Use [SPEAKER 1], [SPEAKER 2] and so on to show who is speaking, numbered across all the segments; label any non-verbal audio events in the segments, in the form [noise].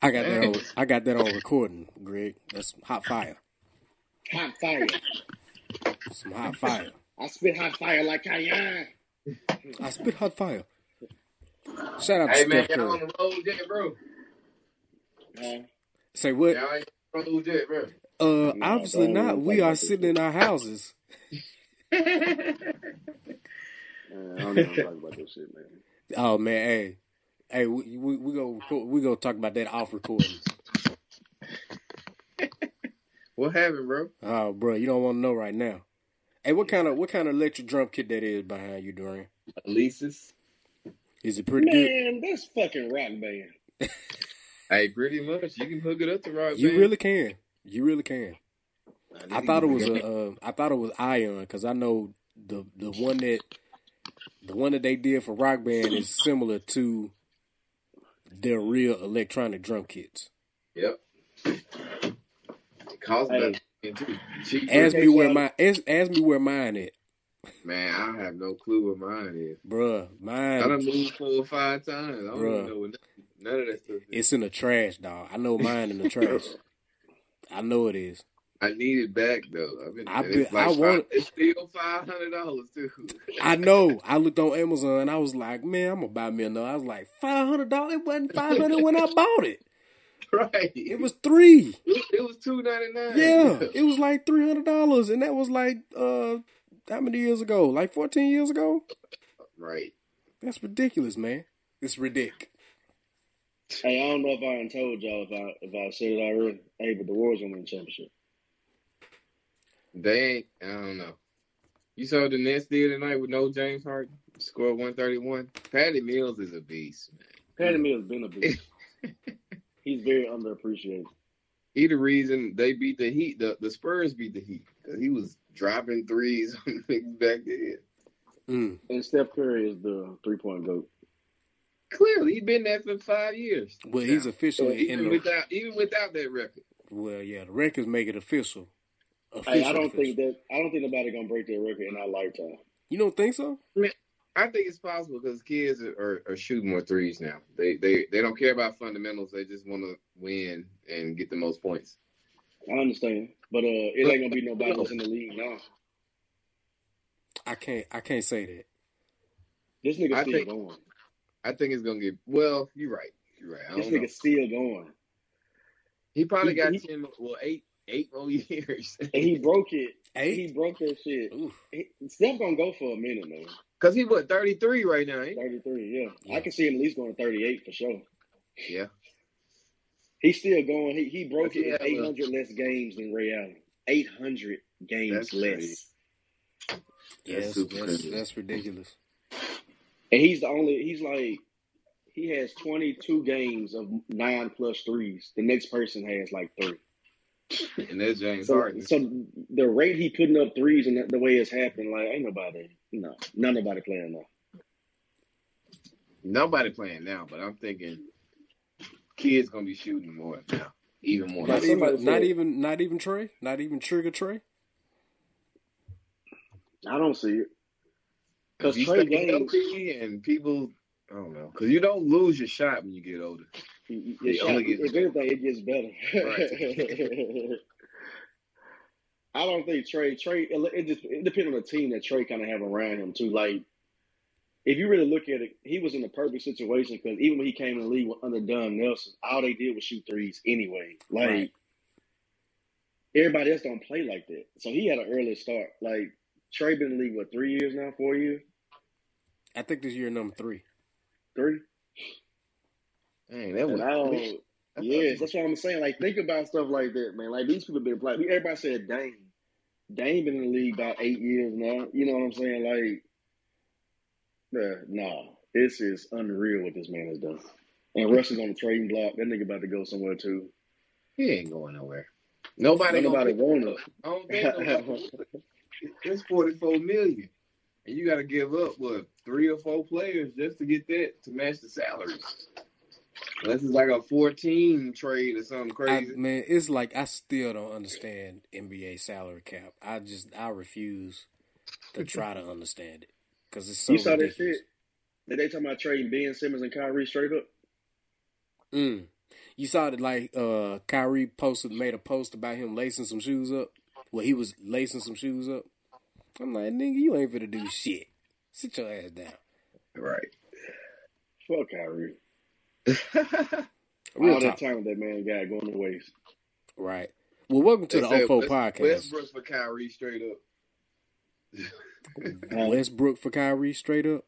[SPEAKER 1] I got that. On, I got that on recording, Greg. That's hot fire.
[SPEAKER 2] Hot fire.
[SPEAKER 1] Some hot fire.
[SPEAKER 2] I spit hot fire like Cayenne.
[SPEAKER 1] I spit hot fire. Shout out
[SPEAKER 3] Hey
[SPEAKER 1] to
[SPEAKER 3] man,
[SPEAKER 1] Steph
[SPEAKER 3] y'all
[SPEAKER 1] Curry.
[SPEAKER 3] on the road yet, bro?
[SPEAKER 2] Man,
[SPEAKER 1] Say what?
[SPEAKER 3] Y'all ain't on the road yet, bro.
[SPEAKER 1] Uh, obviously
[SPEAKER 2] don't
[SPEAKER 1] not.
[SPEAKER 2] look
[SPEAKER 1] We
[SPEAKER 2] like
[SPEAKER 1] are
[SPEAKER 2] that.
[SPEAKER 1] sitting in our houses.
[SPEAKER 2] man, I don't even wanna talk about this shit, man.
[SPEAKER 1] Oh man, hey, hey, we we, we go record, we go talk about that off recording.
[SPEAKER 3] What happened, bro?
[SPEAKER 1] Oh, bro, you don't want to know right now. Hey, what kind of what kind of electric drum kit that is behind you, Dorian?
[SPEAKER 3] Elises.
[SPEAKER 1] Is it pretty good?
[SPEAKER 2] Man, that's fucking rock band.
[SPEAKER 3] Hey, pretty much. You can hook it up to rock.
[SPEAKER 1] You
[SPEAKER 3] band.
[SPEAKER 1] really can. You really can. I thought it was a. Uh, I thought it was Ion because I know the the one that the one that they did for Rock Band is similar to their real electronic drum kits.
[SPEAKER 3] Yep. It costs
[SPEAKER 2] Hey.
[SPEAKER 3] nothing too. Cheap.
[SPEAKER 1] Ask me
[SPEAKER 2] Okay,
[SPEAKER 1] where
[SPEAKER 2] so-
[SPEAKER 1] my ask, ask me where mine at,
[SPEAKER 3] Man, I have no clue what mine is.
[SPEAKER 1] bruh.
[SPEAKER 3] I done
[SPEAKER 1] Mine
[SPEAKER 3] moved four or five times. I don't
[SPEAKER 1] Bruh.
[SPEAKER 3] even know what none- none of that stuff is.
[SPEAKER 1] it's in the trash, dog. I know mine in the trash. I know it is.
[SPEAKER 3] I need it back though. I've been,
[SPEAKER 1] I've
[SPEAKER 3] it's
[SPEAKER 1] been- I
[SPEAKER 3] like
[SPEAKER 1] want-
[SPEAKER 3] five, it's still five hundred dollars too.
[SPEAKER 1] I know. I looked on Amazon and I was like, man, I'm gonna buy me another. I was like, five hundred dollars. It wasn't five hundred when I bought it.
[SPEAKER 3] [laughs] right.
[SPEAKER 1] It was three.
[SPEAKER 3] it was two ninety nine.
[SPEAKER 1] Yeah,
[SPEAKER 3] [laughs]
[SPEAKER 1] it was like three hundred dollars, and that was like uh, how many years ago? Like fourteen years ago.
[SPEAKER 3] Right.
[SPEAKER 1] That's ridiculous, man. It's ridiculous.
[SPEAKER 2] Hey, I don't know if I done told y'all if I if I said it already. Hey, but the Warriors gonna win the championship.
[SPEAKER 3] They ain't I don't know. You saw what the Nets did tonight with no James Harden? Score one thirty one. Patty Mills is a beast, man.
[SPEAKER 2] Patty Mills been a beast.
[SPEAKER 3] [laughs]
[SPEAKER 2] He's very underappreciated.
[SPEAKER 3] He the reason they beat the Heat. The, the Spurs beat the Heat 'cause he was dropping threes [laughs] on niggas back then.
[SPEAKER 1] Mm.
[SPEAKER 2] And Steph Curry is the three point goat.
[SPEAKER 3] Clearly, he been there for five years.
[SPEAKER 1] Well, he's
[SPEAKER 3] So
[SPEAKER 1] officially in
[SPEAKER 3] even
[SPEAKER 1] the.
[SPEAKER 3] without even without that record.
[SPEAKER 1] Well, yeah, the records make it official. Official.
[SPEAKER 2] Hey, I don't
[SPEAKER 1] official.
[SPEAKER 2] think that I don't think nobody gonna break that record in our lifetime.
[SPEAKER 1] you don't think so.
[SPEAKER 3] I think it's possible because kids are, are, are shooting more threes now. They they they don't care about fundamentals. They just want to win and get the most points.
[SPEAKER 2] I understand, but uh, it ain't gonna be nobody that's in the league now.
[SPEAKER 1] I can't. I can't say that.
[SPEAKER 2] This nigga
[SPEAKER 3] I
[SPEAKER 2] still
[SPEAKER 3] think-
[SPEAKER 2] going.
[SPEAKER 3] I think it's gonna get well. You're right. You're right. I
[SPEAKER 2] This
[SPEAKER 3] don't know.
[SPEAKER 2] nigga still going,
[SPEAKER 3] He probably
[SPEAKER 2] he-
[SPEAKER 3] got
[SPEAKER 2] he-
[SPEAKER 3] ten, more- well eight eight more [laughs] years
[SPEAKER 2] and
[SPEAKER 3] [laughs]
[SPEAKER 2] he broke it. He
[SPEAKER 1] Eight.
[SPEAKER 2] broke that shit.
[SPEAKER 1] Ooh,
[SPEAKER 2] He, Steph gonna go for a minute man.
[SPEAKER 3] because he what thirty three right now. Ain't he?
[SPEAKER 2] Thirty three, yeah.
[SPEAKER 1] Yeah.
[SPEAKER 2] I can see him at least going thirty eight for sure.
[SPEAKER 3] Yeah.
[SPEAKER 2] He's still going. He he broke
[SPEAKER 3] Yeah,
[SPEAKER 2] it
[SPEAKER 3] but-
[SPEAKER 2] eight hundred less games than Ray Allen. Eight hundred games
[SPEAKER 3] That's
[SPEAKER 2] less.
[SPEAKER 3] crazy.
[SPEAKER 1] yes,
[SPEAKER 3] super
[SPEAKER 1] that's,
[SPEAKER 3] crazy.
[SPEAKER 1] that's ridiculous.
[SPEAKER 2] And he's the only. He's like he has twenty two games of nine plus threes. The next person has like three.
[SPEAKER 3] And that's James
[SPEAKER 2] So,
[SPEAKER 3] Harden.
[SPEAKER 2] so the rate he putting up threes and the way it's happened, like ain't nobody, no, not nobody playing now.
[SPEAKER 3] Nobody playing now, but I'm thinking kids gonna be shooting more now, even more.
[SPEAKER 1] Not
[SPEAKER 2] somebody
[SPEAKER 1] even. Not
[SPEAKER 2] said-
[SPEAKER 1] even. Not even Trey. Not even Trigger Trey.
[SPEAKER 2] I don't see it. Because
[SPEAKER 3] If you
[SPEAKER 2] Trey
[SPEAKER 3] stay
[SPEAKER 2] James,
[SPEAKER 3] healthy and people, I don't know, because you don't lose your shot when you get older.
[SPEAKER 2] y- y-
[SPEAKER 3] He
[SPEAKER 2] shot-
[SPEAKER 3] only gets
[SPEAKER 2] if
[SPEAKER 3] better.
[SPEAKER 2] anything, it gets better. [laughs] I don't think Trey. Trey, it, it just it depends on the team that Trey kind of have around him too. Like, if you really look at it, he was in the perfect situation because even when he came in the league with under Dunn Nelson, all they did was shoot threes anyway. Like,
[SPEAKER 1] Right.
[SPEAKER 2] everybody else don't play like that, so he had an early start. Like, Trey been in the league what three years now, four years,
[SPEAKER 1] I think this year number three.
[SPEAKER 2] three.
[SPEAKER 3] Dang, that was.
[SPEAKER 2] And I don't.
[SPEAKER 3] that's
[SPEAKER 2] Yes,
[SPEAKER 3] awesome.
[SPEAKER 2] that's what I'm saying. Like, think about stuff like that, man. Like these people been like everybody said Dane. Dane been in the league about eight years now. You know what I'm saying? Like, bruh, nah, this is unreal what this man has done. And Russ is on the trading block. That nigga about to go somewhere too.
[SPEAKER 3] he ain't going nowhere. Nobody,
[SPEAKER 2] Ain't
[SPEAKER 3] [laughs] nobody
[SPEAKER 2] nobody
[SPEAKER 1] [laughs]
[SPEAKER 3] going
[SPEAKER 2] want
[SPEAKER 3] to.
[SPEAKER 2] him.
[SPEAKER 3] I don't
[SPEAKER 2] [laughs]
[SPEAKER 3] think nobody- it's forty four million, and you got to give up what three or four players just to get that to match the salaries. Unless it's like a fourteen trade or something
[SPEAKER 1] I,
[SPEAKER 3] crazy.
[SPEAKER 1] man, it's like I still don't understand NBA salary cap. I just I refuse to try to understand it because it's so
[SPEAKER 2] You saw that
[SPEAKER 1] ridiculous.
[SPEAKER 2] shit? Did they talking about trading Ben Simmons and Kyrie straight up?
[SPEAKER 1] Mm. You saw that like uh Kyrie posted made a post about him lacing some shoes up. Well, he was lacing some shoes up. I'm like, nigga, you ain't finna do shit. Sit your ass down.
[SPEAKER 3] Right.
[SPEAKER 2] Fuck Kyrie.
[SPEAKER 1] Real
[SPEAKER 2] All
[SPEAKER 1] talk.
[SPEAKER 2] that time that man got going to waste.
[SPEAKER 1] Right. Well, welcome to
[SPEAKER 3] They
[SPEAKER 1] the
[SPEAKER 3] said
[SPEAKER 1] OFO
[SPEAKER 3] [laughs] West-
[SPEAKER 1] podcast.
[SPEAKER 3] Westbrook for Kyrie straight up.
[SPEAKER 1] Westbrook. for Kyrie, straight up.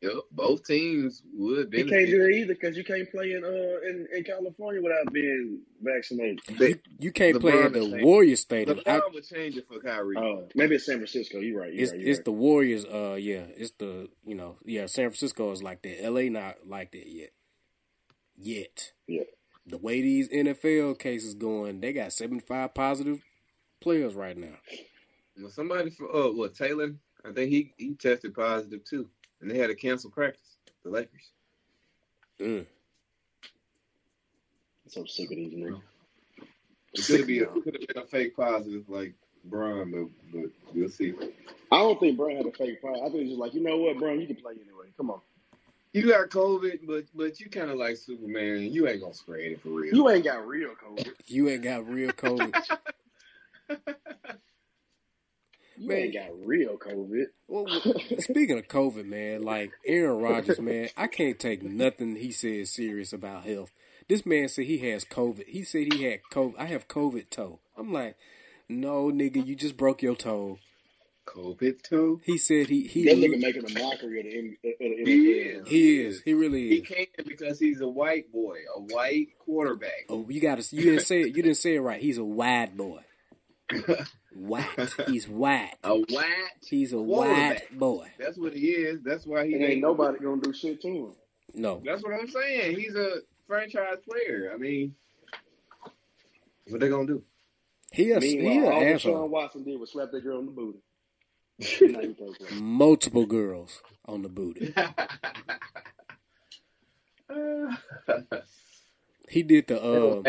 [SPEAKER 3] Yep, both teams would
[SPEAKER 2] You can't
[SPEAKER 3] benefit.
[SPEAKER 2] do that either because you can't play in uh in, in California without being vaccinated.
[SPEAKER 1] You, you can't play
[SPEAKER 3] LeBron
[SPEAKER 1] at the
[SPEAKER 3] is saying-
[SPEAKER 1] Warriors Stadium.
[SPEAKER 3] LeBron
[SPEAKER 1] I-
[SPEAKER 3] would change it for Kyrie.
[SPEAKER 2] Oh, maybe it's San Francisco. You're right. You're
[SPEAKER 1] it's
[SPEAKER 2] right. You're
[SPEAKER 1] it's
[SPEAKER 2] right.
[SPEAKER 1] the Warriors. Uh, yeah, it's the you know yeah. San Francisco is like that. L.A. not like that yet. Yet.
[SPEAKER 2] Yeah.
[SPEAKER 1] The way these NFL cases going, they got seventy five positive players right now.
[SPEAKER 3] Well, somebody for uh, what Taylor? I think he he tested positive too, and they had to cancel practice. The Lakers.
[SPEAKER 1] Mm.
[SPEAKER 2] So I'm sick of these niggas.
[SPEAKER 3] It could be a, could have been a fake positive like Bron, but, but we'll see.
[SPEAKER 2] I don't think Brown had a fake pride. I think he's just like, you know what, Brown, you can play anyway. Come on.
[SPEAKER 3] You got COVID, but but you kind of like Superman. You ain't gonna spread it for real.
[SPEAKER 2] You ain't got real COVID.
[SPEAKER 1] You ain't got real
[SPEAKER 2] [laughs]
[SPEAKER 1] COVID.
[SPEAKER 2] You
[SPEAKER 1] Man.
[SPEAKER 2] ain't got real COVID.
[SPEAKER 1] Well, well, speaking of COVID, man, like Aaron Rodgers, man, I can't take nothing he says serious about health. This man said he has COVID. He said he had COVID. I have COVID toe. I'm like, no, nigga, you just broke your toe.
[SPEAKER 3] COVID too.
[SPEAKER 1] He said he he
[SPEAKER 2] That nigga making a mockery of the, M- of the NFL.
[SPEAKER 3] He is.
[SPEAKER 1] he is he really
[SPEAKER 3] He
[SPEAKER 1] is.
[SPEAKER 3] can because he's a white boy, a white quarterback.
[SPEAKER 1] Oh, you gotta you didn't say it. You didn't say it right. He's a wide boy.
[SPEAKER 2] [laughs]
[SPEAKER 1] White. He's white.
[SPEAKER 3] A white.
[SPEAKER 1] He's a white
[SPEAKER 3] Quarterback.
[SPEAKER 1] boy.
[SPEAKER 3] That's what he is. That's why he
[SPEAKER 2] And ain't nobody gonna do shit to him.
[SPEAKER 1] No,
[SPEAKER 3] That's what I'm saying. He's a franchise player. I mean, what they gonna do?
[SPEAKER 1] he a, he
[SPEAKER 2] Meanwhile,
[SPEAKER 1] a
[SPEAKER 2] all that
[SPEAKER 1] asshole.
[SPEAKER 2] Sean Watson did was slap that girl in the booty. Now you
[SPEAKER 1] [laughs]
[SPEAKER 2] can't play.
[SPEAKER 1] Multiple girls on the booty.
[SPEAKER 2] [laughs]
[SPEAKER 1] He did the um.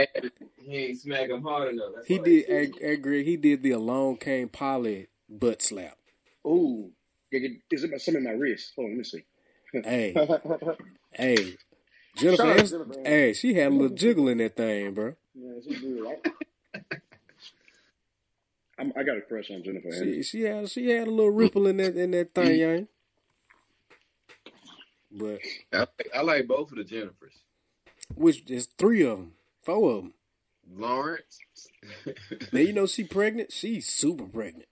[SPEAKER 3] he ain't smack him hard enough. That's
[SPEAKER 1] He
[SPEAKER 3] why
[SPEAKER 1] did,
[SPEAKER 3] they-
[SPEAKER 1] at, at Greg, he did the Alone Came Polly butt slap.
[SPEAKER 2] Ooh, nigga, is it something in my wrist? Hold on, let
[SPEAKER 1] [laughs]
[SPEAKER 2] me see.
[SPEAKER 1] Hey,
[SPEAKER 2] [laughs]
[SPEAKER 1] hey, Jennifer,
[SPEAKER 2] Shout out to
[SPEAKER 1] Aniston-
[SPEAKER 2] Jennifer Aniston.
[SPEAKER 1] hey, she had a little jiggle in that thing, bro.
[SPEAKER 2] yeah, she did, right?
[SPEAKER 1] [laughs]
[SPEAKER 2] I'm, I got a crush on Jennifer Aniston.
[SPEAKER 1] She, she had, she had a little ripple in that in that
[SPEAKER 2] [laughs]
[SPEAKER 1] thing, young. But
[SPEAKER 3] I, I like both of the Jennifers.
[SPEAKER 1] which is three of them, four of them.
[SPEAKER 3] Lawrence. [laughs]
[SPEAKER 1] Now you know she pregnant. She's super pregnant.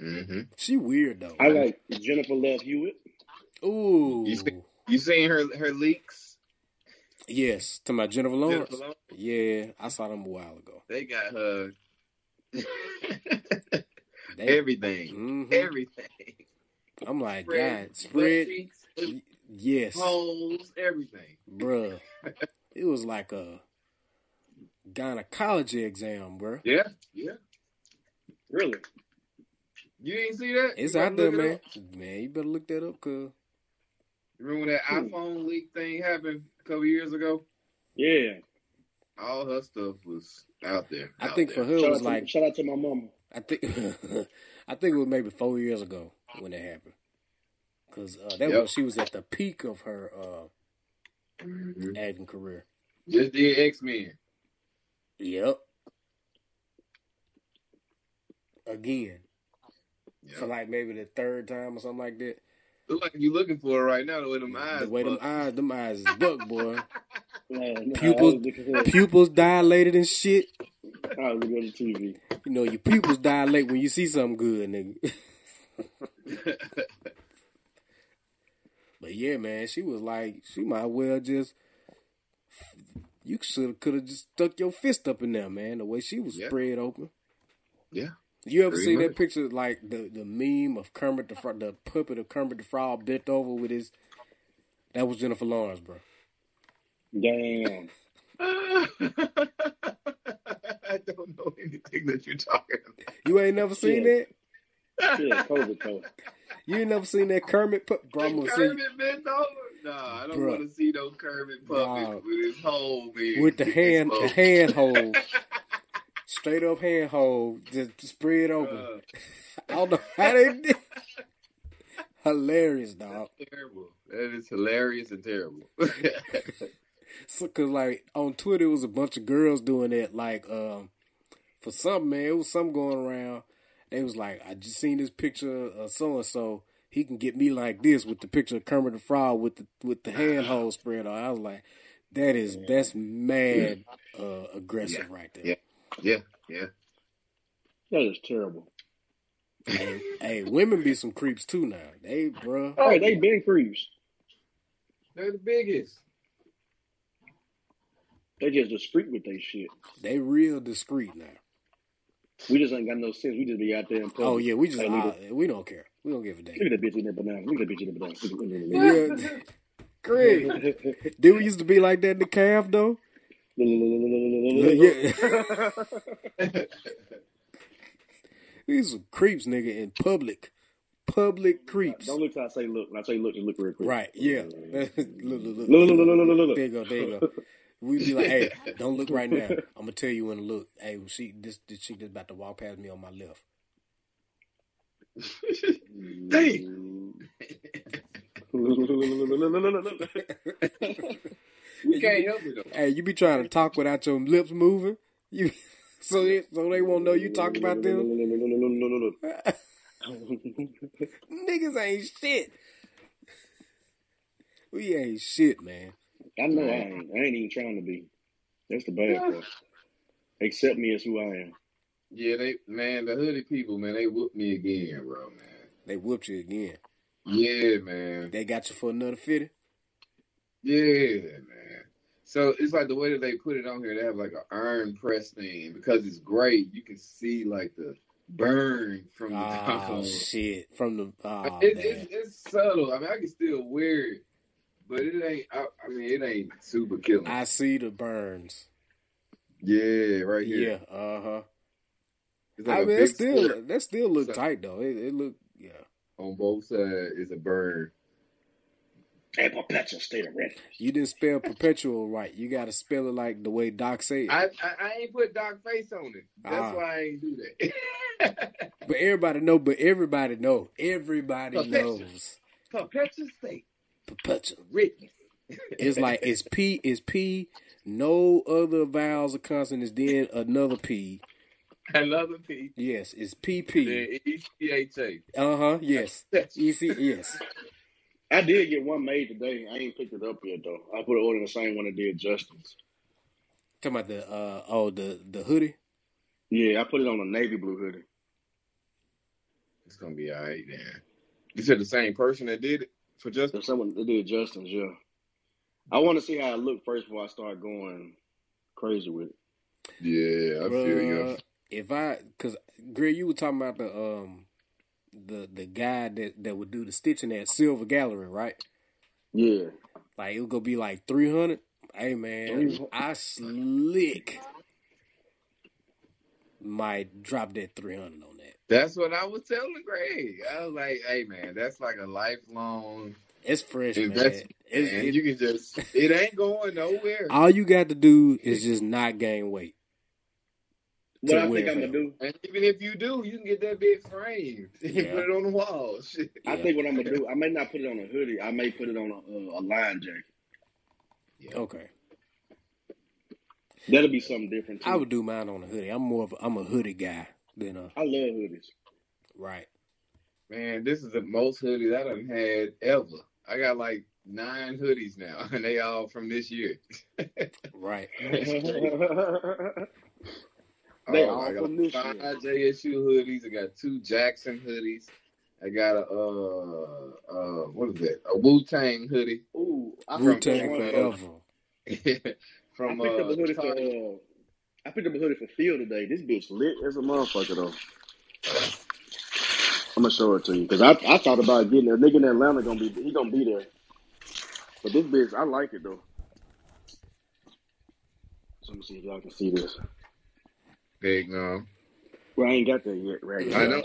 [SPEAKER 3] mm-hmm.
[SPEAKER 1] She weird though.
[SPEAKER 2] I like Jennifer Love Hewitt.
[SPEAKER 1] Ooh,
[SPEAKER 3] You see- You seen her her leaks?
[SPEAKER 1] yes, to my Jennifer Lawrence.
[SPEAKER 3] Jennifer Lawrence?
[SPEAKER 1] Yeah, I saw them a while ago.
[SPEAKER 3] They got her [laughs]
[SPEAKER 1] They,
[SPEAKER 3] everything.
[SPEAKER 1] mhm.
[SPEAKER 3] Everything.
[SPEAKER 1] I'm like,
[SPEAKER 3] Spread,
[SPEAKER 1] God, spread.
[SPEAKER 3] butt cheeks,
[SPEAKER 1] Y- Yes,
[SPEAKER 3] holes, everything. [laughs]
[SPEAKER 1] bruh. It was like a gynecology exam, bruh.
[SPEAKER 3] Yeah, yeah.
[SPEAKER 2] Really?
[SPEAKER 3] You ain't see that?
[SPEAKER 1] It's
[SPEAKER 3] You
[SPEAKER 1] out
[SPEAKER 3] gotta
[SPEAKER 1] there,
[SPEAKER 3] look it
[SPEAKER 1] man.
[SPEAKER 3] up.
[SPEAKER 1] Man, you better look that up, cuz.
[SPEAKER 3] Remember when that
[SPEAKER 2] Hmm.
[SPEAKER 3] iPhone leak thing happened a couple years ago?
[SPEAKER 2] Yeah.
[SPEAKER 3] All her stuff was out there.
[SPEAKER 1] I
[SPEAKER 3] out
[SPEAKER 1] think for
[SPEAKER 3] there.
[SPEAKER 1] her it
[SPEAKER 2] Shout
[SPEAKER 1] was
[SPEAKER 2] out,
[SPEAKER 1] like
[SPEAKER 2] to, shout out to my mama.
[SPEAKER 1] I think [laughs] I think it was maybe four years ago when that happened. Cause uh, that
[SPEAKER 3] Yep.
[SPEAKER 1] was she was at the peak of her uh,
[SPEAKER 3] Mhm.
[SPEAKER 1] acting career.
[SPEAKER 3] just did X Men.
[SPEAKER 1] Yep. Again, for like maybe the third time or something like that.
[SPEAKER 3] Look like you looking for her right now. The way them eyes.
[SPEAKER 1] the way them
[SPEAKER 3] fucked.
[SPEAKER 1] eyes, them eyes is buck boy. [laughs]
[SPEAKER 2] Man,
[SPEAKER 1] Pupil-
[SPEAKER 2] I was looking at,
[SPEAKER 1] Pupils dilated and shit.
[SPEAKER 2] I was looking at the TV.
[SPEAKER 1] You know, your pupils dilate when you see something good, nigga.
[SPEAKER 3] [laughs]
[SPEAKER 1] But yeah, man, she was like, she might well just. You should could have just stuck your fist up in there, man. The way she was
[SPEAKER 3] Yeah.
[SPEAKER 1] spread open.
[SPEAKER 3] Yeah.
[SPEAKER 1] You ever
[SPEAKER 3] Pretty
[SPEAKER 1] see that
[SPEAKER 3] much.
[SPEAKER 1] picture, like the the meme of Kermit the Frog, the puppet of Kermit the Frog bent over with his? That was Jennifer Lawrence, bro.
[SPEAKER 2] Damn.
[SPEAKER 3] [laughs] I don't know anything that you're talking about.
[SPEAKER 1] You ain't never seen
[SPEAKER 2] Yeah.
[SPEAKER 1] that.
[SPEAKER 2] Yeah, COVID though.
[SPEAKER 1] You ain't never seen that Kermit pup, bro. I'm
[SPEAKER 3] Kermit
[SPEAKER 1] gonna see
[SPEAKER 3] bent over. Nah, I don't
[SPEAKER 1] Bruh.
[SPEAKER 3] want to see no Kermit puppet
[SPEAKER 1] Dog.
[SPEAKER 3] with his whole man.
[SPEAKER 1] with
[SPEAKER 4] [laughs]
[SPEAKER 1] the hand, the hand hold, straight up hand hold, just spread open.
[SPEAKER 3] Uh,
[SPEAKER 1] I don't know how they did. [laughs] Hilarious, dog.
[SPEAKER 3] terrible. That is hilarious and terrible.
[SPEAKER 1] so, cause like on Twitter it was a bunch of girls doing that. Like um, for some man, it was some going around. They was like, I just seen this picture of so and so. He can get me like this with the picture of Kermit the Frog with the with the
[SPEAKER 4] [laughs]
[SPEAKER 1] handhold spread out. I was like, that is that's mad uh, aggressive
[SPEAKER 4] Yeah.
[SPEAKER 1] right there.
[SPEAKER 4] Yeah. Yeah, yeah.
[SPEAKER 2] That is terrible.
[SPEAKER 1] Hey, hey, women be some creeps too now. They bruh.
[SPEAKER 2] All right, they been creeps.
[SPEAKER 3] [laughs] They're the
[SPEAKER 1] [laughs]
[SPEAKER 3] biggest.
[SPEAKER 2] They just discreet with their shit.
[SPEAKER 1] They real discreet now.
[SPEAKER 2] We just ain't got no sense. We just be out there and
[SPEAKER 1] Oh yeah, we just
[SPEAKER 2] Hey,
[SPEAKER 1] uh,
[SPEAKER 2] leave
[SPEAKER 1] we don't care. We don't give a damn.
[SPEAKER 2] [laughs] Look at that bitch in that banana. Look at that bitch in the banana. Look at
[SPEAKER 1] We
[SPEAKER 2] that
[SPEAKER 1] are- Great. [laughs] Did we used to be like that in the calf though?
[SPEAKER 2] banana.
[SPEAKER 1] Yeah. [laughs] These some creeps, nigga, in public. Public creeps.
[SPEAKER 2] Don't look till I say look. When I say look, just look real quick.
[SPEAKER 1] Right, yeah. [laughs] look, look, look,
[SPEAKER 2] Look, look, look, look, look, look.
[SPEAKER 1] There you go, there you go. We'd be like, hey, don't look right now. I'm gonna tell you when to look. Hey, she this this chick that's about to walk past me on my left. [laughs]
[SPEAKER 3] You can't help it though.
[SPEAKER 1] Hey, you be trying to talk without your lips moving. You [laughs] so they, so they won't know you talking about them. Niggas ain't shit. We ain't shit, man.
[SPEAKER 2] [laughs] I know I ain't. I ain't even trying to be. That's the bad part. Accept me as who I am.
[SPEAKER 3] Yeah, they man, the hoodie people, man, they whooped me again, bro, man.
[SPEAKER 1] They whooped you again.
[SPEAKER 3] Yeah, man.
[SPEAKER 1] They got you for another fifty.
[SPEAKER 3] Yeah, man. So it's like the way that they put it on here, they have like an iron press thing because it's gray. You can see like the burn from the top
[SPEAKER 1] Oh
[SPEAKER 3] [laughs]
[SPEAKER 1] [laughs]
[SPEAKER 3] of it.
[SPEAKER 1] shit! From the oh
[SPEAKER 3] it,
[SPEAKER 1] man,
[SPEAKER 3] it's, it's subtle. I mean, I can still wear it, but it ain't. I, I mean, it ain't super killing.
[SPEAKER 1] I see the burns.
[SPEAKER 3] yeah, right here.
[SPEAKER 1] Yeah, uh huh.
[SPEAKER 3] It's
[SPEAKER 1] I
[SPEAKER 3] like a
[SPEAKER 1] mean,
[SPEAKER 3] big
[SPEAKER 1] that still
[SPEAKER 3] square
[SPEAKER 1] that still look
[SPEAKER 3] So-
[SPEAKER 1] tight though. It, it look yeah.
[SPEAKER 3] on both sides is a burn.
[SPEAKER 2] And perpetual state of ready.
[SPEAKER 1] You didn't spell perpetual right. You got to spell it like the way Doc said.
[SPEAKER 3] I, I I ain't put dog face on it. That's
[SPEAKER 1] Ah.
[SPEAKER 3] why I ain't do that. [laughs]
[SPEAKER 1] But everybody know. But everybody know. Everybody
[SPEAKER 3] Perpetual.
[SPEAKER 1] knows
[SPEAKER 3] Perpetual state,
[SPEAKER 1] perpetual.
[SPEAKER 3] written.
[SPEAKER 1] It's like it's P it's P, no other vowels or consonants, then another P.
[SPEAKER 3] [laughs] Another P.
[SPEAKER 1] Yes, it's P P.
[SPEAKER 3] The E C H A.
[SPEAKER 1] Uh huh. Yes.
[SPEAKER 3] That's-
[SPEAKER 1] Easy. Yes.
[SPEAKER 2] I did get one made today. I ain't picked it up yet though. I put an order in the same one I did Justin's.
[SPEAKER 1] Talking about the uh oh the the hoodie.
[SPEAKER 2] Yeah, I put it on a navy blue hoodie.
[SPEAKER 3] It's gonna be all right then. You said the same person that did it for Justin.
[SPEAKER 2] If someone they did Justin's, yeah. I want to see how I look first before I start going crazy with it.
[SPEAKER 3] Yeah, I feel you.
[SPEAKER 1] Bruh, If I, cause Greg, you were talking about the um the the guy that that would do the stitching at Silver Gallery, right?
[SPEAKER 2] Yeah,
[SPEAKER 1] Like it was gonna be like three hundred. Hey man,
[SPEAKER 2] 300.
[SPEAKER 1] I slick might drop that three hundred on that.
[SPEAKER 3] That's what I was telling Greg. I was like, "Hey, man, that's like a lifelong
[SPEAKER 1] It's fresh, man.
[SPEAKER 3] investment.
[SPEAKER 1] It's-
[SPEAKER 3] man.
[SPEAKER 1] it-
[SPEAKER 3] you can just, it ain't going nowhere.
[SPEAKER 1] all you got to do is just not gain weight.
[SPEAKER 2] what
[SPEAKER 1] To
[SPEAKER 2] I think
[SPEAKER 1] where
[SPEAKER 2] I'm gonna
[SPEAKER 1] from?
[SPEAKER 2] do,
[SPEAKER 3] And even if you do, you can get that big frame [laughs] and
[SPEAKER 1] Yeah.
[SPEAKER 3] put it on the wall. [laughs] Shit.
[SPEAKER 2] I
[SPEAKER 1] Yeah.
[SPEAKER 2] think what I'm gonna do, I may not put it on a hoodie. I may put it on a, uh, a line jacket.
[SPEAKER 1] Okay,
[SPEAKER 2] That'll be something different. Too.
[SPEAKER 1] I would do mine on a hoodie. I'm more of a, I'm a hoodie guy than a
[SPEAKER 2] I love hoodies. [laughs]
[SPEAKER 1] right.
[SPEAKER 3] Man, this is the most hoodies I done had ever. I got like nine hoodies now, [laughs] and they all from this year.
[SPEAKER 1] Right.
[SPEAKER 2] They
[SPEAKER 3] Oh,
[SPEAKER 2] all
[SPEAKER 3] I got
[SPEAKER 2] from this
[SPEAKER 3] five
[SPEAKER 2] year.
[SPEAKER 3] JSU hoodies. I got two Jackson hoodies. I got a uh uh what is that? A Wu Tang hoodie [laughs]
[SPEAKER 2] Ooh, I
[SPEAKER 1] Wu
[SPEAKER 2] picked up
[SPEAKER 1] Tang
[SPEAKER 2] one for-
[SPEAKER 1] forever.
[SPEAKER 3] from
[SPEAKER 2] I picked up a
[SPEAKER 3] uh,
[SPEAKER 2] hoodie for.
[SPEAKER 3] Target.
[SPEAKER 2] Uh, I picked up a hoodie for Phil today. This bitch lit as a motherfucker though. I'm gonna show it to you because I, I thought about getting a nigga in Atlanta gonna be he gonna be there, but this bitch I like it though. So let me see if y'all can see this.
[SPEAKER 3] Big um,
[SPEAKER 2] Well, I ain't got that yet, right?
[SPEAKER 3] I know.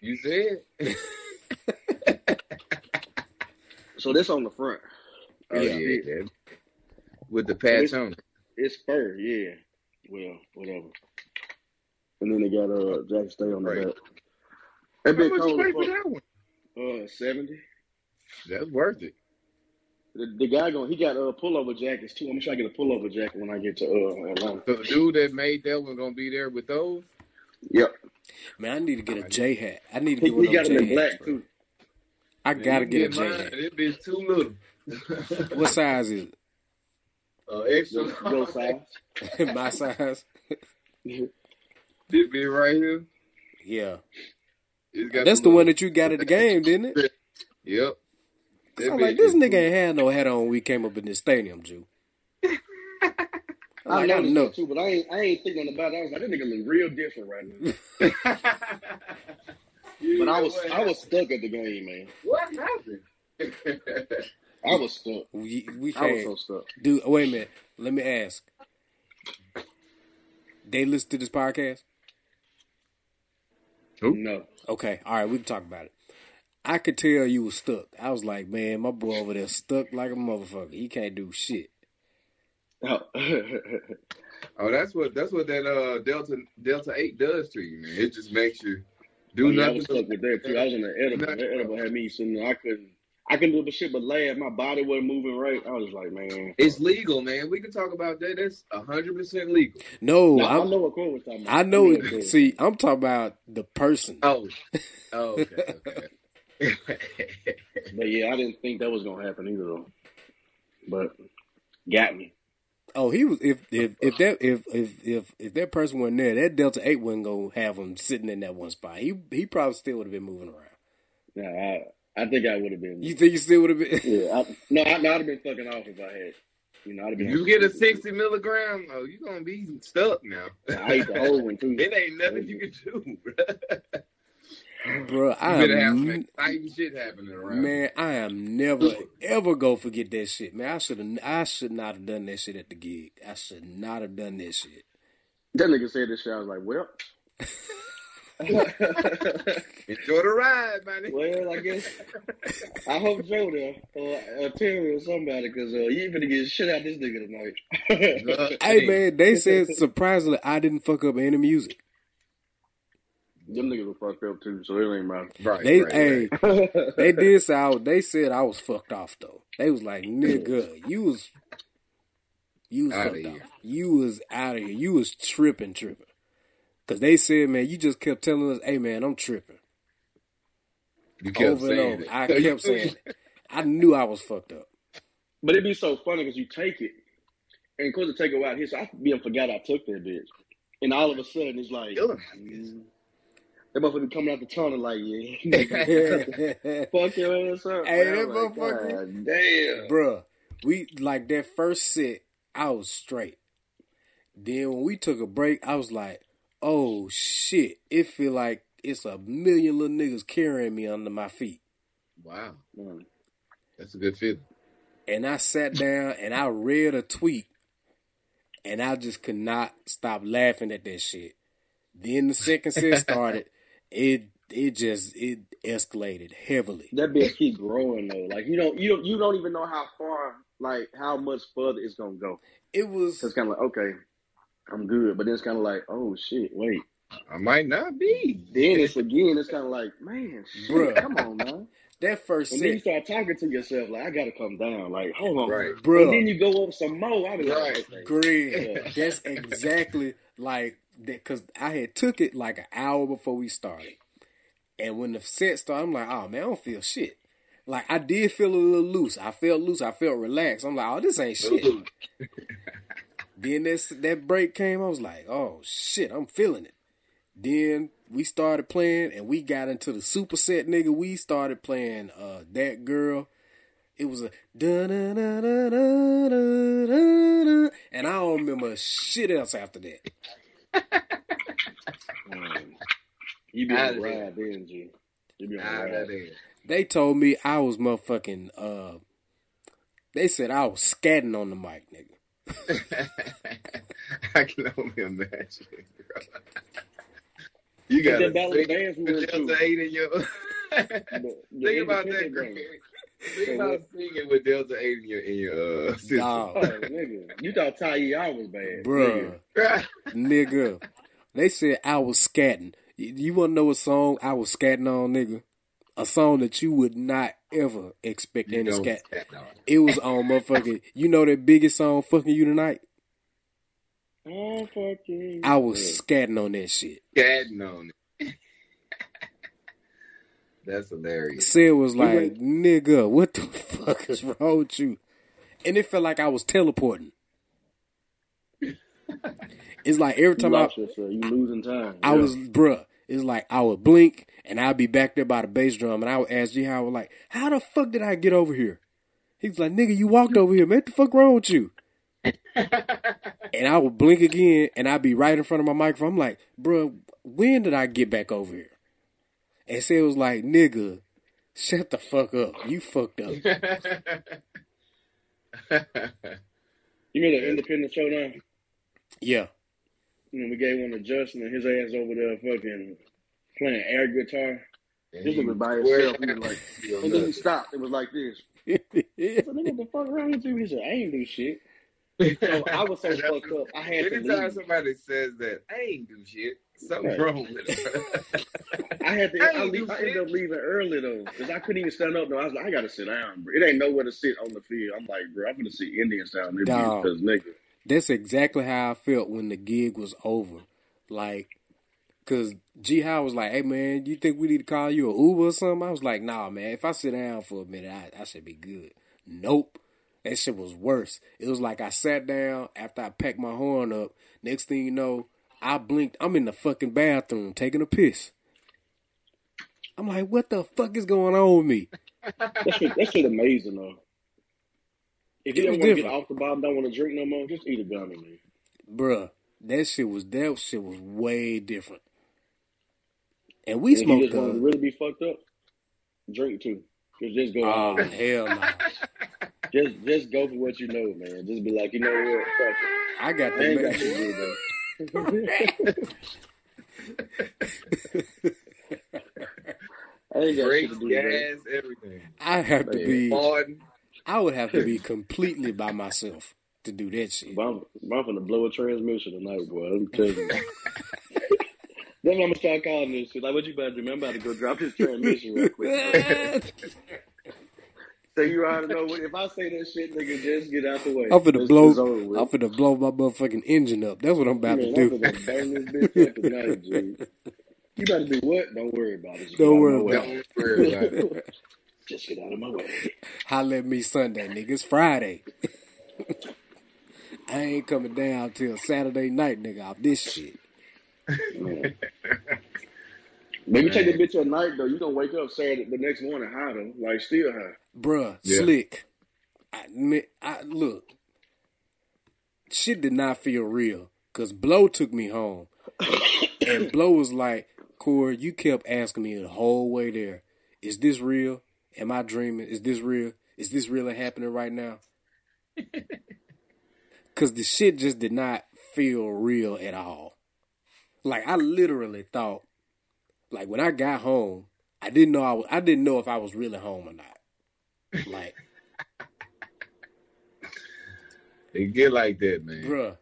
[SPEAKER 3] You said
[SPEAKER 2] So this on the front.
[SPEAKER 3] Oh
[SPEAKER 1] Yeah.
[SPEAKER 3] yeah, that- with the patch on. it.
[SPEAKER 2] It's fur, yeah. Well, whatever. And then they got uh Jack Stay on the
[SPEAKER 3] Right.
[SPEAKER 2] back. That
[SPEAKER 3] How
[SPEAKER 2] bitch
[SPEAKER 3] much you
[SPEAKER 2] cold
[SPEAKER 3] pay
[SPEAKER 2] as
[SPEAKER 3] for that one?
[SPEAKER 2] fuck. Uh, seventy.
[SPEAKER 3] That's worth it.
[SPEAKER 2] The, the guy going, he got uh, pullover jackets too. I'm sure I get a pullover jacket when I get to uh, Atlanta.
[SPEAKER 3] So the dude that made that one gonna be there with those.
[SPEAKER 2] Yep.
[SPEAKER 1] Man, I need to get a J hat. I need to
[SPEAKER 2] He,
[SPEAKER 1] get one
[SPEAKER 2] he
[SPEAKER 1] of those
[SPEAKER 2] got him in
[SPEAKER 1] J hats.
[SPEAKER 2] black
[SPEAKER 1] bro.
[SPEAKER 2] too.
[SPEAKER 1] I
[SPEAKER 3] Man,
[SPEAKER 1] gotta
[SPEAKER 3] you
[SPEAKER 1] get a J
[SPEAKER 3] mine.
[SPEAKER 1] hat.
[SPEAKER 3] That bitch too little. [laughs]
[SPEAKER 1] What size is
[SPEAKER 3] uh, extra.
[SPEAKER 2] Your, [laughs] your size.
[SPEAKER 1] it? [laughs] My size?
[SPEAKER 3] This bitch right here.
[SPEAKER 1] Yeah,
[SPEAKER 3] It's got
[SPEAKER 1] that's the
[SPEAKER 3] little-
[SPEAKER 1] one that you got at the game, didn't it?
[SPEAKER 3] Yep. That
[SPEAKER 1] I'm like,
[SPEAKER 3] bitch
[SPEAKER 1] this
[SPEAKER 3] is
[SPEAKER 1] nigga ain't had no hat on when we came up in this stadium, Jew. I'm
[SPEAKER 2] I
[SPEAKER 1] like, I
[SPEAKER 2] noticed
[SPEAKER 1] know.
[SPEAKER 2] that too, but I ain't I ain't thinking about it. I was like, that nigga look real different right [laughs] now.
[SPEAKER 3] You
[SPEAKER 2] But I
[SPEAKER 3] know [laughs]
[SPEAKER 2] was
[SPEAKER 3] what
[SPEAKER 2] I was stuck at the game, man.
[SPEAKER 3] What happened?
[SPEAKER 2] I was stuck.
[SPEAKER 1] We, we
[SPEAKER 2] I was
[SPEAKER 1] had
[SPEAKER 2] so stuck.
[SPEAKER 1] Dude, wait a minute. Let me ask. They listen to this podcast?
[SPEAKER 3] Who?
[SPEAKER 2] No.
[SPEAKER 1] Okay. All right. We can talk about it. I could tell you was stuck. I was like, man, my boy over there stuck like a motherfucker. He can't do shit.
[SPEAKER 2] No.
[SPEAKER 3] [laughs]
[SPEAKER 2] [laughs]
[SPEAKER 3] oh, that's what that's what that uh Delta Delta Eight does to you, man. It just makes you do
[SPEAKER 2] I, mean, Oh, I
[SPEAKER 3] nothing.
[SPEAKER 2] was stuck with that too. I was on the edible. That edible had me sitting there. I couldn't I couldn't do the shit but laugh. My body wasn't moving right. I was like, man.
[SPEAKER 3] It's legal, man. We can talk about that. That's hundred percent legal.
[SPEAKER 1] No,
[SPEAKER 2] Now, I
[SPEAKER 1] I'm,
[SPEAKER 2] know what Cole was talking about.
[SPEAKER 1] I know
[SPEAKER 2] mean,
[SPEAKER 1] it. See, I'm talking about the person.
[SPEAKER 3] Oh, oh okay, okay.
[SPEAKER 1] [laughs]
[SPEAKER 3] [laughs]
[SPEAKER 2] But yeah, I didn't think that was gonna happen either though. But got me.
[SPEAKER 1] Oh, he was. If if if that if if if if that person wasn't there, that Delta Eight wasn't gonna have him sitting in that one spot. He he probably still would have been moving around.
[SPEAKER 2] No, I I think I would have been
[SPEAKER 1] You think he still would have been? [laughs]
[SPEAKER 2] Yeah, I, no, I, no, I'd have been fucking off if I had. You know, I'd have been.
[SPEAKER 3] you get a sixty milligram, oh, you gonna be stuck now. [laughs]
[SPEAKER 2] I ate the whole one too.
[SPEAKER 3] It ain't nothing you can do, [laughs] bruh.
[SPEAKER 1] Bro,
[SPEAKER 3] You
[SPEAKER 1] I
[SPEAKER 3] better have
[SPEAKER 1] am
[SPEAKER 3] some exciting shit happening around.
[SPEAKER 1] Man, I am never ever gonna forget that shit. Man, I should have I should not have done that shit at the gig. I should not have done that shit.
[SPEAKER 2] That nigga said this shit. I was like, [laughs]
[SPEAKER 1] [laughs]
[SPEAKER 2] well,
[SPEAKER 3] Enjoy the ride, man.
[SPEAKER 2] well, I [laughs] guess I hope Joe there or uh, Terry or somebody because uh, you ain't finna get shit out this nigga tonight. [laughs]
[SPEAKER 1] Hey man, they said surprisingly I didn't fuck up any music.
[SPEAKER 2] Them niggas were fucked up too, so it ain't matter.
[SPEAKER 3] right,
[SPEAKER 1] They
[SPEAKER 3] right,
[SPEAKER 1] hey,
[SPEAKER 3] right. [laughs]
[SPEAKER 1] they did say I, was- they said I was fucked off though. They was like, nigga, you was you was
[SPEAKER 3] Outta
[SPEAKER 1] fucked
[SPEAKER 3] here.
[SPEAKER 1] off. You was out of here. You was tripping, tripping. Cause they said, man, you just kept telling us, hey man, I'm tripping.
[SPEAKER 3] You kept
[SPEAKER 1] Over and
[SPEAKER 3] saying
[SPEAKER 1] over.
[SPEAKER 3] it.
[SPEAKER 1] I
[SPEAKER 3] So you-
[SPEAKER 1] kept
[SPEAKER 3] [laughs]
[SPEAKER 1] saying it. I knew I was fucked up.
[SPEAKER 2] [laughs]
[SPEAKER 1] [laughs]
[SPEAKER 2] But it'd be so funny because you take it and of course it take a while here, so I be forgot I took that bitch, and all of a sudden it's like.
[SPEAKER 3] Dylan.
[SPEAKER 2] mm, That motherfucker coming out the tunnel like, [laughs] yeah, nigga, fuck your ass up.
[SPEAKER 1] Hey,
[SPEAKER 2] man.
[SPEAKER 1] that
[SPEAKER 2] I'm like,
[SPEAKER 1] motherfucker-
[SPEAKER 2] God damn.
[SPEAKER 1] Bruh, we like that first set, I was straight. Then when we took a break, I was like, oh shit, it feel like it's a million little niggas carrying me under my feet.
[SPEAKER 3] Wow,
[SPEAKER 2] Mm.
[SPEAKER 3] that's a good feeling.
[SPEAKER 1] And I sat down and I read a tweet and I just could not stop laughing at that shit. Then the second
[SPEAKER 2] [laughs]
[SPEAKER 1] set started, it it just it escalated heavily.
[SPEAKER 2] that bitch keep growing though. Like you don't you don't you don't even know how far like how much further it's gonna go.
[SPEAKER 1] It was
[SPEAKER 2] So it's kind of like okay, I'm good, but then it's kind of like oh shit, wait.
[SPEAKER 3] I might not be.
[SPEAKER 2] Then it's again, it's kind of like man, shit,
[SPEAKER 1] Bruh.
[SPEAKER 2] come on man.
[SPEAKER 1] that first
[SPEAKER 2] And then you
[SPEAKER 1] set,
[SPEAKER 2] start talking to yourself like I gotta come down. Like hold
[SPEAKER 1] Oh,
[SPEAKER 2] on,
[SPEAKER 3] Right.
[SPEAKER 1] bruh.
[SPEAKER 2] And then you go up some more. I be like,
[SPEAKER 3] Right.
[SPEAKER 2] okay.
[SPEAKER 1] Greg,
[SPEAKER 2] [laughs] Yeah.
[SPEAKER 1] that's exactly like that because I had took it like an hour before we started, and when the set started, I'm like, oh man, I don't feel shit. Like I did feel a little loose. I felt loose. I felt relaxed. I'm like, oh, this ain't shit.
[SPEAKER 3] Ooh.
[SPEAKER 1] [laughs] Then this that break came. I was like, oh shit, I'm feeling it. Then we started playing, and we got into the super set, nigga. We started playing uh that girl. It was a da da da da da da, and I don't remember shit else after that.
[SPEAKER 2] Mm. You be on
[SPEAKER 3] Outta
[SPEAKER 2] a
[SPEAKER 3] there.
[SPEAKER 2] ride, then G. You be on a
[SPEAKER 3] Nah, that
[SPEAKER 2] ride.
[SPEAKER 3] is.
[SPEAKER 1] They told me I was motherfucking. Uh, they said I was scatting on the mic, nigga.
[SPEAKER 3] [laughs] I can only imagine. Bro. You
[SPEAKER 2] It's
[SPEAKER 3] got
[SPEAKER 2] that dollar
[SPEAKER 3] a big
[SPEAKER 2] dance we went
[SPEAKER 3] Delta
[SPEAKER 2] to.
[SPEAKER 3] Eight in your. [laughs]
[SPEAKER 2] The- the
[SPEAKER 3] Think about that,
[SPEAKER 2] independent
[SPEAKER 3] Greg.
[SPEAKER 2] dance.
[SPEAKER 3] Think about singing with Delta Eight in your in your uh, system.
[SPEAKER 2] Oh,
[SPEAKER 1] [laughs] Dog,
[SPEAKER 2] nigga. You thought Ty E, I was bad.
[SPEAKER 1] bruh, nigga. They said I was scatting. You, you wanna know what song I was scatting on, nigga? a song that you would not ever expect
[SPEAKER 3] [laughs]
[SPEAKER 1] you in the scat. It was on motherfucking. You know that biggest song, "Fucking You Tonight."
[SPEAKER 2] Oh, fucking
[SPEAKER 1] I was yeah. scatting on that shit.
[SPEAKER 3] Scatting on it. [laughs] That's hilarious. [laughs]
[SPEAKER 1] Sid was like, "Nigga, what the [laughs] fuck is wrong with you?" And it felt like I was teleporting. it's like every time I,
[SPEAKER 2] yourself. you losing time.
[SPEAKER 1] I, I was, bruh. It's like I would blink and I'd be back there by the bass drum and I would ask G Howard like, "How the fuck did I get over here?" He's like, "Nigga, you walked over here. Man, what the fuck wrong with you?" and I would blink again and I'd be right in front of my microphone. I'm like, "Bro, when did I get back over here?" And Sid so was like, "Nigga, shut the fuck up. You fucked up."
[SPEAKER 2] you mean the independent showdown?
[SPEAKER 1] Yeah. [laughs]
[SPEAKER 2] And we gave one to Justin and his ass over there fucking playing air guitar. And this nigga by himself. He was
[SPEAKER 3] [laughs]
[SPEAKER 2] like, and then he stopped. It was like this. I said, nigga, the fuck wrong with you? He said, I ain't do
[SPEAKER 3] [laughs]
[SPEAKER 2] shit. So I was so fucked up. I had
[SPEAKER 3] Anytime
[SPEAKER 2] to leave.
[SPEAKER 3] somebody says that, I ain't do shit.
[SPEAKER 2] [laughs]
[SPEAKER 3] Something
[SPEAKER 2] Right.
[SPEAKER 3] wrong with it.
[SPEAKER 2] I had to.
[SPEAKER 3] I
[SPEAKER 2] I,
[SPEAKER 3] ain't do
[SPEAKER 2] le- I ended
[SPEAKER 3] shit.
[SPEAKER 2] up leaving early though, cause I couldn't even stand up. No, I was like, I gotta sit down, bro. It ain't nowhere to sit on the field. I'm like, bro, I'm gonna see Indians down there,
[SPEAKER 1] Dog.
[SPEAKER 2] because
[SPEAKER 3] [laughs]
[SPEAKER 2] nigga,
[SPEAKER 1] That's exactly how I felt when the gig was over. Like, cause G How was like, "Hey man, you think we need to call you an Uber or something?" I was like, "Nah, man. If I sit down for a minute, I, I should be good." Nope. That shit was worse. It was like I sat down after I packed my horn up. Next thing you know, I blinked. I'm in the fucking bathroom taking a piss. I'm like, what the fuck is going on with me?
[SPEAKER 2] that shit, that shit amazing though. If you
[SPEAKER 1] It was
[SPEAKER 2] don't want to get
[SPEAKER 1] different.
[SPEAKER 2] off the bottom, don't want to drink no more, just eat a gummy, man.
[SPEAKER 1] Bruh, that shit was that shit was way different. And we
[SPEAKER 2] And if you
[SPEAKER 1] smoked
[SPEAKER 2] just want to
[SPEAKER 1] the
[SPEAKER 2] really be fucked up, drink too. Just, just go
[SPEAKER 1] Oh
[SPEAKER 2] all in.
[SPEAKER 1] hell no.
[SPEAKER 2] Just just go for what you know, man. Just be like, you know what? Fuck it.
[SPEAKER 1] I got
[SPEAKER 2] [laughs] I ain't got
[SPEAKER 1] the
[SPEAKER 2] shit to do, man. [laughs] I ain't got shit
[SPEAKER 3] Breaks,
[SPEAKER 2] to do, man.
[SPEAKER 3] gas, everything.
[SPEAKER 1] I have to be
[SPEAKER 3] Pardon.
[SPEAKER 1] I would have to
[SPEAKER 2] [laughs]
[SPEAKER 1] be completely by myself to do that shit. [laughs]
[SPEAKER 2] If I'm, if I'm gonna blow a transmission tonight, boy. Let me tell you. [laughs] That's what I'm gonna start calling this shit. Like, what you about to do? man? I'm about to go drop this transmission real [laughs] quick.
[SPEAKER 1] [laughs]
[SPEAKER 2] bro. so you already know what, if I say that shit, nigga, just get out the way.
[SPEAKER 1] I'm finna
[SPEAKER 2] It's-
[SPEAKER 1] blow
[SPEAKER 2] it's over with.
[SPEAKER 1] I'm finna blow my motherfucking engine up. That's what I'm about
[SPEAKER 2] Man,
[SPEAKER 1] to
[SPEAKER 2] I'm
[SPEAKER 1] do.
[SPEAKER 2] finna bang this bitch up tonight, G. You about to do what? Don't worry about it. Just
[SPEAKER 1] Don't
[SPEAKER 2] get out
[SPEAKER 1] worry
[SPEAKER 2] of my way.
[SPEAKER 1] about
[SPEAKER 3] Don't
[SPEAKER 1] [laughs]
[SPEAKER 3] worry about it.
[SPEAKER 2] Just get out of my way.
[SPEAKER 1] Holla at me Sunday, nigga. It's Friday. [laughs] I ain't coming down till Saturday night, nigga, off this shit.
[SPEAKER 2] Man. But you take that bitch at night though, you gonna wake up Saturday the next morning high though, like still high.
[SPEAKER 1] Bruh,
[SPEAKER 3] Yeah.
[SPEAKER 1] slick. I, man, I look. Shit did not feel real. Cause Blow took me home. And Blow was like, Corey, you kept asking me the whole way there, is this real? Am I dreaming? Is this real? Is this really happening right now? Cause the shit just did not feel real at all. Like I literally thought, like when I got home, I didn't know I was, I didn't know if I was really home or not. Like,
[SPEAKER 3] It get like that, man.
[SPEAKER 1] bruh.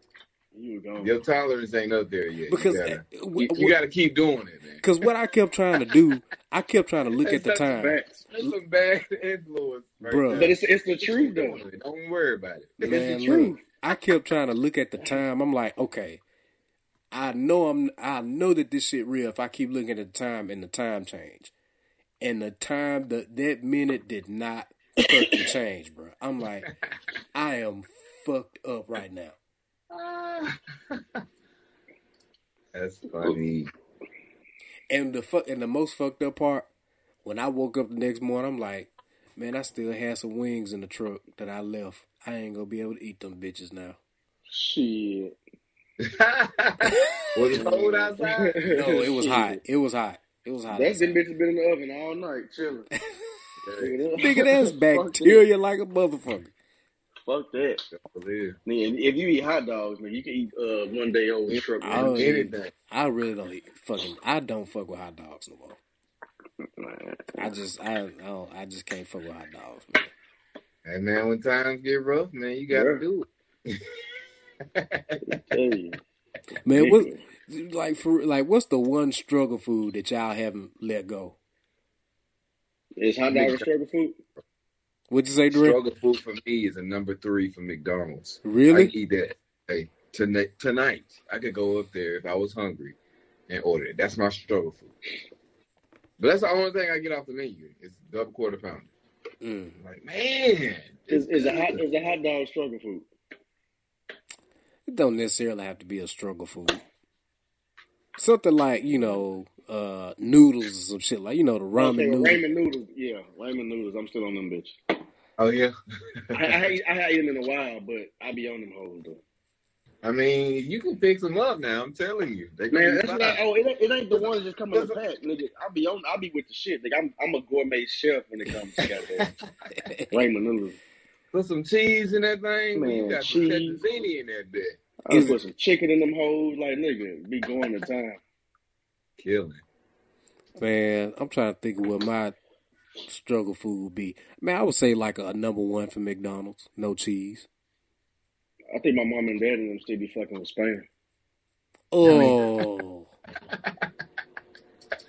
[SPEAKER 2] You were gone.
[SPEAKER 3] Your tolerance ain't up there yet.
[SPEAKER 1] Because
[SPEAKER 3] you gotta,
[SPEAKER 1] uh,
[SPEAKER 3] you,
[SPEAKER 1] w-
[SPEAKER 3] you gotta keep doing it, man.
[SPEAKER 1] Because what I kept trying to do, I kept trying to look at
[SPEAKER 3] That's
[SPEAKER 1] the
[SPEAKER 3] such a
[SPEAKER 1] time.
[SPEAKER 3] bad, that's a bad [laughs] influence, right
[SPEAKER 1] Bruh.
[SPEAKER 3] there.
[SPEAKER 2] But it's it's the
[SPEAKER 3] Keep
[SPEAKER 2] truth though.
[SPEAKER 3] doing it. Don't worry about it.
[SPEAKER 2] It's the
[SPEAKER 1] Man, look,
[SPEAKER 2] truth.
[SPEAKER 1] I kept trying to look at the time. I'm like, okay, I know I'm, I know that this shit real. If I keep looking at the time and the time change, and the time that that minute did not
[SPEAKER 3] [laughs]
[SPEAKER 1] fucking change, bro. I'm like, I am fucked up right now.
[SPEAKER 2] Ah.
[SPEAKER 3] [laughs] That's funny.
[SPEAKER 1] And the fuck, and the most fucked up part, when I woke up the next morning, I'm like, man, I still had some wings in the truck that I left. I ain't gonna be able to eat them bitches now.
[SPEAKER 2] Shit.
[SPEAKER 3] [laughs] Was [laughs] it cold outside?
[SPEAKER 1] No, it was
[SPEAKER 2] Shit.
[SPEAKER 1] hot. It was hot. It was hot.
[SPEAKER 2] That's them
[SPEAKER 1] outside.
[SPEAKER 2] bitches been in the oven all night
[SPEAKER 1] [laughs]
[SPEAKER 2] chilling.
[SPEAKER 1] Nigga,
[SPEAKER 2] [laughs]
[SPEAKER 1] that's
[SPEAKER 2] Fuck that.
[SPEAKER 1] bacteria like a motherfucker.
[SPEAKER 2] Fuck that.
[SPEAKER 3] Yeah.
[SPEAKER 2] Man, if you eat hot dogs, man, you can eat uh, one day old truck.
[SPEAKER 1] I
[SPEAKER 2] Man.
[SPEAKER 1] don't even-
[SPEAKER 3] Anything.
[SPEAKER 1] I really don't eat fucking. I don't fuck with hot dogs no more.
[SPEAKER 2] Man,
[SPEAKER 1] I just, I, I don't. I just can't fuck with hot dogs, man.
[SPEAKER 3] And man, when times get rough, man, you gotta
[SPEAKER 2] Yeah.
[SPEAKER 3] do it.
[SPEAKER 1] [laughs]
[SPEAKER 2] tell you.
[SPEAKER 1] Man, what,
[SPEAKER 2] Nigga.
[SPEAKER 1] like for, like, what's the one struggle food that y'all haven't let go?
[SPEAKER 2] Is hot dog a struggle food?
[SPEAKER 1] What'd you say, Drew?
[SPEAKER 3] Struggle food for me is a number three for McDonald's. I
[SPEAKER 1] Really?
[SPEAKER 3] eat that hey, tonight. Tonight, I could go up there if I was hungry and order it. That's my struggle food. But that's the only thing I get off the menu. It's double quarter pounder.
[SPEAKER 1] Mm.
[SPEAKER 3] I'm like, man,
[SPEAKER 2] Is is a
[SPEAKER 3] good.
[SPEAKER 2] hot is a hot dog struggle food?
[SPEAKER 1] It don't necessarily have to be a struggle food. Something like you know uh, noodles or some shit like you know the
[SPEAKER 2] Okay,
[SPEAKER 1] ramen
[SPEAKER 2] well,
[SPEAKER 1] noodles.
[SPEAKER 2] ramen noodles. Yeah, ramen noodles. I'm still on them bitch.
[SPEAKER 3] Oh yeah.
[SPEAKER 2] I, I, ain't- I ain't in a while, but I be on them hoes though.
[SPEAKER 3] I mean, you can pick them up now. I'm telling you, they
[SPEAKER 2] Man,
[SPEAKER 3] man,
[SPEAKER 2] that's not. Oh, it ain't, it ain't the ones that come in the pack, nigga. I be on. I be with the shit. Like I'm, I'm a gourmet chef when it comes to goddamn ramen noodles.
[SPEAKER 3] put some cheese in that thing.
[SPEAKER 2] Man,
[SPEAKER 3] you got
[SPEAKER 2] cheese.
[SPEAKER 3] some fettuccine in that bit.
[SPEAKER 2] I
[SPEAKER 1] Is-
[SPEAKER 2] put some chicken in them hoes, like nigga, be going to time.
[SPEAKER 3] Killing.
[SPEAKER 1] Man, I'm trying to think of what my struggle food would be. Man, I would say like a, number one for McDonald's, no cheese.
[SPEAKER 2] I think my mom and dad and them still be fucking with Spain.
[SPEAKER 1] Oh,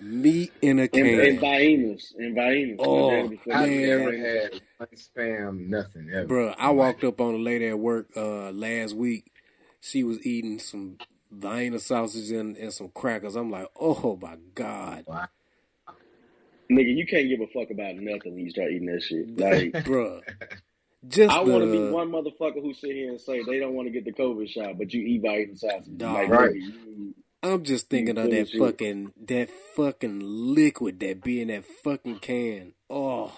[SPEAKER 1] meat in a
[SPEAKER 2] And,
[SPEAKER 1] can,
[SPEAKER 2] and Viennas, and Viennas.
[SPEAKER 1] Oh,
[SPEAKER 2] my dad be fucking
[SPEAKER 3] I've
[SPEAKER 1] Man.
[SPEAKER 3] never
[SPEAKER 2] with Viennas.
[SPEAKER 3] had one spam, nothing ever.
[SPEAKER 1] Bruh, I
[SPEAKER 3] Like,
[SPEAKER 1] walked up on a lady at work uh, last week. She was eating some Vienna sausage and, and some crackers. I'm like, oh my god,
[SPEAKER 3] wow.
[SPEAKER 2] Nigga, you can't give a fuck about nothing when you start eating that shit.
[SPEAKER 1] [laughs]
[SPEAKER 2] Like,
[SPEAKER 1] bruh. Just
[SPEAKER 2] I
[SPEAKER 1] the
[SPEAKER 2] want to be one motherfucker who sit here and say they don't want to get the COVID shot, but you eat Viennas sausage.
[SPEAKER 1] Dog.
[SPEAKER 2] Like,
[SPEAKER 3] Right.
[SPEAKER 2] nigga, you,
[SPEAKER 1] I'm just thinking of
[SPEAKER 2] Full
[SPEAKER 1] that
[SPEAKER 2] of shit.
[SPEAKER 1] fucking that fucking liquid that be in that fucking can. Oh,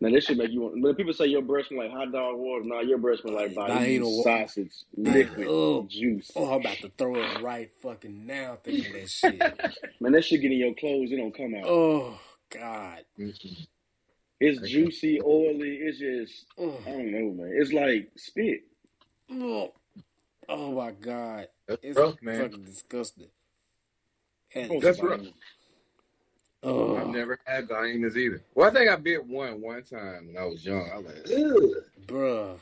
[SPEAKER 2] now that should make you want. But people say your breath smell like hot dog water. Nah, your breath smell like
[SPEAKER 1] Vienna
[SPEAKER 2] Viennas
[SPEAKER 1] wa-
[SPEAKER 2] sausage,
[SPEAKER 1] man,
[SPEAKER 2] liquid
[SPEAKER 1] oh,
[SPEAKER 2] juice.
[SPEAKER 1] oh, I'm about to throw it right fucking now thinking of that shit.
[SPEAKER 2] [laughs] Man, that shit get in your clothes, it don't come out.
[SPEAKER 1] Oh God.
[SPEAKER 3] Mm-mm.
[SPEAKER 2] It's juicy, oily. It's just,
[SPEAKER 1] Oh,
[SPEAKER 2] I don't know, man. It's like spit.
[SPEAKER 1] oh, oh my God.
[SPEAKER 3] That's
[SPEAKER 1] It's
[SPEAKER 3] rough, man.
[SPEAKER 1] fucking disgusting. And
[SPEAKER 2] Oh,
[SPEAKER 3] That's
[SPEAKER 2] some
[SPEAKER 3] rough.
[SPEAKER 2] Viennas.
[SPEAKER 3] I've
[SPEAKER 1] oh,
[SPEAKER 3] never had viennas either. Well, I think I bit one one time when I was young. I was like, Ugh.
[SPEAKER 1] bruh,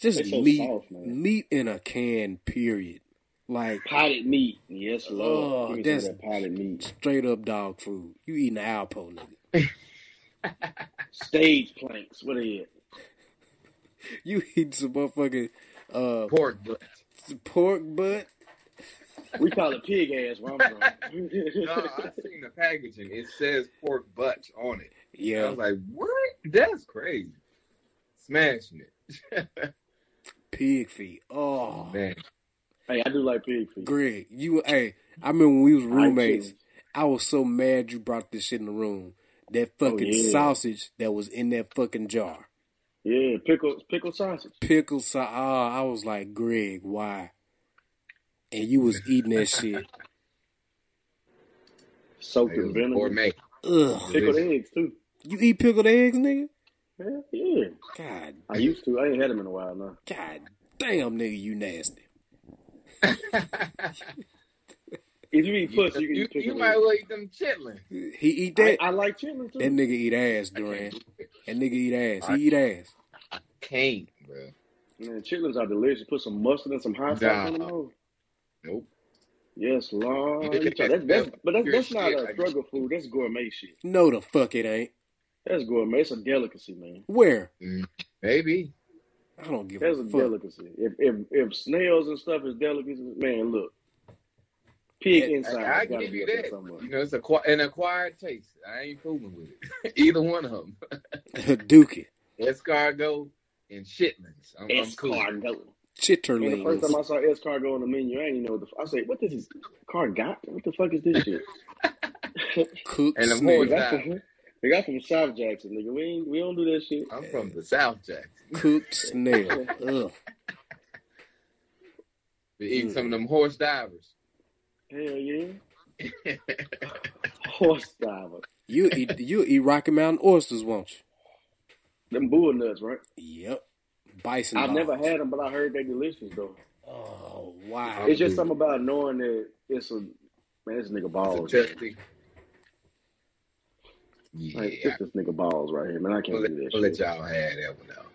[SPEAKER 1] just
[SPEAKER 2] It's so
[SPEAKER 1] meat,
[SPEAKER 2] soft, man.
[SPEAKER 1] meat in a can. Period. Like,
[SPEAKER 2] Potted meat. Yes, Lord. Give
[SPEAKER 1] oh,
[SPEAKER 2] me some of
[SPEAKER 1] that's
[SPEAKER 2] that potted meat.
[SPEAKER 1] straight up dog food. You eating the Alpo, nigga.
[SPEAKER 2] Stage planks. What are you?
[SPEAKER 1] You eating some motherfucking uh,
[SPEAKER 3] pork butt.
[SPEAKER 1] pork butt?
[SPEAKER 2] We call it pig ass where I'm from. [laughs]
[SPEAKER 3] No,
[SPEAKER 1] [laughs]
[SPEAKER 3] I seen the packaging. It says pork butt on it. I
[SPEAKER 1] Yeah,
[SPEAKER 3] was like, what? That's crazy. Smashing it. [laughs]
[SPEAKER 1] pig feet. Oh,
[SPEAKER 3] man.
[SPEAKER 2] hey, I do like pig feet.
[SPEAKER 1] Greg, you hey, I remember when we was
[SPEAKER 2] I ain't
[SPEAKER 1] roommates.
[SPEAKER 2] kidding.
[SPEAKER 1] I was so mad you brought this shit in the room. That
[SPEAKER 2] Oh,
[SPEAKER 1] fucking
[SPEAKER 2] yeah.
[SPEAKER 1] sausage that was in that fucking jar,
[SPEAKER 2] Yeah, pickle, pickle sausage.
[SPEAKER 1] pickle sausage. I was like, Greg, why? And you was eating that shit.
[SPEAKER 2] Soaked
[SPEAKER 3] It
[SPEAKER 2] in
[SPEAKER 3] was
[SPEAKER 2] vinegar.
[SPEAKER 3] gourmet.
[SPEAKER 1] Ugh.
[SPEAKER 2] Pickled
[SPEAKER 3] Delicious.
[SPEAKER 2] eggs, too.
[SPEAKER 1] You eat pickled eggs, nigga?
[SPEAKER 2] Yeah, yeah.
[SPEAKER 1] God,
[SPEAKER 2] I used to. I ain't had them in a while now.
[SPEAKER 1] god damn, nigga, you nasty.
[SPEAKER 2] If you eat
[SPEAKER 3] you,
[SPEAKER 2] pussy, you can
[SPEAKER 3] you,
[SPEAKER 2] eat
[SPEAKER 3] you
[SPEAKER 2] pickled
[SPEAKER 3] might
[SPEAKER 2] eggs.
[SPEAKER 3] as well eat them chitlins.
[SPEAKER 1] He eat
[SPEAKER 2] I,
[SPEAKER 1] that.
[SPEAKER 2] I like chitlin,
[SPEAKER 1] That
[SPEAKER 2] too.
[SPEAKER 1] nigga eat ass,
[SPEAKER 3] I can't
[SPEAKER 1] Duran.
[SPEAKER 3] do [laughs] it.
[SPEAKER 1] That nigga eat ass.
[SPEAKER 3] I
[SPEAKER 1] He eat ass.
[SPEAKER 3] can't, bro.
[SPEAKER 2] Man, chitlins are delicious. Put some mustard and some hot sauce on them.
[SPEAKER 3] Nah,
[SPEAKER 2] hoes.
[SPEAKER 3] nope.
[SPEAKER 2] Yes,
[SPEAKER 3] You
[SPEAKER 2] Lord. You
[SPEAKER 3] look
[SPEAKER 2] try-
[SPEAKER 3] at
[SPEAKER 2] That, that's,
[SPEAKER 3] that
[SPEAKER 2] but that's
[SPEAKER 3] pure
[SPEAKER 2] that's not
[SPEAKER 3] shit.
[SPEAKER 2] a
[SPEAKER 3] I
[SPEAKER 2] struggle food. That's gourmet shit.
[SPEAKER 1] No, the fuck it ain't.
[SPEAKER 2] That's gourmet. It's a delicacy, man.
[SPEAKER 1] Where?
[SPEAKER 3] Mm, Maybe.
[SPEAKER 1] I don't give a
[SPEAKER 2] That's a
[SPEAKER 1] fuck.
[SPEAKER 2] delicacy. If if if snails and stuff is delicacies, man, look, pig
[SPEAKER 1] That-
[SPEAKER 3] I,
[SPEAKER 2] insides
[SPEAKER 3] I
[SPEAKER 2] got to
[SPEAKER 3] give
[SPEAKER 2] be
[SPEAKER 3] you
[SPEAKER 2] up there
[SPEAKER 3] that.
[SPEAKER 2] somewhere.
[SPEAKER 3] You know, it's acqui- an acquired taste. I ain't fooling with it. [laughs] Either one of them.
[SPEAKER 1] [laughs] Dookie.
[SPEAKER 3] Escargot and shitlins. I'm, I'm cool.
[SPEAKER 2] Escargot. Man, the first time
[SPEAKER 1] Chitterlings.
[SPEAKER 2] I saw escargot on the menu, I didn't know what the. f- I said, "What this is? Cargot? What the fuck is this
[SPEAKER 3] [laughs]
[SPEAKER 2] shit?"
[SPEAKER 1] Cooked
[SPEAKER 3] And
[SPEAKER 2] Nigga, [laughs]
[SPEAKER 3] I'm
[SPEAKER 1] snail.
[SPEAKER 2] I'm
[SPEAKER 3] Northside.
[SPEAKER 2] from, nigga, I'm from South Jackson, nigga. We ain't, we don't do that shit.
[SPEAKER 3] I'm from the South Jackson.
[SPEAKER 1] Cooked snail. Ugh.
[SPEAKER 3] Been eating some of
[SPEAKER 1] Mm.
[SPEAKER 3] them horse divers. [laughs]
[SPEAKER 2] Hell yeah, horse diver.
[SPEAKER 1] You eat you eat Rocky Mountain oysters, won't you?
[SPEAKER 2] Them bull nuts, right?
[SPEAKER 1] Yep. Bison
[SPEAKER 2] I've never
[SPEAKER 1] balls.
[SPEAKER 2] had them, but I heard they're delicious though.
[SPEAKER 1] Oh
[SPEAKER 3] I
[SPEAKER 1] wow.
[SPEAKER 2] [laughs] It's just
[SPEAKER 3] believe it.
[SPEAKER 2] something about knowing that it's a man. This nigga
[SPEAKER 3] It's a
[SPEAKER 2] balls, man.
[SPEAKER 3] testing.
[SPEAKER 2] Like
[SPEAKER 3] Yeah.
[SPEAKER 2] this, this nigga balls right here, man. I
[SPEAKER 3] I'll
[SPEAKER 2] can't
[SPEAKER 3] let,
[SPEAKER 2] do that
[SPEAKER 3] I'll let
[SPEAKER 2] shit.
[SPEAKER 3] y'all have that one out.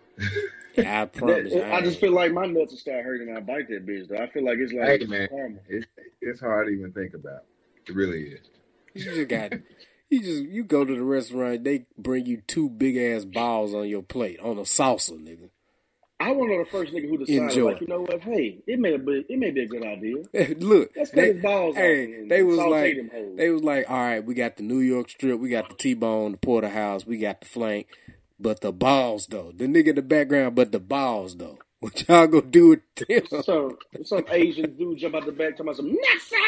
[SPEAKER 1] I promise
[SPEAKER 2] That,
[SPEAKER 1] I
[SPEAKER 2] I just
[SPEAKER 1] ain't.
[SPEAKER 2] feel like my nuts will start hurting when I bite that bitch. Though I feel like it's
[SPEAKER 3] Hey
[SPEAKER 2] like
[SPEAKER 3] man,
[SPEAKER 2] karma.
[SPEAKER 3] it's it's hard to even think about. It really is.
[SPEAKER 1] You just got You just you go to the restaurant, they bring you two big ass balls on your plate on a salsa, nigga. [laughs]
[SPEAKER 2] I want to know the first nigga who decided,
[SPEAKER 1] Enjoy.
[SPEAKER 2] like, you know what? Hey, it may be it may be a good idea.
[SPEAKER 1] Look,
[SPEAKER 2] Let's cut
[SPEAKER 1] they,
[SPEAKER 2] his balls
[SPEAKER 1] hey,
[SPEAKER 2] off. and
[SPEAKER 1] they was
[SPEAKER 2] saute
[SPEAKER 1] like-
[SPEAKER 2] them hoes.
[SPEAKER 1] they was like, all right, we got the New York Strip, we got the T Bone, the Porterhouse, we got the flank, but the balls though, the nigga in the background, but the balls though. [laughs] What y'all gonna do with
[SPEAKER 2] [laughs]
[SPEAKER 1] them?
[SPEAKER 2] So some Asian dude jump out the back talking about some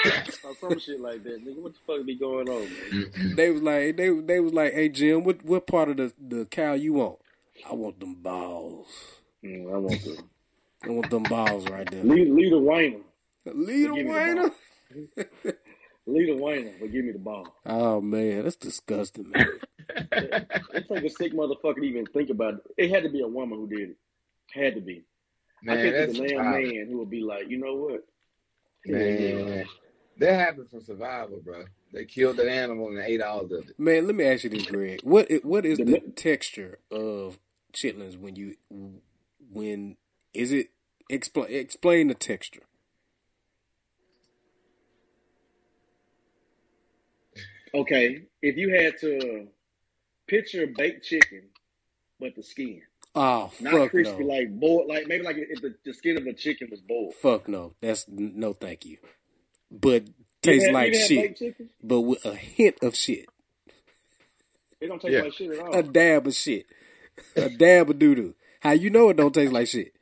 [SPEAKER 2] Nessa or some shit like that. Nigga, what the fuck be going on? Man?
[SPEAKER 1] They was like, they they was like, hey Jim, what what part of the the cow you want? I want them balls.
[SPEAKER 2] Mm, I want to
[SPEAKER 1] I want them balls right there.
[SPEAKER 2] lead lead a whiner,
[SPEAKER 1] Lead
[SPEAKER 2] Give me the
[SPEAKER 1] Wayner.
[SPEAKER 2] ball. lead a whiner, but give me the ball.
[SPEAKER 1] Oh man, that's disgusting, man.
[SPEAKER 2] It's like a sick motherfucker to even think about it. It had to be a woman who did it. Had to be. I
[SPEAKER 3] Man,
[SPEAKER 2] can't think
[SPEAKER 3] that's
[SPEAKER 2] of a damn
[SPEAKER 3] survival.
[SPEAKER 2] man who would be like, you know what?
[SPEAKER 3] Man, that happened from survival, bro. They killed an animal and ate all of it.
[SPEAKER 1] Man, let me ask you this, Greg. What i- what is
[SPEAKER 2] The
[SPEAKER 1] the
[SPEAKER 2] mi-
[SPEAKER 1] texture of chitlins when you when is it explain explain the texture?
[SPEAKER 2] Okay, if you had to picture baked chicken, but the skin,
[SPEAKER 1] Oh
[SPEAKER 2] not
[SPEAKER 1] fuck
[SPEAKER 2] crispy
[SPEAKER 1] no,
[SPEAKER 2] like boiled, like maybe like if the, the skin of the chicken was boiled.
[SPEAKER 1] fuck no. That's no, thank you. But
[SPEAKER 2] You
[SPEAKER 1] tastes
[SPEAKER 2] had-
[SPEAKER 1] like
[SPEAKER 2] you had
[SPEAKER 1] shit,
[SPEAKER 2] baked chicken?
[SPEAKER 1] but with a hint of shit,
[SPEAKER 2] It don't taste
[SPEAKER 3] Yeah.
[SPEAKER 2] like shit at all.
[SPEAKER 1] a dab of shit, a dab of doo doo. How you know it don't taste like shit?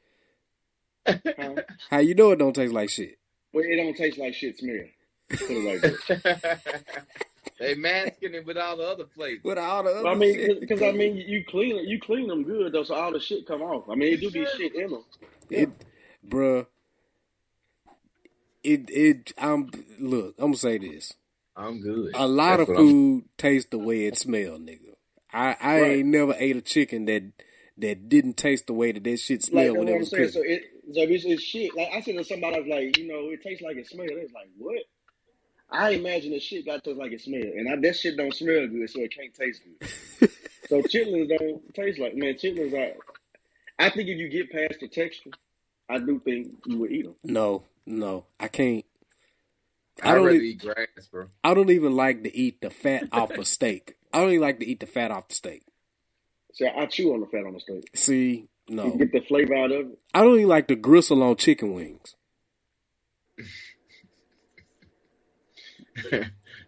[SPEAKER 2] huh?
[SPEAKER 1] How you know it don't taste like shit?
[SPEAKER 2] But it don't taste like shit smell. Put it like that. [laughs]
[SPEAKER 3] [laughs] they masking it with all the other flavors.
[SPEAKER 1] With all the other
[SPEAKER 2] But I mean,
[SPEAKER 1] shit,
[SPEAKER 2] because I mean, you clean it, you clean them good though, so all the shit come off. I mean, it do be shit in them. Yeah.
[SPEAKER 1] It, bruh. It it I'm look. I'm gonna say this.
[SPEAKER 3] I'm good.
[SPEAKER 1] A lot of
[SPEAKER 3] That's what I'm-
[SPEAKER 1] food tastes the way it smell, nigga. I I
[SPEAKER 2] Right.
[SPEAKER 1] ain't never ate a chicken that that didn't taste the way that that shit
[SPEAKER 2] Like
[SPEAKER 1] smelled
[SPEAKER 2] that's
[SPEAKER 1] when it
[SPEAKER 2] what I'm
[SPEAKER 1] was
[SPEAKER 2] saying. So
[SPEAKER 1] cooking.
[SPEAKER 2] it, so it's, it's shit. Like I said to somebody, I was like, you know, it tastes like it smell. It's like what? I imagine the shit got tastes like it smell, and I, that shit don't smell good, so it can't taste good. [laughs] So chitlins don't taste like man. Chitlins are. I think if you get past the texture, I do think you would eat them.
[SPEAKER 1] No, no, I can't. I
[SPEAKER 3] I'd
[SPEAKER 1] don't.
[SPEAKER 3] rather
[SPEAKER 1] e-
[SPEAKER 3] eat grass, bro. [laughs]
[SPEAKER 1] I don't even like to eat the fat off a steak. I don't even like to eat the fat off the steak.
[SPEAKER 2] So I chew on the fat on the steak.
[SPEAKER 1] See,
[SPEAKER 2] You
[SPEAKER 1] no,
[SPEAKER 2] get the flavor out of it.
[SPEAKER 1] I don't even like the gristle on chicken wings.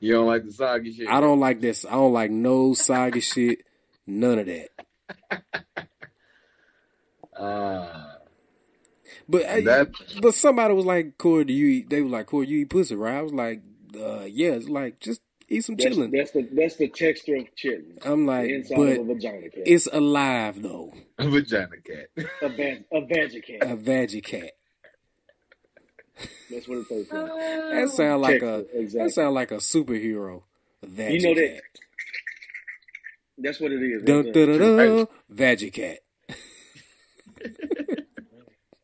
[SPEAKER 3] You don't like the soggy shit.
[SPEAKER 1] I don't like this. I don't like no soggy shit. None of that.
[SPEAKER 3] Uh,
[SPEAKER 1] But I,
[SPEAKER 3] that
[SPEAKER 1] but somebody was like, Corey, do you eat? They were like, Corey, you eat pussy, right? I was like, uh, yeah. It's like just eat some
[SPEAKER 2] That's
[SPEAKER 1] chitlin.
[SPEAKER 2] that's the that's the texture of chitlins.
[SPEAKER 1] I'm
[SPEAKER 2] The
[SPEAKER 1] like,
[SPEAKER 2] inside of
[SPEAKER 1] but
[SPEAKER 2] a vagina cat.
[SPEAKER 1] it's alive though,
[SPEAKER 3] [laughs] vagina cat.
[SPEAKER 2] a vag a vagina cat.
[SPEAKER 1] a veggie cat.
[SPEAKER 2] That's what it tastes like.
[SPEAKER 3] Oh.
[SPEAKER 1] That sound like a
[SPEAKER 2] Texture, exactly.
[SPEAKER 1] that sound like a superhero. A
[SPEAKER 2] You
[SPEAKER 1] veggie
[SPEAKER 2] know that
[SPEAKER 1] cat.
[SPEAKER 2] that's what it is [laughs] right
[SPEAKER 1] Dun
[SPEAKER 2] there.
[SPEAKER 1] dun dun
[SPEAKER 3] You're right.
[SPEAKER 1] dun. Veggie cat.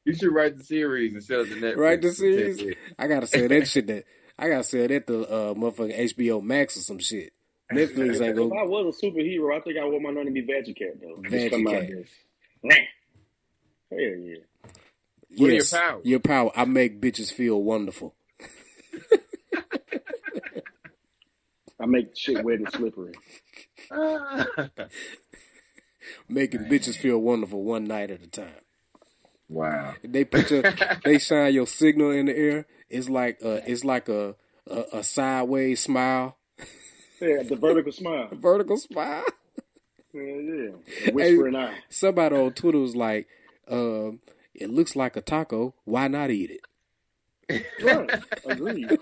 [SPEAKER 3] You should write the series instead of the Netflix.
[SPEAKER 1] Right, the
[SPEAKER 3] for 10
[SPEAKER 1] series. [laughs]
[SPEAKER 3] years.
[SPEAKER 1] I gotta sell that shit. That I gotta sell that to uh, motherfucking HBO Max or some shit. Netflix
[SPEAKER 2] If,
[SPEAKER 1] ain't
[SPEAKER 2] if
[SPEAKER 1] gonna
[SPEAKER 2] I was a superhero, I think I want my name to be Veggie Cat though. Just
[SPEAKER 1] veggie
[SPEAKER 2] come out
[SPEAKER 1] cat.
[SPEAKER 2] there. Hell yeah.
[SPEAKER 3] What are your
[SPEAKER 1] yes,
[SPEAKER 3] powers?
[SPEAKER 1] Your power. I make bitches feel wonderful.
[SPEAKER 2] I make shit wet and slippery.
[SPEAKER 3] Ah.
[SPEAKER 1] making bitches feel wonderful one night at a time. [laughs]
[SPEAKER 3] wow.
[SPEAKER 1] They put
[SPEAKER 2] [laughs]
[SPEAKER 1] your, they shine your signal in the air. It's like a, it's like a, a, a sideways smile,
[SPEAKER 2] Yeah, the vertical smile.
[SPEAKER 1] a vertical smile.
[SPEAKER 2] Yeah, yeah. The
[SPEAKER 1] Hey,
[SPEAKER 2] whispering eye.
[SPEAKER 1] somebody on Twitter was like, um, "It looks like a taco. Why not eat it?"
[SPEAKER 2] Right.
[SPEAKER 1] [laughs]
[SPEAKER 2] Agreed.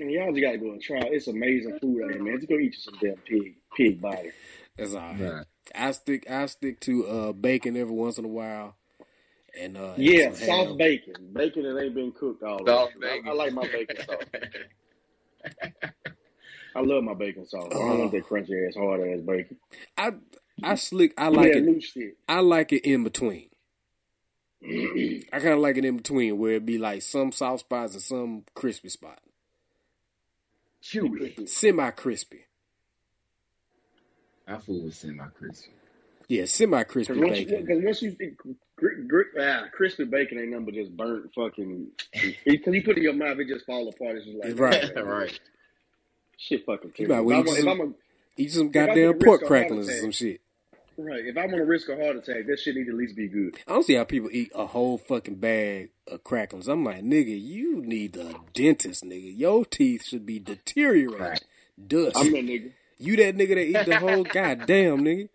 [SPEAKER 2] And y'all just gotta go and try. it. It's amazing food out here, man. Just go eat you some damn pig pig body.
[SPEAKER 1] That's all right.
[SPEAKER 3] Nah.
[SPEAKER 1] I stick, I stick to uh, bacon every once in a while, and uh, and
[SPEAKER 2] Yeah,
[SPEAKER 1] some
[SPEAKER 2] soft
[SPEAKER 1] ham.
[SPEAKER 2] bacon. Bacon that ain't been cooked all the way.
[SPEAKER 3] Soft
[SPEAKER 2] through. I, I
[SPEAKER 3] bacon.
[SPEAKER 2] like my bacon soft. I love my bacon sauce. I don't want
[SPEAKER 1] Oh,
[SPEAKER 2] that crunchy ass, hard ass bacon.
[SPEAKER 1] I, I slick. I
[SPEAKER 2] Give me
[SPEAKER 1] like
[SPEAKER 2] that
[SPEAKER 1] it.
[SPEAKER 2] loose shit.
[SPEAKER 1] I like it in between. I kind of like it in between where it be like some soft spots and some crispy spot,
[SPEAKER 3] Chewy.
[SPEAKER 1] semi crispy.
[SPEAKER 3] I fool was semi [laughs] crispy.
[SPEAKER 1] Yeah, semi
[SPEAKER 2] Cause
[SPEAKER 1] crispy
[SPEAKER 2] once you,
[SPEAKER 1] bacon.
[SPEAKER 2] cause once you think gr- gr- ah, crispy bacon ain't nothing but just [laughs] burnt fucking. Because you put it in your mouth, it just fall apart. It's just like,
[SPEAKER 1] Right.
[SPEAKER 2] okay,
[SPEAKER 3] right.
[SPEAKER 2] Shit fucking
[SPEAKER 1] You
[SPEAKER 2] kill
[SPEAKER 1] might
[SPEAKER 2] me.
[SPEAKER 1] well eat
[SPEAKER 2] If I'm a- if
[SPEAKER 1] some-
[SPEAKER 2] I'm a-
[SPEAKER 1] Eat some
[SPEAKER 2] I take a
[SPEAKER 1] goddamn
[SPEAKER 2] risk
[SPEAKER 1] pork
[SPEAKER 2] on
[SPEAKER 1] cracklings or
[SPEAKER 2] holiday.
[SPEAKER 1] some shit.
[SPEAKER 2] Right. If I'm gonna risk a heart attack, that shit need to at least be good.
[SPEAKER 1] I don't see how people eat a whole fucking bag of cracklings. I'm like, nigga, you need a dentist, nigga. Your teeth should be deteriorating. Dust.
[SPEAKER 2] I'm that nigga.
[SPEAKER 1] you that nigga that eat the
[SPEAKER 2] [laughs]
[SPEAKER 1] whole goddamn nigga.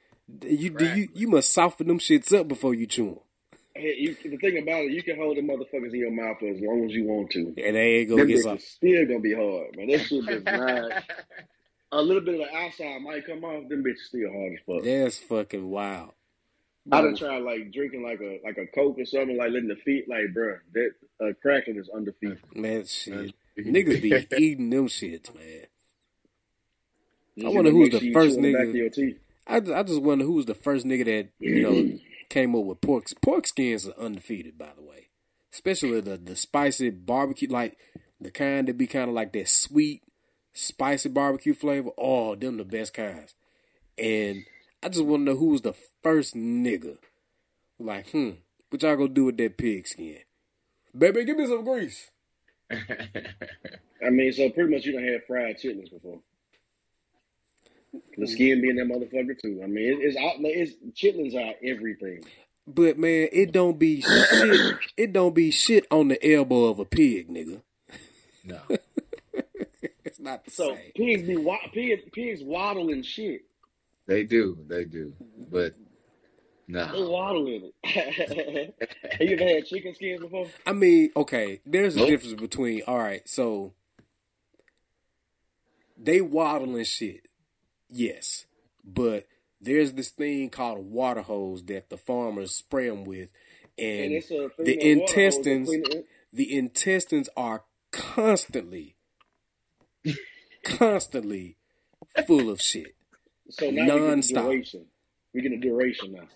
[SPEAKER 1] You do you you must soften them shits up before you chew 'em.
[SPEAKER 2] Hey, you, the thing about it, you can hold the motherfuckers in your mouth for as long as you want to.
[SPEAKER 1] and they ain't gonna
[SPEAKER 2] Them
[SPEAKER 1] get
[SPEAKER 2] bitches
[SPEAKER 1] soft.
[SPEAKER 2] still gonna be hard, man. That shit
[SPEAKER 3] [laughs]
[SPEAKER 2] does not. A little bit of the outside might come off. Them bitches still hard as fuck.
[SPEAKER 1] That's fucking wild.
[SPEAKER 2] I done tried like drinking like a like a coke or something, like letting the feet like, bruh, that uh, cracking is undefeated.
[SPEAKER 1] Man, shit. Niggas be
[SPEAKER 2] [laughs]
[SPEAKER 1] eating them shits, man.
[SPEAKER 2] You
[SPEAKER 1] I
[SPEAKER 2] just
[SPEAKER 1] wonder
[SPEAKER 2] gotta
[SPEAKER 1] who's
[SPEAKER 2] make
[SPEAKER 1] the
[SPEAKER 2] you
[SPEAKER 1] first
[SPEAKER 2] chew on the back
[SPEAKER 1] nigga-
[SPEAKER 2] of your teeth.
[SPEAKER 1] I, ju- I just wonder who was the first nigga that you know came up with pork pork skins are undefeated by the way, especially the the spicy barbecue like the kind that be kind of like that sweet spicy barbecue flavor. Oh, them the best kinds. And I just want to know who was the first nigga like hmm what y'all gonna do with that pig skin, baby? Give me some grease.
[SPEAKER 2] I mean, so pretty much you done had fried chitlins before. The
[SPEAKER 1] Mm.
[SPEAKER 2] skin being that motherfucker too. I mean, it, it's out. man, It's chitlins are everything.
[SPEAKER 1] But man, it don't be shit. It don't be shit on the elbow of a pig, nigga.
[SPEAKER 3] no.
[SPEAKER 1] It's not the
[SPEAKER 2] So
[SPEAKER 1] same.
[SPEAKER 2] pigs be wa- pigs, pigs waddle and shit.
[SPEAKER 3] They do, they do. But
[SPEAKER 2] They
[SPEAKER 3] no.
[SPEAKER 2] waddle in it. [laughs] Have you ever had chicken skins before?
[SPEAKER 1] I mean, okay, there's a
[SPEAKER 3] Nope.
[SPEAKER 1] difference between all right, so they waddle and shit, yes, but there's this thing called a water hose that the farmers spray them with,
[SPEAKER 2] And
[SPEAKER 1] [laughs] and
[SPEAKER 2] it's a
[SPEAKER 1] The
[SPEAKER 2] thing that water hose to
[SPEAKER 1] intestines-
[SPEAKER 2] clean it.
[SPEAKER 1] the intestines are constantly, constantly full of shit.
[SPEAKER 2] So now we get the
[SPEAKER 1] Nonstop.
[SPEAKER 2] duration. We get the duration now.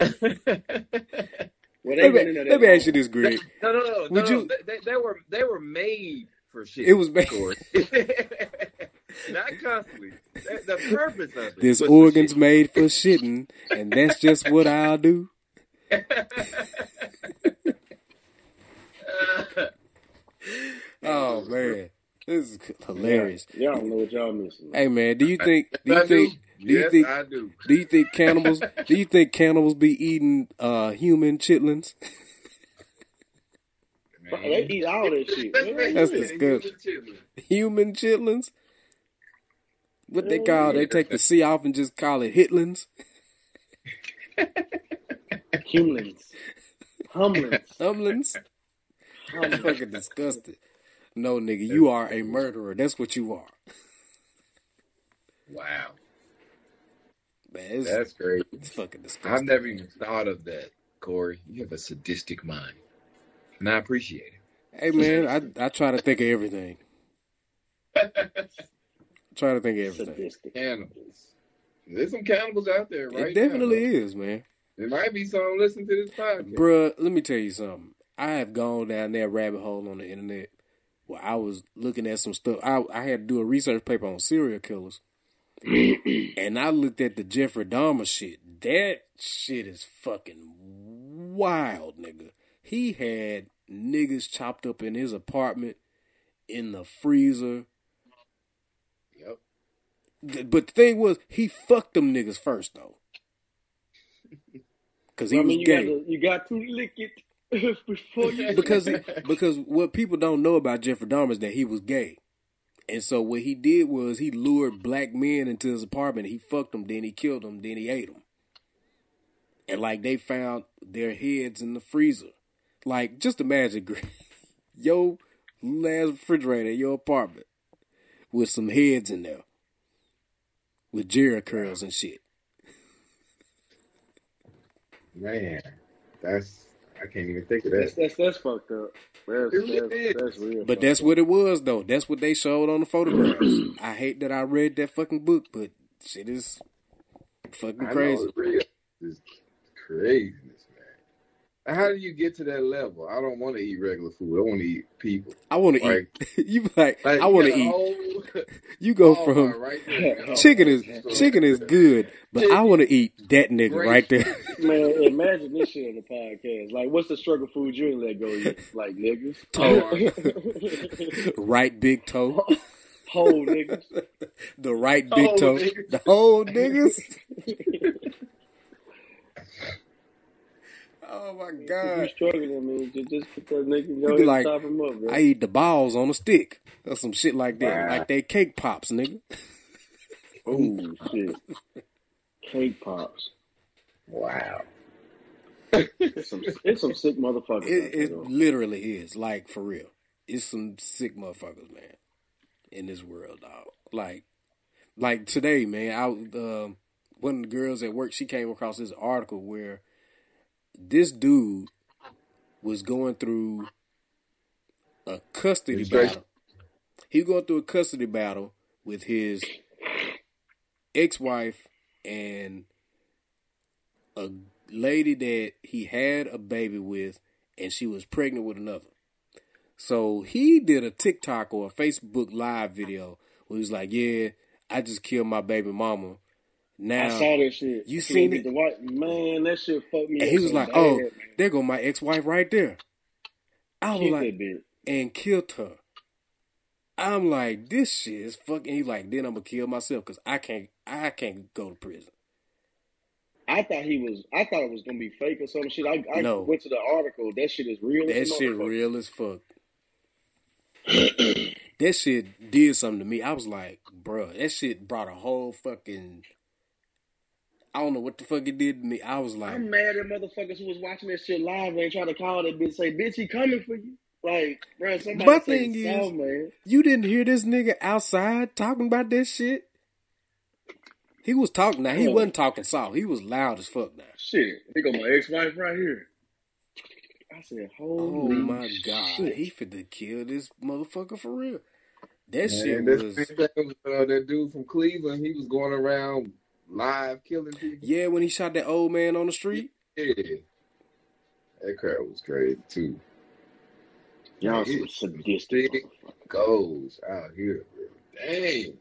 [SPEAKER 2] Well, they
[SPEAKER 1] Let
[SPEAKER 2] ain't been
[SPEAKER 1] me,
[SPEAKER 2] in there
[SPEAKER 1] let
[SPEAKER 2] that
[SPEAKER 1] me
[SPEAKER 2] long.
[SPEAKER 1] ask you this,
[SPEAKER 3] They-
[SPEAKER 1] Greg.
[SPEAKER 3] no, no, no, no.
[SPEAKER 1] Would
[SPEAKER 3] no.
[SPEAKER 1] you-
[SPEAKER 3] They, they, they were they were made for shit.
[SPEAKER 1] It was made- [laughs]
[SPEAKER 3] Corey. [laughs] Not constantly. That, the purpose of it.
[SPEAKER 1] This
[SPEAKER 3] was for
[SPEAKER 1] organ's
[SPEAKER 3] shit.
[SPEAKER 1] made for shitting, and that's just what I'll
[SPEAKER 3] [laughs]
[SPEAKER 1] do. Oh man, this is hilarious.
[SPEAKER 2] Yeah, y'all don't know what y'all missing.
[SPEAKER 1] Hey man, do you think? Do you
[SPEAKER 3] I do.
[SPEAKER 1] think? Do you
[SPEAKER 3] Yes,
[SPEAKER 1] think?
[SPEAKER 3] I do.
[SPEAKER 1] Do you think cannibals? do you think cannibals be eating uh, human chitlins? [laughs]
[SPEAKER 2] Bro, they eat all that shit. man.
[SPEAKER 1] That's human chitlins? What they call? They take the C off and just call it hitlins.
[SPEAKER 2] Humans. Humans.
[SPEAKER 1] Humlins. I'm
[SPEAKER 2] Humans.
[SPEAKER 1] fucking disgusted. No nigga, you are a murderer. That's what you are.
[SPEAKER 3] Wow,
[SPEAKER 1] Man, it's,
[SPEAKER 3] that's crazy.
[SPEAKER 1] it's fucking
[SPEAKER 3] I've
[SPEAKER 1] disgusting.
[SPEAKER 3] never even thought of that, Corey. You have a sadistic mind, and I appreciate
[SPEAKER 1] Hey man, I I try to think of
[SPEAKER 3] [laughs]
[SPEAKER 1] everything. try to think of [laughs] everything.
[SPEAKER 3] it.
[SPEAKER 2] Sadistic.
[SPEAKER 3] Cannibals. There's some cannibals out there, right?
[SPEAKER 1] It definitely is, man.
[SPEAKER 3] There might be some listening to this podcast.
[SPEAKER 1] Bruh, let me tell you something. I have gone down that rabbit hole on the internet where I was looking at some stuff. I, I had to do a research paper on serial
[SPEAKER 2] [clears throat]
[SPEAKER 1] killers. and I looked at the Jeffrey Dahmer shit. That shit is fucking wild, nigga. He had niggas chopped up in his apartment, in the freezer.
[SPEAKER 3] Yep.
[SPEAKER 1] Th- But the thing was, he fucked them niggas first,
[SPEAKER 2] [laughs]
[SPEAKER 1] though. Because he
[SPEAKER 2] I
[SPEAKER 1] was
[SPEAKER 2] mean, you
[SPEAKER 1] gay.
[SPEAKER 2] got, to, you got to lick it [laughs] before you.
[SPEAKER 1] because because what people don't know about Jeffrey Dahmer is that he was gay, and so what he did was he lured black men into his apartment. He fucked them, then he killed them, then he ate them, and like they found their heads in the freezer. Like just imagine [laughs] Gre- your last refrigerator in your apartment with some heads in there, with Jerry curls and shit.
[SPEAKER 3] Man, that's I can't even think of
[SPEAKER 2] That's,
[SPEAKER 3] that.
[SPEAKER 2] that's, that's fucked up. That's, that's, that's real.
[SPEAKER 1] But that's
[SPEAKER 2] fucked
[SPEAKER 1] what it was though. That's what they showed on the
[SPEAKER 3] [clears throat]
[SPEAKER 1] photographs. I hate that I read that fucking book, but shit is fucking
[SPEAKER 3] I
[SPEAKER 1] crazy.
[SPEAKER 3] know it's real. It's craziness, man. How do you get to that level? I don't want to eat regular food. I want to eat people.
[SPEAKER 1] I want to
[SPEAKER 3] Like,
[SPEAKER 1] eat. [laughs] you be like,
[SPEAKER 3] like
[SPEAKER 1] I want to
[SPEAKER 3] you got a
[SPEAKER 1] eat.
[SPEAKER 3] whole [laughs]
[SPEAKER 1] You go
[SPEAKER 3] Walmart
[SPEAKER 1] from
[SPEAKER 3] right
[SPEAKER 1] [laughs]
[SPEAKER 3] there. You got a
[SPEAKER 1] chicken
[SPEAKER 3] whole
[SPEAKER 1] is
[SPEAKER 3] store.
[SPEAKER 1] chicken is good, but I
[SPEAKER 3] Chicken,
[SPEAKER 1] want to eat that nigga
[SPEAKER 3] great.
[SPEAKER 1] right there. [laughs]
[SPEAKER 2] Man, imagine this shit on the podcast. Like, what's the struggle food you ain't [laughs] let go yet? Like, niggas.
[SPEAKER 1] Toe.
[SPEAKER 3] Hard. [laughs] Oh,
[SPEAKER 1] right big toe.
[SPEAKER 2] [laughs] whole niggas.
[SPEAKER 1] [laughs] The right big oh, toe. Niggas. The whole
[SPEAKER 3] [laughs]
[SPEAKER 1] niggas. oh my god!
[SPEAKER 2] You struggling, man? Just, just put that nigga go ahead like, top him up. Bro.
[SPEAKER 1] I eat the balls on a stick or some shit like that. Wow. Like they cake pops, nigga.
[SPEAKER 2] oh shit! Cake pops.
[SPEAKER 3] Wow.
[SPEAKER 2] it's, some, it's some sick motherfuckers.
[SPEAKER 1] It, it literally is, like for real. It's some sick motherfuckers, man, in this world, dog. Like, like today, man. I uh, one of the girls at work, she came across this article where this dude was going through a custody it's battle. Right. He was going through a custody battle with his ex-wife and a lady that he had a baby with, and she was pregnant with another. So he did a TikTok or a Facebook live video where he was like, "Yeah, I just killed my baby mama." Now
[SPEAKER 2] I saw that shit.
[SPEAKER 1] You seen it?
[SPEAKER 2] The white man, that shit fucked me.
[SPEAKER 1] And he was like, bad, "Oh, man. there go my ex wife right there." I was Keep like, and killed her. I'm like, this shit is fucking. He's like, then I'm gonna kill myself because I can't, I can't go to prison.
[SPEAKER 2] I thought he was. I thought it was gonna be fake or some shit. I, I no. went to the article. That shit is real.
[SPEAKER 1] That shit real as fuck. [clears throat] that shit did something to me. I was like, bruh, that shit brought a whole fucking. I don't know what the fuck it did to me. I was like,
[SPEAKER 2] I'm mad at motherfuckers who was watching that shit live and trying to call that bitch say, "Bitch, he coming for you." Like, bro, somebody My thing is, so, man.
[SPEAKER 1] you didn't hear this nigga outside talking about this shit. He was talking now.
[SPEAKER 2] Oh.
[SPEAKER 1] He wasn't talking soft. He was loud as fuck now.
[SPEAKER 2] Shit. He got my ex wife right here. I said, holy
[SPEAKER 1] Oh my shit. god. He finna kill this motherfucker for real. That Man, shit was...
[SPEAKER 3] This, that was uh, that dude from Cleveland, he was going around live killing people.
[SPEAKER 1] Yeah, when he shot that old man on the street.
[SPEAKER 3] Yeah. That crowd was crazy too.
[SPEAKER 2] Y'all some sadistic
[SPEAKER 3] goes out here. Dang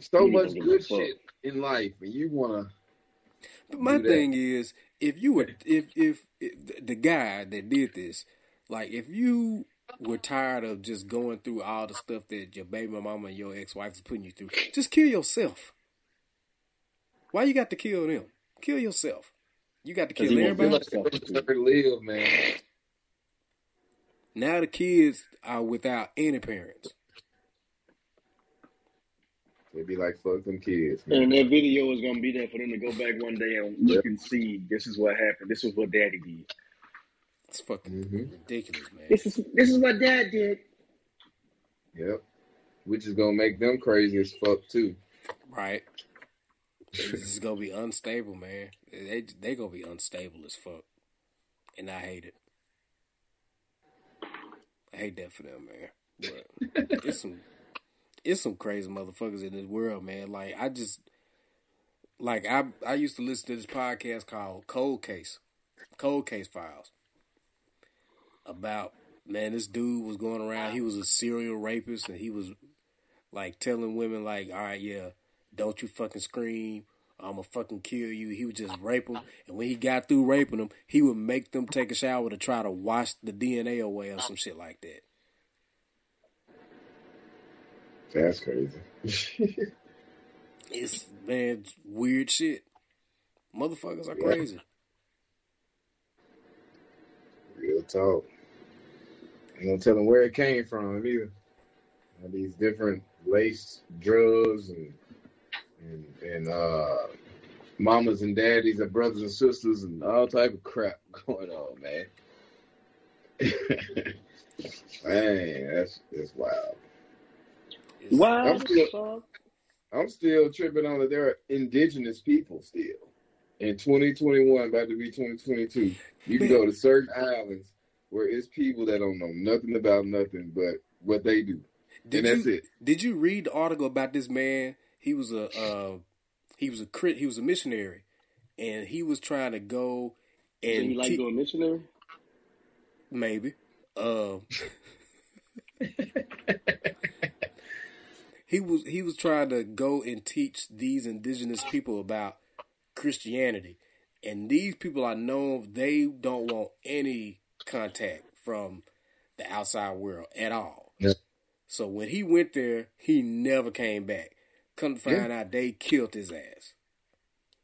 [SPEAKER 3] so you much good shit in life, and you want to.
[SPEAKER 1] But my thing is, if you were, if, if, if the guy that did this, like, if you were tired of just going through all the stuff that your baby mama and your ex wife is putting you through, just kill yourself. Why you got to kill them? Kill yourself. You got to kill everybody.
[SPEAKER 3] Live, man.
[SPEAKER 1] Now the kids are without any parents.
[SPEAKER 3] It'd be like, fuck them kids.
[SPEAKER 2] Man. And that video is gonna be there for them to go back one day and look yep. and see this is what happened. This is what daddy did.
[SPEAKER 1] It's fucking mm-hmm. ridiculous, man.
[SPEAKER 2] This is this is what dad did.
[SPEAKER 3] Yep. Which is gonna make them crazy as fuck too.
[SPEAKER 1] Right. this is gonna be unstable, man. They they gonna be unstable as fuck. And I hate it. I hate that for them, man. But it's some it's some crazy motherfuckers in this world, man. Like I just like I I used to listen to this podcast called Cold Case, Cold Case Files. About man, this dude was going around. He was a serial rapist, and he was like telling women, like, all right, yeah, don't you fucking scream. I'm gonna fucking kill you. He would just rape them, and when he got through raping them, he would make them take a shower to try to wash the DNA away or some shit like that.
[SPEAKER 3] That's crazy. [laughs]
[SPEAKER 1] it's man, it's weird shit. Motherfuckers are yeah. crazy.
[SPEAKER 3] Real talk. Ain't gonna tell them where it came from either. All these different lace drugs and and, and uh, mamas and daddies and brothers and sisters and all type of crap [laughs] going on, man. [laughs] man, that's that's wild.
[SPEAKER 2] Wow.
[SPEAKER 3] I'm still, I'm still tripping on that there are indigenous people still. In 2021, about to be 2022, you can go to certain islands where it's people that don't know nothing about nothing but what they do.
[SPEAKER 1] Did
[SPEAKER 3] and
[SPEAKER 1] you,
[SPEAKER 3] it.
[SPEAKER 1] Did you read the article about this man? He was a uh, he was a crit, he was a missionary, and he was trying to go and
[SPEAKER 2] so you like te- doing missionary?
[SPEAKER 1] Maybe. Uh, [laughs] he was he was trying to go and teach these indigenous people about Christianity, and these people I know they don't want any contact from the outside world at all.
[SPEAKER 3] Yeah.
[SPEAKER 1] So when he went there, he never came back. Come to find yeah. out, they killed his ass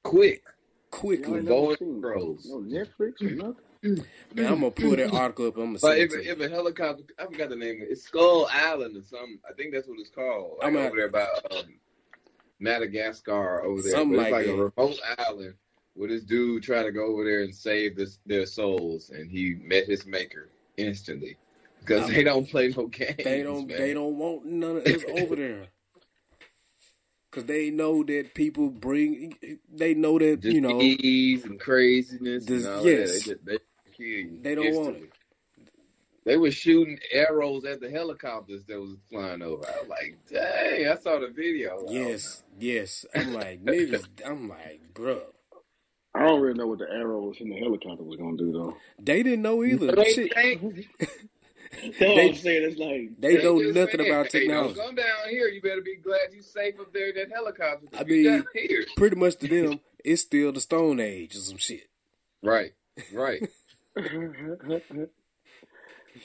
[SPEAKER 3] quick,
[SPEAKER 1] quickly.
[SPEAKER 3] Going pros.
[SPEAKER 2] No Netflix or nothing.
[SPEAKER 1] Man, I'm gonna pull that article up. I'm gonna.
[SPEAKER 3] But if, it if a helicopter, I forgot the name. It's Skull Island or something. I think that's what it's called. Like I'm over there by um, Madagascar over there. Something like, like a remote island where this dude tried to go over there and save this, their souls, and he met his maker instantly because I mean, they don't play no games.
[SPEAKER 1] They don't.
[SPEAKER 3] Man.
[SPEAKER 1] They don't want none of this [laughs] over there. Cause they know that people bring, they know that
[SPEAKER 3] Disease
[SPEAKER 1] you know
[SPEAKER 3] and craziness. Dis- and yes, they, just, they,
[SPEAKER 1] they, don't instantly. want it.
[SPEAKER 3] They were shooting arrows at the helicopters that was flying over. I was like, dang! I saw the video.
[SPEAKER 1] Yes, yes. I'm [laughs] like niggas. I'm like, bruh.
[SPEAKER 2] I don't really know what the arrows in the helicopter was gonna do though.
[SPEAKER 1] They didn't know either.
[SPEAKER 3] They,
[SPEAKER 2] they, saying, it's like, [laughs]
[SPEAKER 1] they, they know nothing saying, about technology.
[SPEAKER 3] Hey, don't come down here. You better be glad you're safe up there in that helicopter. I mean, [laughs]
[SPEAKER 1] pretty much [laughs] to them, it's still the Stone Age or some shit.
[SPEAKER 3] Right, right.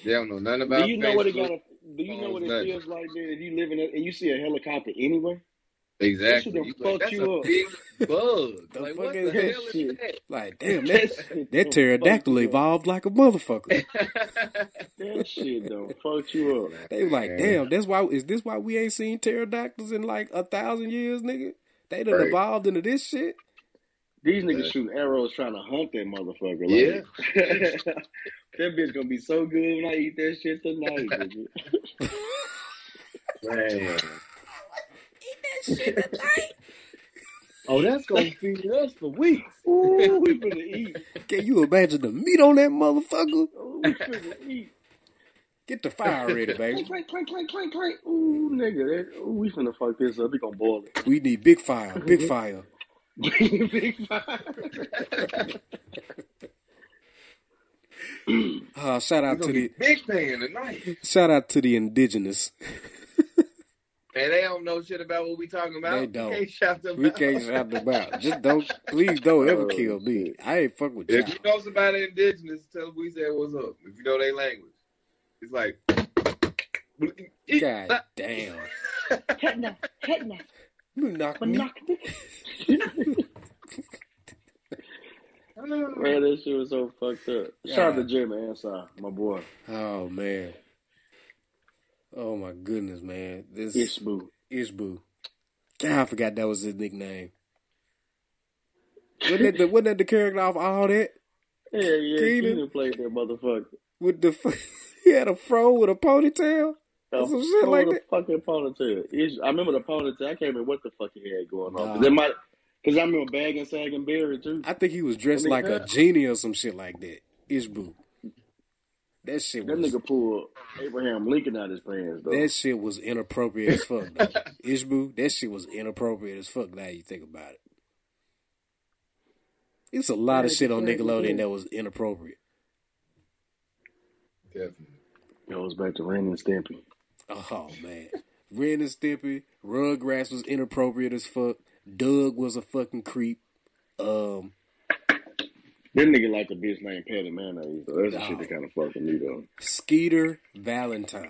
[SPEAKER 3] they don't know nothing about.
[SPEAKER 2] Do you know Facebook, what it gotta, Do you know what it nothing. feels like, man? If you live in a, and you see a helicopter anyway.
[SPEAKER 3] Exactly.
[SPEAKER 2] You like,
[SPEAKER 3] that's
[SPEAKER 2] you
[SPEAKER 3] a
[SPEAKER 2] up.
[SPEAKER 3] big bug. the like, what the
[SPEAKER 1] that
[SPEAKER 3] hell shit? is that?
[SPEAKER 1] Like, damn, that, that pterodactyl evolved like a [laughs] motherfucker.
[SPEAKER 3] [laughs]
[SPEAKER 2] that shit though fucked you up.
[SPEAKER 1] They like, man. damn, that's why is this why we ain't seen pterodactyls in like a thousand years, nigga? They done right. evolved into this shit.
[SPEAKER 2] These niggas yeah. shooting arrows trying to hunt that motherfucker.
[SPEAKER 3] Like,
[SPEAKER 2] yeah. [laughs] that bitch gonna be so good when I eat that shit tonight, nigga.
[SPEAKER 3] Man.
[SPEAKER 1] That
[SPEAKER 3] oh, that's gonna feed us for weeks.
[SPEAKER 2] Ooh, we gonna eat.
[SPEAKER 1] [laughs] Can you imagine the meat on that motherfucker?
[SPEAKER 2] Ooh, we finna eat.
[SPEAKER 1] Get the
[SPEAKER 3] [laughs]
[SPEAKER 1] fire ready, baby.
[SPEAKER 2] Clank, clank, clank, clank, clank. Ooh, nigga, that, ooh, we finna fuck this up. We gonna boil it. [laughs]
[SPEAKER 1] We need big fire, big fire,
[SPEAKER 2] big fire.
[SPEAKER 1] uh, shout out to the
[SPEAKER 3] big fan tonight.
[SPEAKER 1] Shout out to the indigenous.
[SPEAKER 3] Man, they don't know shit about what we talking about.
[SPEAKER 1] They don't.
[SPEAKER 3] We can't shout them
[SPEAKER 1] we
[SPEAKER 3] out.
[SPEAKER 1] can't shout them out. Just don't, please don't
[SPEAKER 3] [laughs]
[SPEAKER 1] ever kill me. I ain't fuck with you.
[SPEAKER 3] Oh, If you know somebody indigenous, tell them we said what's up. If you know their language,
[SPEAKER 1] [laughs]
[SPEAKER 3] it's like.
[SPEAKER 1] God damn.
[SPEAKER 4] Hetna, hetna.
[SPEAKER 1] You knock me.
[SPEAKER 2] Man, this shit was so fucked up. Yeah. Shout out to Jim Ansar, my boy.
[SPEAKER 1] Oh man. Oh my goodness, man! This
[SPEAKER 2] Ishbu,
[SPEAKER 1] Ishbu. God, I forgot that was his nickname. wasn't, that the, wasn't that the character off all that?
[SPEAKER 2] Yeah, yeah. Keenan, Keenan played that motherfucker
[SPEAKER 1] with the [laughs] he had a fro with a ponytail.
[SPEAKER 2] A
[SPEAKER 1] some shit like that.
[SPEAKER 2] Fucking ponytail. Ish, I remember the ponytail. I can't remember what the fuck he had going on. Nah. Might, Cause I remember Bag and Sag and Barry too.
[SPEAKER 1] I think he was dressed like a genie or some shit like that. Ishbu. That shit.
[SPEAKER 2] That
[SPEAKER 1] was,
[SPEAKER 2] nigga pulled Abraham Lincoln out his pants. Though.
[SPEAKER 1] That shit was inappropriate as fuck. [laughs] Though. Ishbu, that shit was inappropriate as fuck. Now you think about it. It's a lot of shit on Nickelodeon that was inappropriate.
[SPEAKER 3] Definitely.
[SPEAKER 2] Goes back to Ren and Stimpy.
[SPEAKER 1] Oh man, Ren and Stimpy, Rugrats was inappropriate as fuck. Doug was a fucking creep. Um.
[SPEAKER 2] That nigga like a bitch named Patty Mayonnaise, though. That's the no. shit that kind of fucking me, though.
[SPEAKER 1] Skeeter Valentine.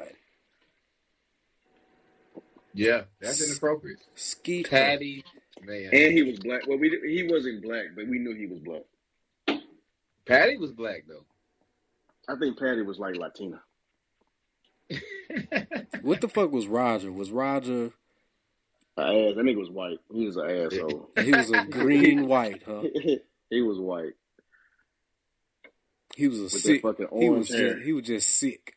[SPEAKER 3] Yeah, that's inappropriate.
[SPEAKER 1] Skeeter.
[SPEAKER 3] Patty Mayonnaise.
[SPEAKER 2] And he was black. Well, we he wasn't black, but we knew he was black.
[SPEAKER 3] Patty was black, though.
[SPEAKER 2] I think Patty was like Latina.
[SPEAKER 1] what the fuck was Roger? Was Roger.
[SPEAKER 2] An ass. That nigga was white. He was
[SPEAKER 1] [laughs]
[SPEAKER 2] an asshole.
[SPEAKER 1] he was a green white, huh?
[SPEAKER 2] he was white.
[SPEAKER 1] He was a sick. He was hair. just, he was just sick.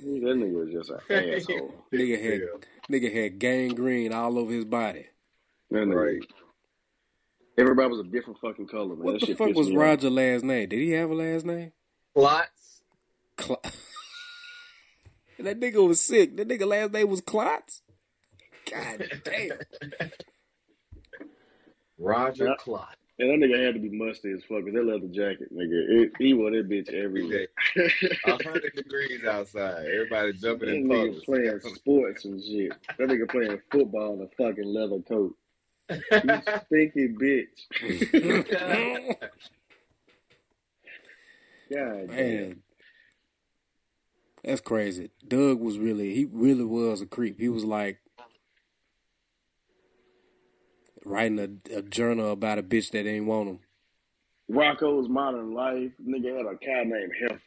[SPEAKER 2] Dude, that nigga was just an asshole.
[SPEAKER 1] nigga had yeah. nigga had gangrene all over his body.
[SPEAKER 2] That right. Nigga. Everybody was a different fucking color. Man.
[SPEAKER 1] What
[SPEAKER 2] that
[SPEAKER 1] the fuck was Roger's last name? Did he have a last name?
[SPEAKER 3] Clots.
[SPEAKER 1] Cl- [laughs] that nigga was sick. That nigga last name was Clots. God damn.
[SPEAKER 3] Roger yeah. Clots.
[SPEAKER 2] And that nigga had to be musty as fuck. That leather jacket, nigga, it, he wore that bitch
[SPEAKER 1] [laughs]
[SPEAKER 2] every day. [laughs]
[SPEAKER 3] hundred degrees outside, everybody jumping that in
[SPEAKER 2] puddles. playing sports and shit. That nigga playing football in a fucking leather coat. You stinky bitch. God man. damn.
[SPEAKER 1] That's crazy. Doug was really he really was a creep. He was like writing a, a journal about a bitch that ain't want him.
[SPEAKER 2] Rocco's Modern Life. Nigga had a cow named Heifer.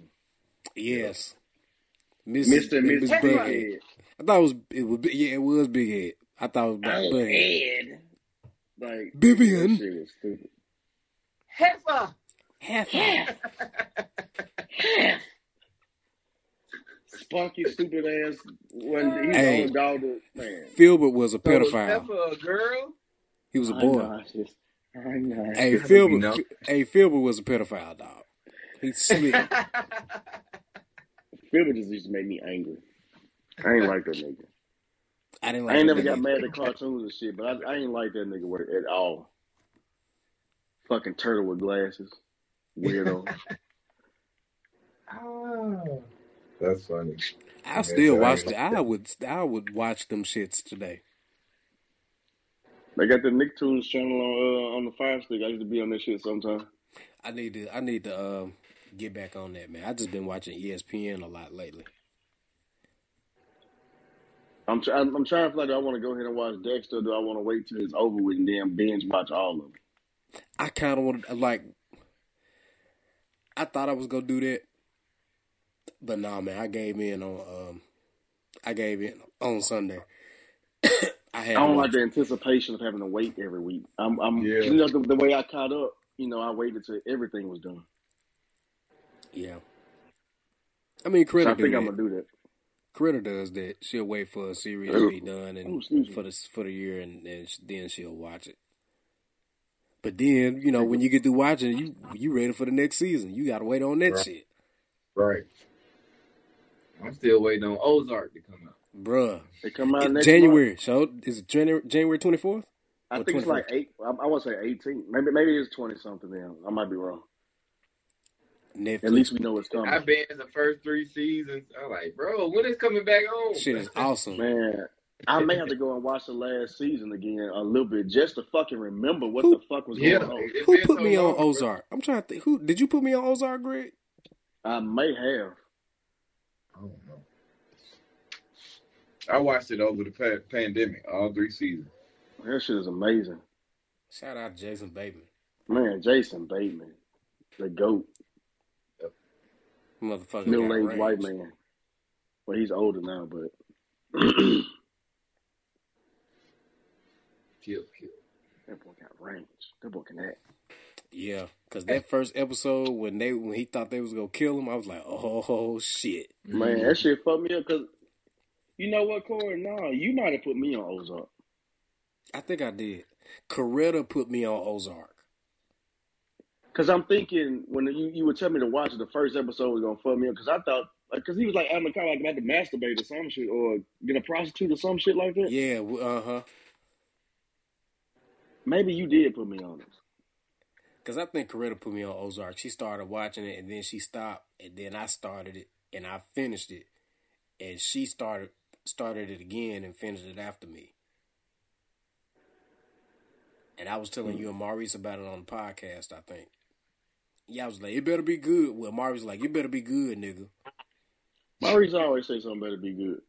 [SPEAKER 1] Yes.
[SPEAKER 2] Mr. and
[SPEAKER 1] it was
[SPEAKER 2] Mrs.
[SPEAKER 1] Big
[SPEAKER 2] Butthead.
[SPEAKER 1] Head. I thought it was it was yeah, it was Big Head. I thought it was
[SPEAKER 2] Oh,
[SPEAKER 1] Big Head.
[SPEAKER 2] Ed. Like,
[SPEAKER 1] Vivian.
[SPEAKER 2] that shit was stupid.
[SPEAKER 3] Heifer.
[SPEAKER 1] Heifer.
[SPEAKER 2] Spunky, stupid ass. When he
[SPEAKER 1] Hey.
[SPEAKER 2] owned all the man.
[SPEAKER 1] Filbert was a
[SPEAKER 3] So was
[SPEAKER 1] pedophile.
[SPEAKER 3] Heifer a girl?
[SPEAKER 1] He was a
[SPEAKER 2] I
[SPEAKER 1] boy.
[SPEAKER 2] know, I just- I know.
[SPEAKER 1] Hey
[SPEAKER 5] Shut up,
[SPEAKER 1] Filbert
[SPEAKER 5] you know.
[SPEAKER 1] hey Filbert was a pedophile dog. He slick.
[SPEAKER 2] Philbert just used to make me angry. I ain't like that nigga.
[SPEAKER 1] I didn't
[SPEAKER 2] I
[SPEAKER 1] like
[SPEAKER 2] ain't
[SPEAKER 1] that
[SPEAKER 2] never
[SPEAKER 1] nigga.
[SPEAKER 2] got mad at cartoons and shit, but I, I ain't like that nigga work at all. Fucking turtle with glasses. [laughs] Weirdo.
[SPEAKER 3] oh.
[SPEAKER 5] That's funny.
[SPEAKER 1] I
[SPEAKER 5] Yeah,
[SPEAKER 1] still
[SPEAKER 5] so I
[SPEAKER 1] watch
[SPEAKER 5] ain't-
[SPEAKER 1] the I would I would watch them shits today.
[SPEAKER 2] they got the Nicktoons channel on uh, on the Fire Stick. I used to be on that shit sometime.
[SPEAKER 1] I need to I need to um, get back on that man. I just been watching E ESPN a lot lately.
[SPEAKER 2] I'm try- I'm I'm trying to feel like do I want to go ahead and watch Dexter. Or do I want to wait till it's over with and then binge watch all of it?
[SPEAKER 1] I kind of wanted like I thought I was gonna do that, but nah, man. I gave in on um, I gave in on Sunday. [coughs] I had
[SPEAKER 2] I
[SPEAKER 1] to
[SPEAKER 2] don't like
[SPEAKER 1] watch.
[SPEAKER 2] the anticipation of having to wait every week. I'm I'm
[SPEAKER 5] Yeah.
[SPEAKER 2] you know the, the way I caught up. You know I waited till everything was done.
[SPEAKER 1] Yeah, I mean,
[SPEAKER 2] So
[SPEAKER 1] Critter
[SPEAKER 2] I
[SPEAKER 1] do
[SPEAKER 2] think I'm
[SPEAKER 1] that.
[SPEAKER 2] gonna do that.
[SPEAKER 1] Critter does that. She'll wait for a series to be done
[SPEAKER 2] Oh,
[SPEAKER 1] and
[SPEAKER 2] excuse me.
[SPEAKER 1] for the for the year, and, and sh- then she'll watch it. But then you know when you get through watching, it, you you ready for the next season. You gotta wait on that
[SPEAKER 5] Right.
[SPEAKER 1] shit,
[SPEAKER 5] Right.
[SPEAKER 3] I'm still waiting on Ozark to come out.
[SPEAKER 1] bruh.
[SPEAKER 2] It come out
[SPEAKER 1] It,
[SPEAKER 2] Uh, next month.
[SPEAKER 1] January. So is it January January twenty fourth?
[SPEAKER 2] I
[SPEAKER 1] Or
[SPEAKER 2] think it's
[SPEAKER 1] 21st?
[SPEAKER 2] like eight. I, I want to say 18. Maybe maybe it's 20 something. Then I might be wrong. At
[SPEAKER 1] Netflix
[SPEAKER 2] least we know it's
[SPEAKER 3] I
[SPEAKER 2] coming.
[SPEAKER 3] banned the first three seasons. I'm like, bro, when is coming back on?
[SPEAKER 1] shit is awesome.
[SPEAKER 2] Man, I may have to go and watch the last season again a little bit just to fucking remember what
[SPEAKER 1] Who-
[SPEAKER 2] the fuck was
[SPEAKER 3] yeah,
[SPEAKER 2] going on.
[SPEAKER 3] it's
[SPEAKER 1] Who
[SPEAKER 3] been
[SPEAKER 1] put
[SPEAKER 3] so
[SPEAKER 1] me on
[SPEAKER 3] long, bro.
[SPEAKER 1] Ozark? I'm trying to think. Who did you put me on Ozark, Greg?
[SPEAKER 2] I may have.
[SPEAKER 5] I don't know.
[SPEAKER 3] I watched it over the pa- pandemic, all three seasons.
[SPEAKER 2] That shit is amazing.
[SPEAKER 1] Shout out Jason Bateman,
[SPEAKER 2] Man, Jason Bateman, the GOAT,
[SPEAKER 1] motherfucker
[SPEAKER 2] middle
[SPEAKER 1] got
[SPEAKER 2] aged white
[SPEAKER 1] range.
[SPEAKER 2] man. Well, he's older now, but [clears throat]
[SPEAKER 3] Kill, kill.
[SPEAKER 2] that boy got range. That boy can act.
[SPEAKER 1] Yeah, cause that first episode when they when he thought they was gonna kill him, I was like, oh [laughs] shit.
[SPEAKER 2] Man, that shit fucked me up because you know what, Corey? No, you might have put me on Ozark.
[SPEAKER 1] I think I did. Coretta put me on Ozark.
[SPEAKER 2] Because I'm thinking when you, you would tell me to watch it, the first episode was going to fuck me up because I thought, because he was like, I'm kind of like about to masturbate or some shit or get a prostitute or some shit like that.
[SPEAKER 1] Yeah, uh huh.
[SPEAKER 2] Maybe you did put me on it.
[SPEAKER 1] Cause I think Coretta put me on Ozark. She started watching it and then she stopped, and then I started it and I finished it, and she started started it again and finished it after me. And I was telling you and Maurice about it on the podcast, I think. Yeah, I was like, it better be good. Well, Maurice was like, you better be good, nigga.
[SPEAKER 2] Maurice always say something better be good.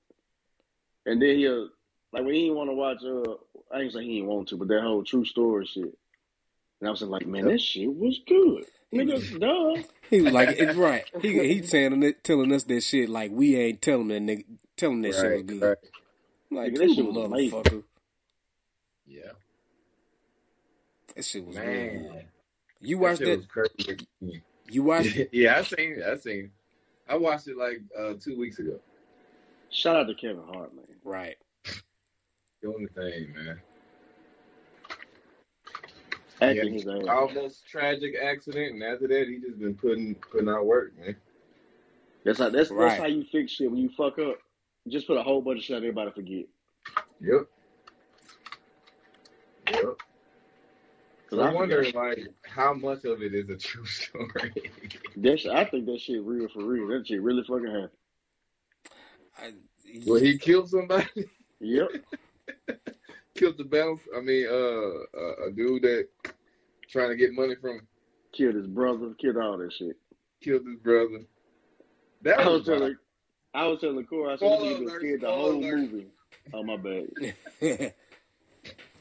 [SPEAKER 2] And then he'll like when he didn't want to watch uh I ain't say he didn't want to, but that whole true story shit. And I was like, man, that shit was good. Nigga, duh.
[SPEAKER 1] He was like, it's right. He he telling it, telling us that shit like we ain't telling that nigga telling that shit was
[SPEAKER 5] Right.
[SPEAKER 1] good.
[SPEAKER 5] Right.
[SPEAKER 1] I'm like,
[SPEAKER 2] Nigga,
[SPEAKER 1] you
[SPEAKER 2] that shit was amazing.
[SPEAKER 1] motherfucker.
[SPEAKER 3] Yeah,
[SPEAKER 1] That shit was real good.
[SPEAKER 3] man,
[SPEAKER 1] You
[SPEAKER 5] That
[SPEAKER 1] watched
[SPEAKER 5] shit
[SPEAKER 1] that
[SPEAKER 5] was crazy.
[SPEAKER 1] you
[SPEAKER 3] [laughs]
[SPEAKER 2] [laughs]
[SPEAKER 1] watched it?
[SPEAKER 3] yeah. I seen, it. I seen. it. I watched it like uh, two weeks ago.
[SPEAKER 2] Shout out to Kevin Hart, man.
[SPEAKER 1] Right.
[SPEAKER 5] Doing the thing, man.
[SPEAKER 3] Yeah, Oh,
[SPEAKER 2] Acting his ass. off.
[SPEAKER 3] almost tragic accident, and after
[SPEAKER 5] After that, he just been putting putting out work, man.
[SPEAKER 2] That's how that's that's
[SPEAKER 1] Right.
[SPEAKER 2] how you fix shit when you fuck up. Just put a whole bunch of shit out everybody forget.
[SPEAKER 5] Yep. Yep.
[SPEAKER 2] Cause
[SPEAKER 5] So
[SPEAKER 2] I
[SPEAKER 5] I'm
[SPEAKER 2] forgot.
[SPEAKER 5] wondering, like, how much of it is a true [laughs] story?
[SPEAKER 2] That shit, I think that shit real for real. That shit really fucking happened.
[SPEAKER 1] I,
[SPEAKER 5] Will he kill somebody? [laughs]
[SPEAKER 2] Yep.
[SPEAKER 5] Killed the bounce? I mean, uh, a, a dude that trying to get money from
[SPEAKER 2] Killed his brother, killed all that shit.
[SPEAKER 5] killed his brother. That
[SPEAKER 2] I
[SPEAKER 5] was
[SPEAKER 2] was
[SPEAKER 5] wild.
[SPEAKER 2] telling, I I was telling Corey, I said, you
[SPEAKER 5] Spoiler
[SPEAKER 2] need to
[SPEAKER 5] alert,
[SPEAKER 2] scared the
[SPEAKER 5] spoiler
[SPEAKER 2] whole
[SPEAKER 5] alert.
[SPEAKER 2] movie. Oh, my bad. [laughs]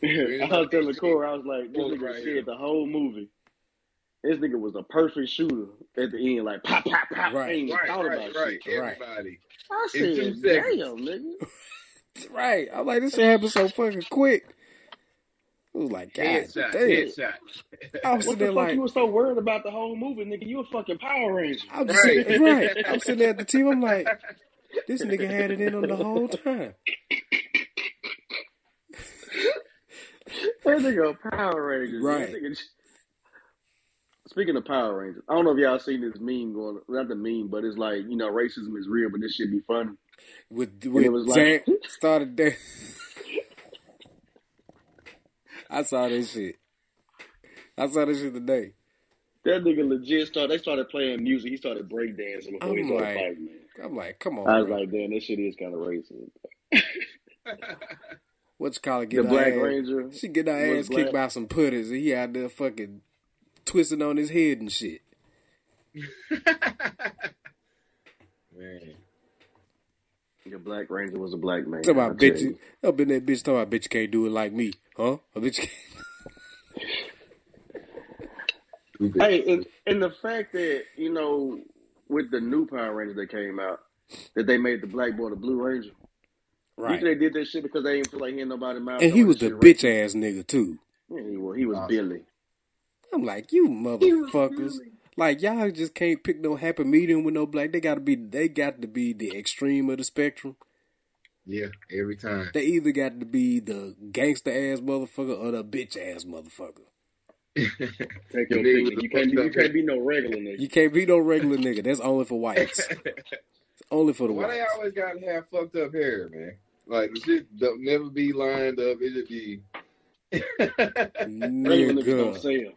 [SPEAKER 1] yeah,
[SPEAKER 2] I was telling Corey, I was like, this
[SPEAKER 5] Spoiler
[SPEAKER 2] nigga
[SPEAKER 5] right
[SPEAKER 2] scared
[SPEAKER 5] here.
[SPEAKER 2] the whole movie. This nigga was a perfect shooter at the end, like pop, pop, pop.
[SPEAKER 1] Right.
[SPEAKER 2] I ain't even
[SPEAKER 5] Right,
[SPEAKER 2] thought
[SPEAKER 5] right,
[SPEAKER 2] about
[SPEAKER 5] right.
[SPEAKER 2] shit.
[SPEAKER 1] Right.
[SPEAKER 5] Everybody.
[SPEAKER 2] I
[SPEAKER 5] In
[SPEAKER 2] said, damn,
[SPEAKER 5] two seconds.
[SPEAKER 2] nigga.
[SPEAKER 1] [laughs] [laughs] right. I'm like, this shit happened so fucking quick. It was like, God
[SPEAKER 3] Headshot,
[SPEAKER 1] damn.
[SPEAKER 3] headshot.
[SPEAKER 1] I was sitting
[SPEAKER 2] What the
[SPEAKER 1] there
[SPEAKER 2] fuck
[SPEAKER 1] like,
[SPEAKER 2] you were so worried about the whole movie, nigga? You a fucking
[SPEAKER 1] [laughs]
[SPEAKER 2] Power Ranger.
[SPEAKER 1] I'm just sitting,
[SPEAKER 5] Right.
[SPEAKER 1] right. I'm sitting there at the team. I'm
[SPEAKER 2] [laughs]
[SPEAKER 1] like, this nigga had it in him the whole time.
[SPEAKER 2] That nigga a Power Ranger.
[SPEAKER 1] Right.
[SPEAKER 2] That nigga- Speaking of Power Rangers, I don't know if y'all seen this meme going. Not the meme, but it's like you know racism is real, but this should be funny.
[SPEAKER 1] With
[SPEAKER 2] it
[SPEAKER 1] with
[SPEAKER 2] was like-
[SPEAKER 1] Zach started there. [laughs] I saw this shit. I saw this shit today.
[SPEAKER 2] That nigga legit started. They started playing music. He started breakdancing before he
[SPEAKER 1] I'm
[SPEAKER 2] started
[SPEAKER 1] like- oh,
[SPEAKER 2] fighting. Man.
[SPEAKER 1] I'm like, come on,
[SPEAKER 2] I was
[SPEAKER 1] bro.
[SPEAKER 2] like, damn, this shit is kind of racist.
[SPEAKER 1] what you call it?
[SPEAKER 2] The
[SPEAKER 1] Get
[SPEAKER 2] Black
[SPEAKER 1] her ass,
[SPEAKER 2] Ranger.
[SPEAKER 1] she get her
[SPEAKER 2] was
[SPEAKER 1] ass kicked
[SPEAKER 2] black.
[SPEAKER 1] by some putters, and he out there fucking twisting on his head and shit.
[SPEAKER 5] [laughs] Man.
[SPEAKER 2] The Black Ranger was a black man.
[SPEAKER 1] Talking
[SPEAKER 2] I
[SPEAKER 1] about
[SPEAKER 2] tell
[SPEAKER 1] bitches,
[SPEAKER 2] you.
[SPEAKER 1] up in that bitch. Talking about bitch you can't do it like me, huh? A bitch, can't.
[SPEAKER 2] Hey, and, and the fact that you know with the new Power Rangers that came out, that they made the black boy the Blue Ranger. You
[SPEAKER 1] right?
[SPEAKER 2] think they did that shit because they didn't feel like hearing nobody mouth?
[SPEAKER 1] And he was the bitch ass nigga too.
[SPEAKER 2] Yeah, he was. He was
[SPEAKER 3] Awesome.
[SPEAKER 2] Billy.
[SPEAKER 1] I'm like, you motherfuckers. Like y'all just can't pick no happy medium with no black. They gotta be they got to be the extreme of the spectrum.
[SPEAKER 3] Yeah, every
[SPEAKER 5] [laughs]
[SPEAKER 3] time.
[SPEAKER 1] They either got to be the gangster ass motherfucker or the bitch ass motherfucker.
[SPEAKER 2] Take
[SPEAKER 5] Your
[SPEAKER 2] your
[SPEAKER 5] nigga
[SPEAKER 2] pick. You
[SPEAKER 5] was the
[SPEAKER 2] can't. Be,
[SPEAKER 5] fucked
[SPEAKER 2] you
[SPEAKER 5] up
[SPEAKER 2] can't be no regular nigga.
[SPEAKER 1] You can't be no regular nigga. That's only for whites. It's only for the
[SPEAKER 5] Why they
[SPEAKER 1] whites.
[SPEAKER 5] always gotta have fucked up hair, man? Like the shit don't never be lined up. It just be
[SPEAKER 2] Regular niggas don't
[SPEAKER 1] Nigga.
[SPEAKER 2] sell.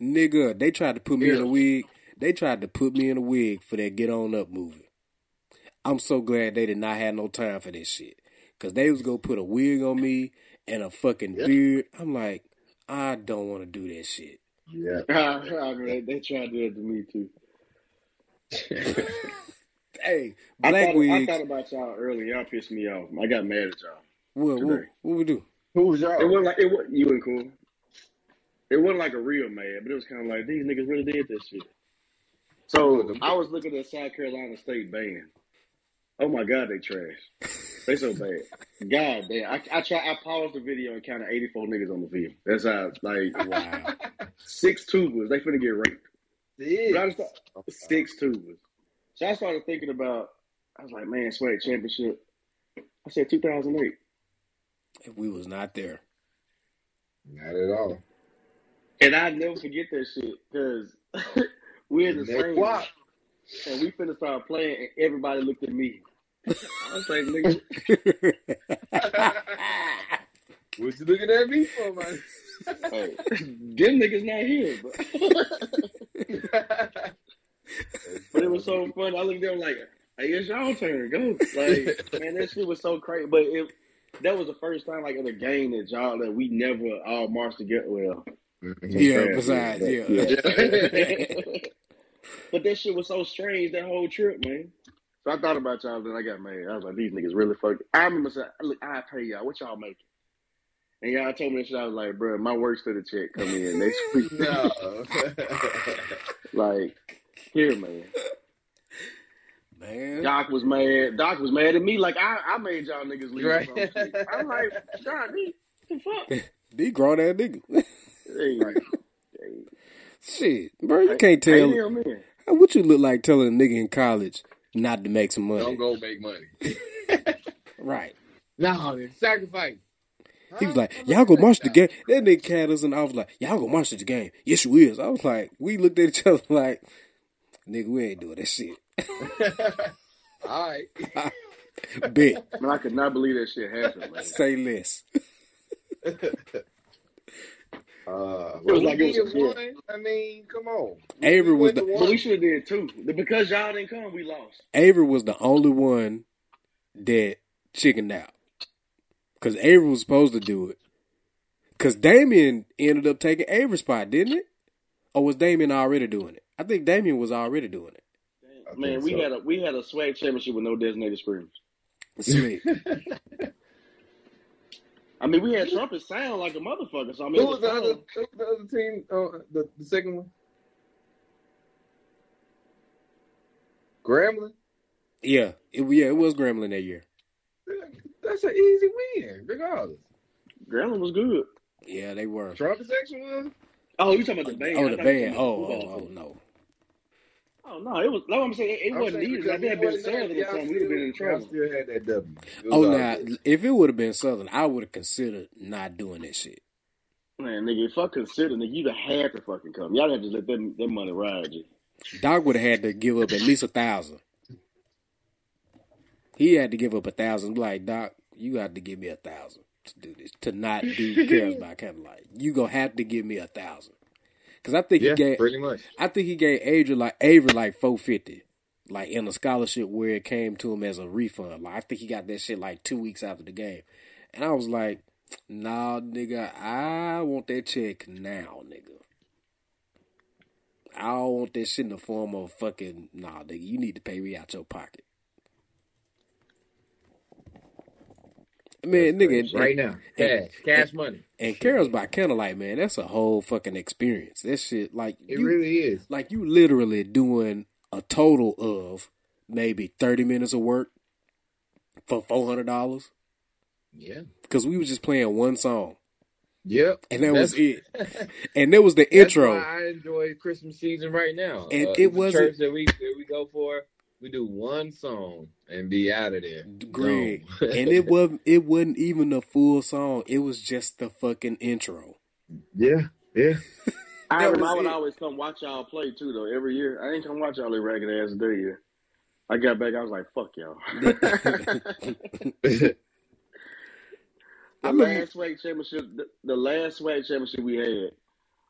[SPEAKER 1] Nigga. They tried to put me in a
[SPEAKER 5] Yes.
[SPEAKER 1] wig. They tried to put me in a wig for that get on up movie. I'm so glad they did not have no time for this shit. Cause they was gonna put a wig on me and a fucking
[SPEAKER 5] Yeah.
[SPEAKER 1] beard. I'm like, I don't wanna do that shit.
[SPEAKER 3] Yeah.
[SPEAKER 2] [laughs] I know, they, they tried to do that to me too.
[SPEAKER 1] hey,
[SPEAKER 2] I
[SPEAKER 1] black
[SPEAKER 2] thought. I
[SPEAKER 1] wigs.
[SPEAKER 2] thought about y'all earlier. Y'all pissed me off. I got mad at y'all.
[SPEAKER 1] What, what
[SPEAKER 2] today.
[SPEAKER 1] what we do?
[SPEAKER 3] Who was
[SPEAKER 1] Oh.
[SPEAKER 2] It
[SPEAKER 3] y'all?
[SPEAKER 2] wasn't like it was you and cool. It wasn't like a real mad, but it was kind of like these niggas really did this shit. So I was looking at South Carolina State band. Oh my God, they trash. They so bad.
[SPEAKER 1] [laughs]
[SPEAKER 2] God damn. I, I try. I paused the video and counted eighty four niggas on the field. That's how like
[SPEAKER 1] Wow,
[SPEAKER 2] six tubers. They finna get raped. But I
[SPEAKER 3] Yeah.
[SPEAKER 2] just thought, six tubers. So I started thinking about. I was like, man, sweat championship. I said two thousand eight.
[SPEAKER 1] we was not there.
[SPEAKER 5] Not at all.
[SPEAKER 2] And I never forget that shit [laughs] because we're in the
[SPEAKER 5] Neck
[SPEAKER 2] same
[SPEAKER 5] wop.
[SPEAKER 2] and we finna start playing and everybody looked at me. [laughs] I was like, nigga,
[SPEAKER 5] What you looking at me for, [laughs] man?
[SPEAKER 2] hey, them niggas not here, bro. but it was so fun. I looked at them like, hey, it's y'all turn, go. Like, man, that shit was so crazy. But it, that was the first time like in a game that y'all that we never all marched together. Well, some
[SPEAKER 1] yeah,
[SPEAKER 2] trash
[SPEAKER 1] besides,
[SPEAKER 2] niggas,
[SPEAKER 1] yeah.
[SPEAKER 2] [laughs] but, but that shit was so strange that whole trip, man. So I thought about y'all, then I got mad. I was like, these niggas really fucking. I remember saying, look, I pay y'all. What y'all making? And y'all told me that shit. I was like, bro, my work study check come in [laughs] next week.
[SPEAKER 5] no.
[SPEAKER 2] like, here, man.
[SPEAKER 1] Man,
[SPEAKER 2] Doc was mad. Doc was mad at me. Like, I, I made y'all niggas leave. or
[SPEAKER 5] Right.
[SPEAKER 2] some shit. I'm like, Doc, [laughs] these- the fuck?
[SPEAKER 1] these grown ass nigga.
[SPEAKER 2] Hey, hey,
[SPEAKER 1] [laughs] Shit, bro, you
[SPEAKER 2] hey,
[SPEAKER 1] can't tell.
[SPEAKER 2] hey, man.
[SPEAKER 1] What you look like telling a nigga in college not to make some money?
[SPEAKER 5] Don't go make money.
[SPEAKER 1] Right.
[SPEAKER 3] No, then sacrifice.
[SPEAKER 1] He was like,
[SPEAKER 5] Huh?
[SPEAKER 1] "Y'all go march the game." That nigga had us, and I was like, "Y'all go march to the game." Yes, you is. I was like, we looked at each other [laughs] like, "Nigga, we ain't doing that shit."
[SPEAKER 5] all right.
[SPEAKER 2] Uh,
[SPEAKER 1] Bet.
[SPEAKER 5] [laughs]
[SPEAKER 2] Man, I could not believe that shit happened, man.
[SPEAKER 1] Say less.
[SPEAKER 5] Uh,
[SPEAKER 2] It was
[SPEAKER 5] well,
[SPEAKER 2] like
[SPEAKER 5] we
[SPEAKER 2] it was a
[SPEAKER 5] did
[SPEAKER 2] gift.
[SPEAKER 5] one. I mean, come on.
[SPEAKER 1] Avery was
[SPEAKER 5] went
[SPEAKER 1] the-
[SPEAKER 5] to
[SPEAKER 2] But
[SPEAKER 5] one.
[SPEAKER 2] we should have did two. Because y'all didn't come, we lost.
[SPEAKER 1] Avery was the only one that chickened out because Avery was supposed to do it. Because Damien ended up taking Avery's spot, didn't it? Or was Damien already doing it? I think Damien was already doing it.
[SPEAKER 3] I
[SPEAKER 2] Man,
[SPEAKER 3] think
[SPEAKER 2] we
[SPEAKER 3] so.
[SPEAKER 2] had a we had a swag championship with no designated screamers.
[SPEAKER 5] [laughs]
[SPEAKER 1] Slick.
[SPEAKER 2] I mean, we had trumpets sound like a motherfucker. So I mean,
[SPEAKER 3] Who
[SPEAKER 2] it was
[SPEAKER 3] was the other?
[SPEAKER 2] fun.
[SPEAKER 3] Who was the other team? Uh, the, the second one. Grambling.
[SPEAKER 1] yeah, it, yeah, it was Gremlin that year.
[SPEAKER 3] That's an easy win, regardless.
[SPEAKER 2] Grambling was good.
[SPEAKER 1] Yeah, they were.
[SPEAKER 3] Trumpet section was.
[SPEAKER 2] Oh, you talking about the band?
[SPEAKER 1] Oh,
[SPEAKER 2] I
[SPEAKER 1] the
[SPEAKER 2] thought you
[SPEAKER 1] band.
[SPEAKER 2] were
[SPEAKER 1] Oh, oh,
[SPEAKER 2] talking about
[SPEAKER 1] oh,
[SPEAKER 2] the football team.
[SPEAKER 1] no.
[SPEAKER 2] Oh no, it was. No, I'm saying it, it
[SPEAKER 3] I'm
[SPEAKER 2] wasn't
[SPEAKER 3] saying
[SPEAKER 2] needed.
[SPEAKER 3] because
[SPEAKER 2] If that had been
[SPEAKER 3] wasn't there,
[SPEAKER 2] Southern or
[SPEAKER 3] y'all
[SPEAKER 2] something, we'd have been in
[SPEAKER 3] still- y'all
[SPEAKER 2] trouble.
[SPEAKER 3] still had that W. It was
[SPEAKER 1] Oh,
[SPEAKER 3] all
[SPEAKER 1] now
[SPEAKER 3] good.
[SPEAKER 1] if it would have been Southern, I would have considered not doing that shit.
[SPEAKER 2] Man, nigga, if I consider, nigga, you'd have had to fucking come. Y'all have to let them that money ride. G.
[SPEAKER 1] Doc would have had to give up at least a thousand. He had to give up a thousand. Like Doc, you got to give me a thousand to do this. To not do cares by candlelight, you gonna have to give me a thousand. Cause I think
[SPEAKER 3] Yeah,
[SPEAKER 1] he gave,
[SPEAKER 3] pretty much.
[SPEAKER 1] I think he gave Avery like Avery like four fifty, like in a scholarship where it came to him as a refund. Like I think he got that shit like two weeks after the game, and I was like, Nah, nigga, I want that check now, nigga. I don't want that shit in the form of fucking nah, nigga. You need to pay me out your pocket. Man,
[SPEAKER 3] That's
[SPEAKER 1] nigga,
[SPEAKER 3] crazy.
[SPEAKER 1] and,
[SPEAKER 3] right now, cash, cash money.
[SPEAKER 1] and Carols by Candlelight, man, that's a whole fucking experience. That shit, like
[SPEAKER 3] It
[SPEAKER 1] you,
[SPEAKER 3] really is.
[SPEAKER 1] like you, literally doing a total of maybe thirty minutes of work for four hundred dollars
[SPEAKER 3] Yeah.
[SPEAKER 1] because we was just playing one song
[SPEAKER 3] Yep.
[SPEAKER 1] and that was it,
[SPEAKER 3] [laughs] That's
[SPEAKER 1] and that was the intro.
[SPEAKER 3] why I enjoy Christmas season right now.
[SPEAKER 1] And
[SPEAKER 3] Uh,
[SPEAKER 1] it
[SPEAKER 3] the
[SPEAKER 1] wasn't-
[SPEAKER 3] church that we that we go for. We do one song and be out of there.
[SPEAKER 1] Greg,
[SPEAKER 3] Gone. [laughs]
[SPEAKER 1] and it wasn't it wasn't even a full song. It was just the fucking
[SPEAKER 2] [laughs]
[SPEAKER 1] intro.
[SPEAKER 3] yeah, [laughs] yeah.
[SPEAKER 2] I,
[SPEAKER 1] That
[SPEAKER 2] rem-
[SPEAKER 1] was
[SPEAKER 2] I would
[SPEAKER 1] it.
[SPEAKER 2] always come watch y'all play too, though. Every year, I ain't come watch y'all that ragged ass day year. I got back, I was like, "Fuck y'all." [laughs]
[SPEAKER 3] I
[SPEAKER 1] I
[SPEAKER 2] The
[SPEAKER 1] remember-
[SPEAKER 2] last swag championship, the, the last swag championship we had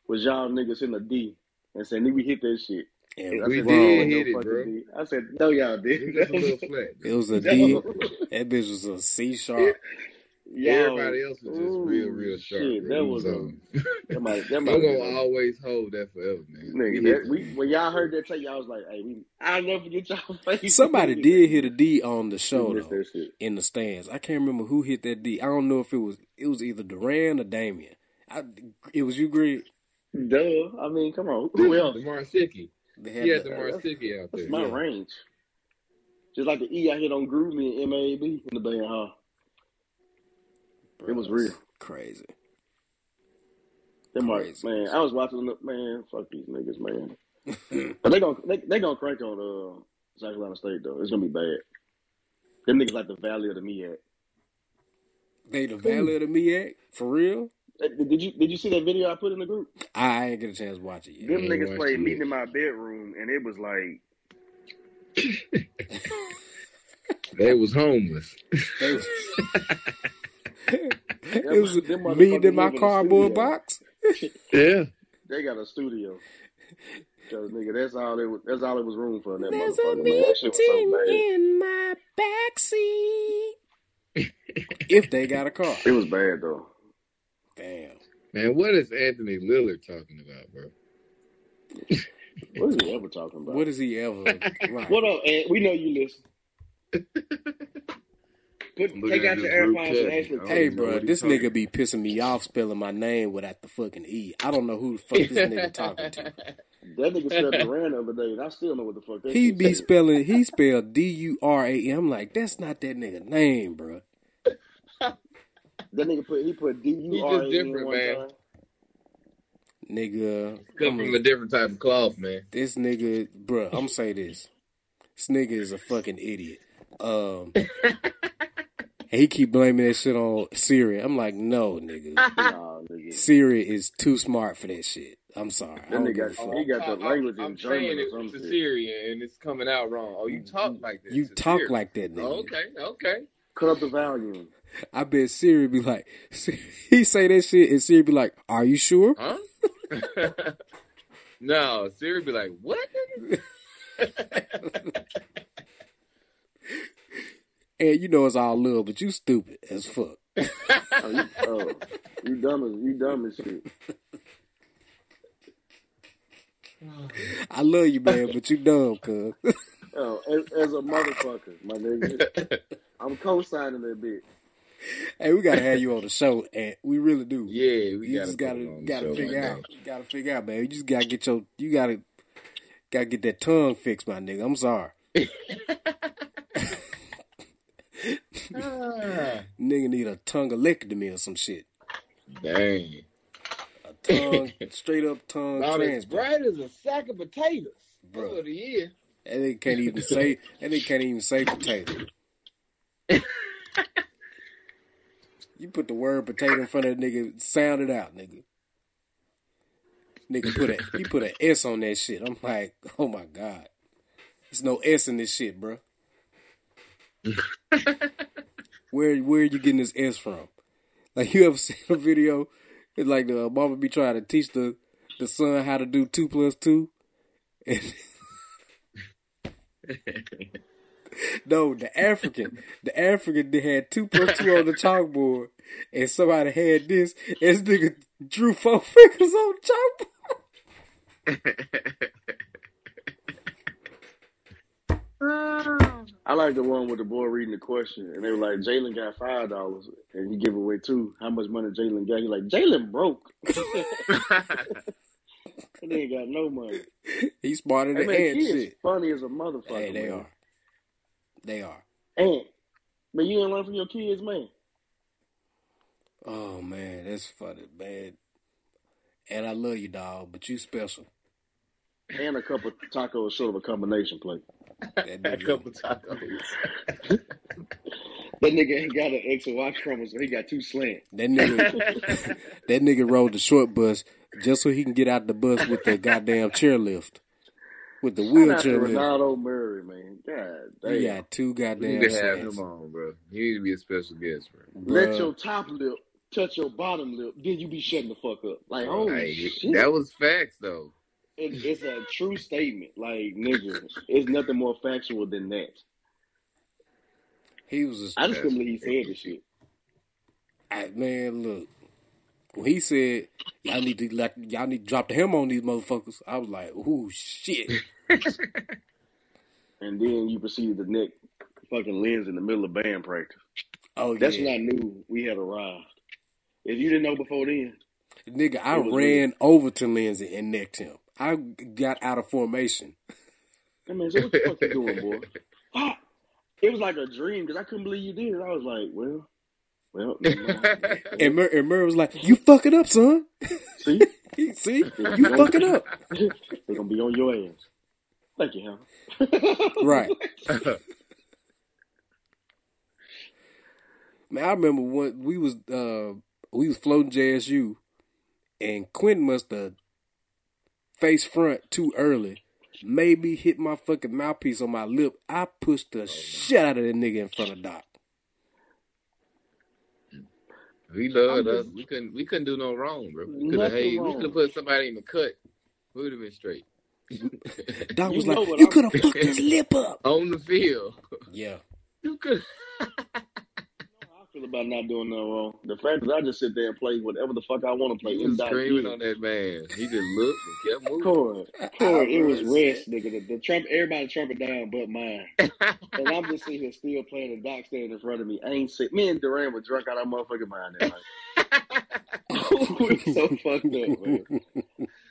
[SPEAKER 2] was y'all niggas in the D and saying, "Nigga, we hit that shit."
[SPEAKER 1] And
[SPEAKER 2] I
[SPEAKER 3] We
[SPEAKER 2] said,
[SPEAKER 1] wrong.
[SPEAKER 2] "Y'all
[SPEAKER 3] did
[SPEAKER 2] ain't
[SPEAKER 3] hit it,
[SPEAKER 2] fucking
[SPEAKER 3] bro.
[SPEAKER 2] D." I said, "No, y'all did."
[SPEAKER 3] Just a little flat.
[SPEAKER 1] It was a D.
[SPEAKER 2] No. [laughs]
[SPEAKER 1] That bitch was a C sharp.
[SPEAKER 2] Yo,
[SPEAKER 3] Everybody else was just real,
[SPEAKER 2] ooh,
[SPEAKER 3] real sharp.
[SPEAKER 2] Shit,
[SPEAKER 3] bro.
[SPEAKER 2] that
[SPEAKER 3] We
[SPEAKER 2] was
[SPEAKER 3] was
[SPEAKER 2] a
[SPEAKER 3] on.
[SPEAKER 2] [laughs] that might that might have
[SPEAKER 3] I'm gonna
[SPEAKER 2] been a
[SPEAKER 3] always hold that forever, man. We
[SPEAKER 2] nigga.
[SPEAKER 3] hit
[SPEAKER 2] That
[SPEAKER 3] [laughs] that.
[SPEAKER 2] we when y'all heard that take, y'all was like, "Hey, we." I'll never forget y'all [laughs] face.
[SPEAKER 1] Somebody
[SPEAKER 2] We that
[SPEAKER 1] did hit a
[SPEAKER 2] shit.
[SPEAKER 1] D on the
[SPEAKER 2] We
[SPEAKER 1] show
[SPEAKER 2] missed
[SPEAKER 1] though,
[SPEAKER 2] that shit.
[SPEAKER 1] in the stands. I can't remember who hit that D. I don't know if it was it was either Duran or Damien. I it was you, Greg.
[SPEAKER 2] Duh. I mean, come on. Who else?
[SPEAKER 3] The Marsicki.
[SPEAKER 1] They had
[SPEAKER 3] He had the
[SPEAKER 1] the-
[SPEAKER 3] Marsicki out
[SPEAKER 2] uh, That's
[SPEAKER 3] there.
[SPEAKER 2] my
[SPEAKER 1] Yeah.
[SPEAKER 2] range. Just like the E I hit on Groovy and MAB in the band, huh? It was
[SPEAKER 1] Bruh,
[SPEAKER 2] real.
[SPEAKER 1] Crazy.
[SPEAKER 2] That might,
[SPEAKER 1] Crazy.
[SPEAKER 2] man, I was watching the man, fuck these niggas, man.
[SPEAKER 1] [laughs]
[SPEAKER 2] But they gonna they, they gonna crank on uh South Carolina State though. It's gonna be bad. Them niggas like the valley of the Miat.
[SPEAKER 1] They the Valley of the Miak? For real?
[SPEAKER 2] Eh, Did you did you see that video I put in the group?
[SPEAKER 1] I, I ain't get a chance to watch it yet.
[SPEAKER 2] Them
[SPEAKER 3] ain't
[SPEAKER 2] niggas
[SPEAKER 3] watched
[SPEAKER 2] played
[SPEAKER 3] it
[SPEAKER 2] meeting
[SPEAKER 3] yet.
[SPEAKER 2] in my bedroom and it was like
[SPEAKER 3] They was homeless.
[SPEAKER 1] They
[SPEAKER 2] [laughs]
[SPEAKER 1] was, it
[SPEAKER 2] them,
[SPEAKER 1] was
[SPEAKER 2] them
[SPEAKER 1] me in my
[SPEAKER 2] motherfuckers live in a
[SPEAKER 1] cardboard
[SPEAKER 2] studio.
[SPEAKER 1] box.
[SPEAKER 3] Yeah.
[SPEAKER 2] They got
[SPEAKER 1] [laughs]
[SPEAKER 2] a studio. Cause nigga, that's all it was that's all it was room for in that
[SPEAKER 1] There's a
[SPEAKER 2] motherfucker, man. That shit was so
[SPEAKER 1] meeting
[SPEAKER 2] bad.
[SPEAKER 1] in my backseat. if they got a car.
[SPEAKER 2] It was bad though.
[SPEAKER 1] Damn.
[SPEAKER 3] Man, what is Anthony Lillard talking about, bro?
[SPEAKER 2] What is he ever talking about?
[SPEAKER 1] What is he
[SPEAKER 2] [laughs]
[SPEAKER 1] ever? Right.
[SPEAKER 2] What up, Ant? We know you
[SPEAKER 3] [laughs]
[SPEAKER 2] listen.
[SPEAKER 3] I'm
[SPEAKER 2] Put,
[SPEAKER 3] looking
[SPEAKER 2] take
[SPEAKER 3] at
[SPEAKER 2] out
[SPEAKER 3] this
[SPEAKER 2] your
[SPEAKER 3] group
[SPEAKER 2] AirPods and
[SPEAKER 3] chat.
[SPEAKER 2] actually
[SPEAKER 3] I don't
[SPEAKER 1] Hey,
[SPEAKER 3] even know
[SPEAKER 1] bro,
[SPEAKER 3] what
[SPEAKER 1] this
[SPEAKER 3] he's talking
[SPEAKER 1] nigga be pissing me off spelling my name without the fucking E. I don't know who the fuck this [laughs] nigga talking to.
[SPEAKER 2] That nigga spelled Duran the other day, and I still know what the fuck that
[SPEAKER 1] He
[SPEAKER 2] shit
[SPEAKER 1] be
[SPEAKER 2] said.
[SPEAKER 1] spelling, [laughs] he spelled D U R A M. I'm like, that's not that nigga name, bro.
[SPEAKER 2] That nigga put he put D U R A N
[SPEAKER 3] different,
[SPEAKER 2] one
[SPEAKER 3] man. [laughs]
[SPEAKER 2] time.
[SPEAKER 1] Nigga,
[SPEAKER 3] [laughs] Come
[SPEAKER 1] I'm
[SPEAKER 3] from
[SPEAKER 1] a,
[SPEAKER 3] a different type of cloth, man.
[SPEAKER 1] this nigga, bruh, I'm say this. This nigga is a fucking idiot.
[SPEAKER 3] [laughs]
[SPEAKER 1] Um, he keep blaming that shit on Siri. I'm like, no, nigga.
[SPEAKER 3] [laughs]
[SPEAKER 2] Nah, nigga.
[SPEAKER 1] Siri is too smart for that shit. I'm sorry. I
[SPEAKER 2] That
[SPEAKER 1] don't
[SPEAKER 2] nigga
[SPEAKER 1] give a
[SPEAKER 2] got
[SPEAKER 1] fuck.
[SPEAKER 2] he got the
[SPEAKER 3] I'm,
[SPEAKER 2] language in
[SPEAKER 3] I'm
[SPEAKER 2] German
[SPEAKER 3] saying
[SPEAKER 2] or
[SPEAKER 3] it
[SPEAKER 2] some
[SPEAKER 3] was
[SPEAKER 2] shit.
[SPEAKER 3] Syria and it's coming out wrong. Oh, you talk like that.
[SPEAKER 1] You
[SPEAKER 3] to
[SPEAKER 1] talk
[SPEAKER 3] Siri.
[SPEAKER 1] like that, nigga.
[SPEAKER 3] Oh, okay, okay.
[SPEAKER 2] Cut up the
[SPEAKER 3] [laughs]
[SPEAKER 2] volume.
[SPEAKER 1] I bet Siri be like, [laughs] he say that shit, and Siri be like, "Are you sure?"
[SPEAKER 5] [laughs]
[SPEAKER 3] Huh? no, Siri be like, what? nigga?"
[SPEAKER 1] And you know it's all love, but you stupid as fuck.
[SPEAKER 2] Oh, you oh, you dumb as you dumb as shit.
[SPEAKER 1] I love you, man, but you dumb, cuz. [laughs]
[SPEAKER 2] Oh, as, as a motherfucker, my
[SPEAKER 3] [laughs]
[SPEAKER 2] nigga. I'm co-signing that bitch.
[SPEAKER 1] Hey, we gotta have you on the show, and we really do.
[SPEAKER 5] Yeah, we
[SPEAKER 1] you
[SPEAKER 5] gotta
[SPEAKER 1] just
[SPEAKER 5] put
[SPEAKER 1] gotta
[SPEAKER 5] it on the
[SPEAKER 1] gotta
[SPEAKER 5] show
[SPEAKER 1] figure
[SPEAKER 5] one
[SPEAKER 1] out,
[SPEAKER 5] day.
[SPEAKER 1] you gotta figure out, man. You just gotta get your, you gotta gotta get that tongue fixed, my nigga. I'm sorry,
[SPEAKER 5] Ah,
[SPEAKER 1] nigga need a tongue alectomy or some
[SPEAKER 5] [laughs]
[SPEAKER 1] shit,
[SPEAKER 5] dang.
[SPEAKER 1] a tongue straight up tongue
[SPEAKER 5] About as
[SPEAKER 1] transplant.
[SPEAKER 5] bright as a sack of potatoes.
[SPEAKER 1] Bruh.
[SPEAKER 5] Bro. Of the year.
[SPEAKER 1] And they can't even say, and they can't even say potato. you put the word potato in front of that nigga, sound it out, nigga. Nigga put a he put an S on that shit. I'm like, oh my god, there's no S in this shit, bruh. where where are you getting this S from? Like you ever seen a video? It's like the mama be trying to teach the the son how to do two plus two. And no, the African, the African that had two plus two on the chalkboard, and somebody had this. and This nigga drew four [laughs] fingers on the chalkboard.
[SPEAKER 2] I like the one with the boy reading the question, and they were like, "Jalen got five dollars, and he give away two. How much money Jalen got?" He like, "Jalen broke. [laughs] and ain't got no money."
[SPEAKER 1] He smarter
[SPEAKER 2] Hey
[SPEAKER 1] than
[SPEAKER 2] man,
[SPEAKER 1] ant
[SPEAKER 2] kids
[SPEAKER 1] shit.
[SPEAKER 2] funny as a motherfucker.
[SPEAKER 1] Hey, they
[SPEAKER 2] man.
[SPEAKER 1] are, they are.
[SPEAKER 2] And man, you didn't learn from your kids, man.
[SPEAKER 1] Oh man, that's funny, man. And I love you, dog, but you special.
[SPEAKER 2] And a couple tacos short of a combination plate.
[SPEAKER 1] That
[SPEAKER 5] A
[SPEAKER 1] nigga,
[SPEAKER 5] couple tacos. [laughs]
[SPEAKER 2] That nigga ain't got an X and Y chromosome. He got two slant.
[SPEAKER 1] that nigga,
[SPEAKER 2] [laughs]
[SPEAKER 1] that nigga rode the short bus just so he can get out the bus with the goddamn chairlift, with the
[SPEAKER 2] Shout out to
[SPEAKER 1] wheelchair lift.
[SPEAKER 2] Ronaldo Murray, man. God
[SPEAKER 1] You
[SPEAKER 2] damn.
[SPEAKER 1] got two
[SPEAKER 5] We need
[SPEAKER 1] goddamn
[SPEAKER 5] to have him
[SPEAKER 1] slants,
[SPEAKER 5] on, bro. He need to be a special guest, bro.
[SPEAKER 2] Let
[SPEAKER 1] bruh.
[SPEAKER 2] your top lip touch your bottom lip, then you be shutting the fuck up. Like,
[SPEAKER 1] Bruh.
[SPEAKER 2] holy
[SPEAKER 5] Hey,
[SPEAKER 2] shit.
[SPEAKER 5] that was facts [laughs] though.
[SPEAKER 2] It, it's a true statement. Like, nigga, it's nothing more factual than that.
[SPEAKER 1] He was
[SPEAKER 2] I
[SPEAKER 1] a
[SPEAKER 2] just couldn't believe he said this shit.
[SPEAKER 1] I, man. Look, when he said y'all need to like, y'all need to drop the hammer on these motherfuckers, I was like, ooh shit.
[SPEAKER 2] And then you proceeded to nick fucking lens in the middle of band practice.
[SPEAKER 1] Oh
[SPEAKER 2] That's
[SPEAKER 1] yeah,
[SPEAKER 2] when I knew we had arrived. If you didn't know before then,
[SPEAKER 1] nigga. I
[SPEAKER 2] it was
[SPEAKER 1] ran
[SPEAKER 2] when-
[SPEAKER 1] over to Lindsay and necked him. I got out of formation.
[SPEAKER 2] I mean, so what the fuck you doing, boy? Ah, it was like a dream because I couldn't believe you did. it. I was like, well, well, never mind.
[SPEAKER 1] And Mur- and Murray was like, "You fucking up, son.
[SPEAKER 2] see, [laughs]
[SPEAKER 1] He- See,
[SPEAKER 2] They're
[SPEAKER 1] you fucking up."
[SPEAKER 2] gonna be on your ass. Thank you, [laughs] Hannah.
[SPEAKER 1] Right. Man, I remember when we was uh we was floating JSU, and Quinn must have face front too early. Maybe hit my fucking mouthpiece on my lip. I pushed the shit out of that nigga in front of
[SPEAKER 2] [laughs]
[SPEAKER 1] Doc.
[SPEAKER 5] we
[SPEAKER 2] I'm
[SPEAKER 5] loved us.
[SPEAKER 2] just-
[SPEAKER 5] We couldn't. We couldn't do no wrong, bro. We could have.
[SPEAKER 2] Nothing
[SPEAKER 5] Hey, we could
[SPEAKER 2] wrong.
[SPEAKER 5] have put somebody in the cut. We would have been straight
[SPEAKER 1] Doc
[SPEAKER 2] You
[SPEAKER 1] was
[SPEAKER 2] know
[SPEAKER 1] like,
[SPEAKER 2] what
[SPEAKER 1] "You
[SPEAKER 2] I'm-
[SPEAKER 1] could have fucked his lip
[SPEAKER 2] [laughs]
[SPEAKER 1] up."
[SPEAKER 5] on the field. [laughs]
[SPEAKER 1] Yeah, [laughs]
[SPEAKER 5] You could.
[SPEAKER 2] How I feel about not doing nothing wrong. The fact is, I just sit there and play whatever the fuck I want to play.
[SPEAKER 5] He
[SPEAKER 2] It's
[SPEAKER 5] was
[SPEAKER 2] not
[SPEAKER 5] screaming
[SPEAKER 2] here.
[SPEAKER 5] on that man. He just looked and kept moving.
[SPEAKER 2] Corey,
[SPEAKER 1] I, I
[SPEAKER 2] Corey, it was
[SPEAKER 1] remember that.
[SPEAKER 2] rest, nigga. The, the Trump, everybody trumping down but mine.
[SPEAKER 5] [laughs]
[SPEAKER 2] And I'm just sitting here still playing the doc standing in front of me. I ain't sick. Me and Duran were drunk out our motherfucking mind that
[SPEAKER 5] [laughs]
[SPEAKER 2] night. [laughs] we so fucked up, man.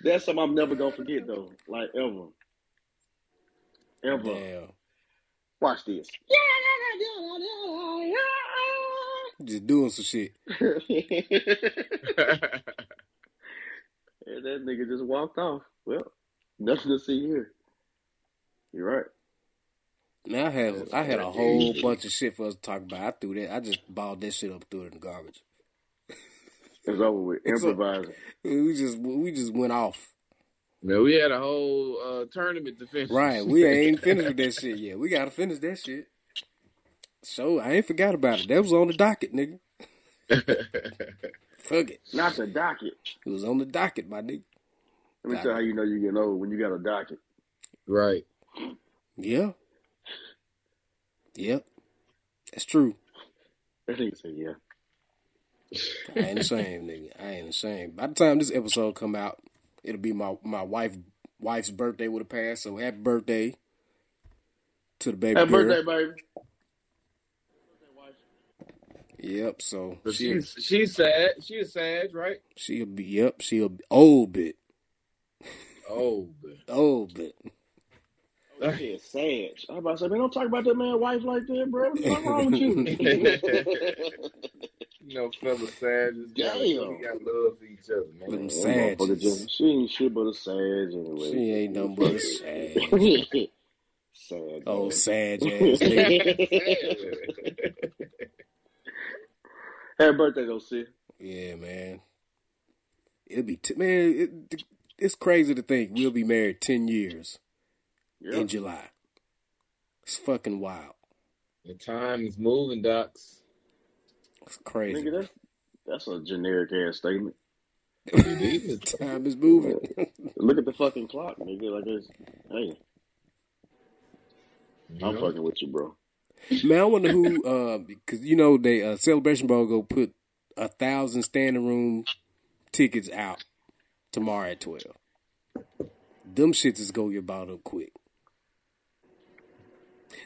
[SPEAKER 2] That's something I'm never gonna forget though. Like ever. Ever.
[SPEAKER 1] Damn,
[SPEAKER 2] Watch this.
[SPEAKER 1] just doing some shit.
[SPEAKER 2] [laughs] and
[SPEAKER 3] [laughs]
[SPEAKER 2] that nigga just walked off. Well, nothing to see here. You're right.
[SPEAKER 1] Now I had
[SPEAKER 5] That's
[SPEAKER 1] I had a whole
[SPEAKER 5] hilarious.
[SPEAKER 1] bunch of shit for us to talk about. I threw that. I just balled that shit up, threw it in the garbage.
[SPEAKER 2] It's over with.
[SPEAKER 1] So-
[SPEAKER 2] Improvising.
[SPEAKER 1] We just we just went off.
[SPEAKER 5] Man, we had a whole uh, tournament to finish.
[SPEAKER 1] Right, we
[SPEAKER 3] [laughs]
[SPEAKER 1] ain't finished with that shit yet. We gotta finish that shit. So I ain't forgot about it. That was on the docket, nigga. Fuck it,
[SPEAKER 2] Not the docket.
[SPEAKER 1] it was on the docket, my nigga.
[SPEAKER 2] Let me
[SPEAKER 1] I-
[SPEAKER 2] tell you how you know you're getting old when you got a docket.
[SPEAKER 5] right.
[SPEAKER 1] Yeah, yep, that's true.
[SPEAKER 2] That nigga said, yeah.
[SPEAKER 1] I ain't ashamed, nigga. I ain't ashamed. By the time this episode come out, it'll be my my wife wife's birthday would have passed. So happy birthday to the baby
[SPEAKER 2] Happy
[SPEAKER 1] girl.
[SPEAKER 2] birthday, baby.
[SPEAKER 1] Yep. So
[SPEAKER 3] But
[SPEAKER 1] she
[SPEAKER 3] she's she's sad. She's sad, right?
[SPEAKER 1] she'll be yep she'll be old bit
[SPEAKER 3] Oh,
[SPEAKER 2] [laughs]
[SPEAKER 3] man.
[SPEAKER 1] old bit.
[SPEAKER 2] That Oh, shit sad. I'm about to say, man, don't talk about that man wife like that, bro. What's [laughs] wrong with you?
[SPEAKER 3] you know, fellas sad. Just gotta,
[SPEAKER 2] Damn.
[SPEAKER 3] we got love for each other, man. [laughs]
[SPEAKER 1] Them
[SPEAKER 2] That motherfucker
[SPEAKER 1] Sages.
[SPEAKER 2] just- She ain't shit but a sage anyway. Oh,
[SPEAKER 1] She ain't nothing but a sag.
[SPEAKER 2] sage. sage.
[SPEAKER 1] Old [laughs] sag ass nigga.
[SPEAKER 2] Happy birthday, though, sis.
[SPEAKER 1] Yeah, man. It'll be t- man. It, it's crazy to think we'll be married ten years
[SPEAKER 2] Yeah.
[SPEAKER 1] in July. It's fucking wild.
[SPEAKER 3] The time is moving, docs.
[SPEAKER 1] It's crazy.
[SPEAKER 2] Nigga, that's, that's a generic ass statement.
[SPEAKER 1] [laughs]
[SPEAKER 3] It is.
[SPEAKER 1] Time is moving.
[SPEAKER 2] Look at the fucking clock, nigga. Like, it's, hey,
[SPEAKER 3] You
[SPEAKER 2] I'm
[SPEAKER 3] know?
[SPEAKER 2] fucking with you, bro.
[SPEAKER 1] man, I wonder who uh, because you know they uh, celebration bowl go put a thousand standing room tickets out tomorrow at twelve. Them shits is gonna get bought up quick.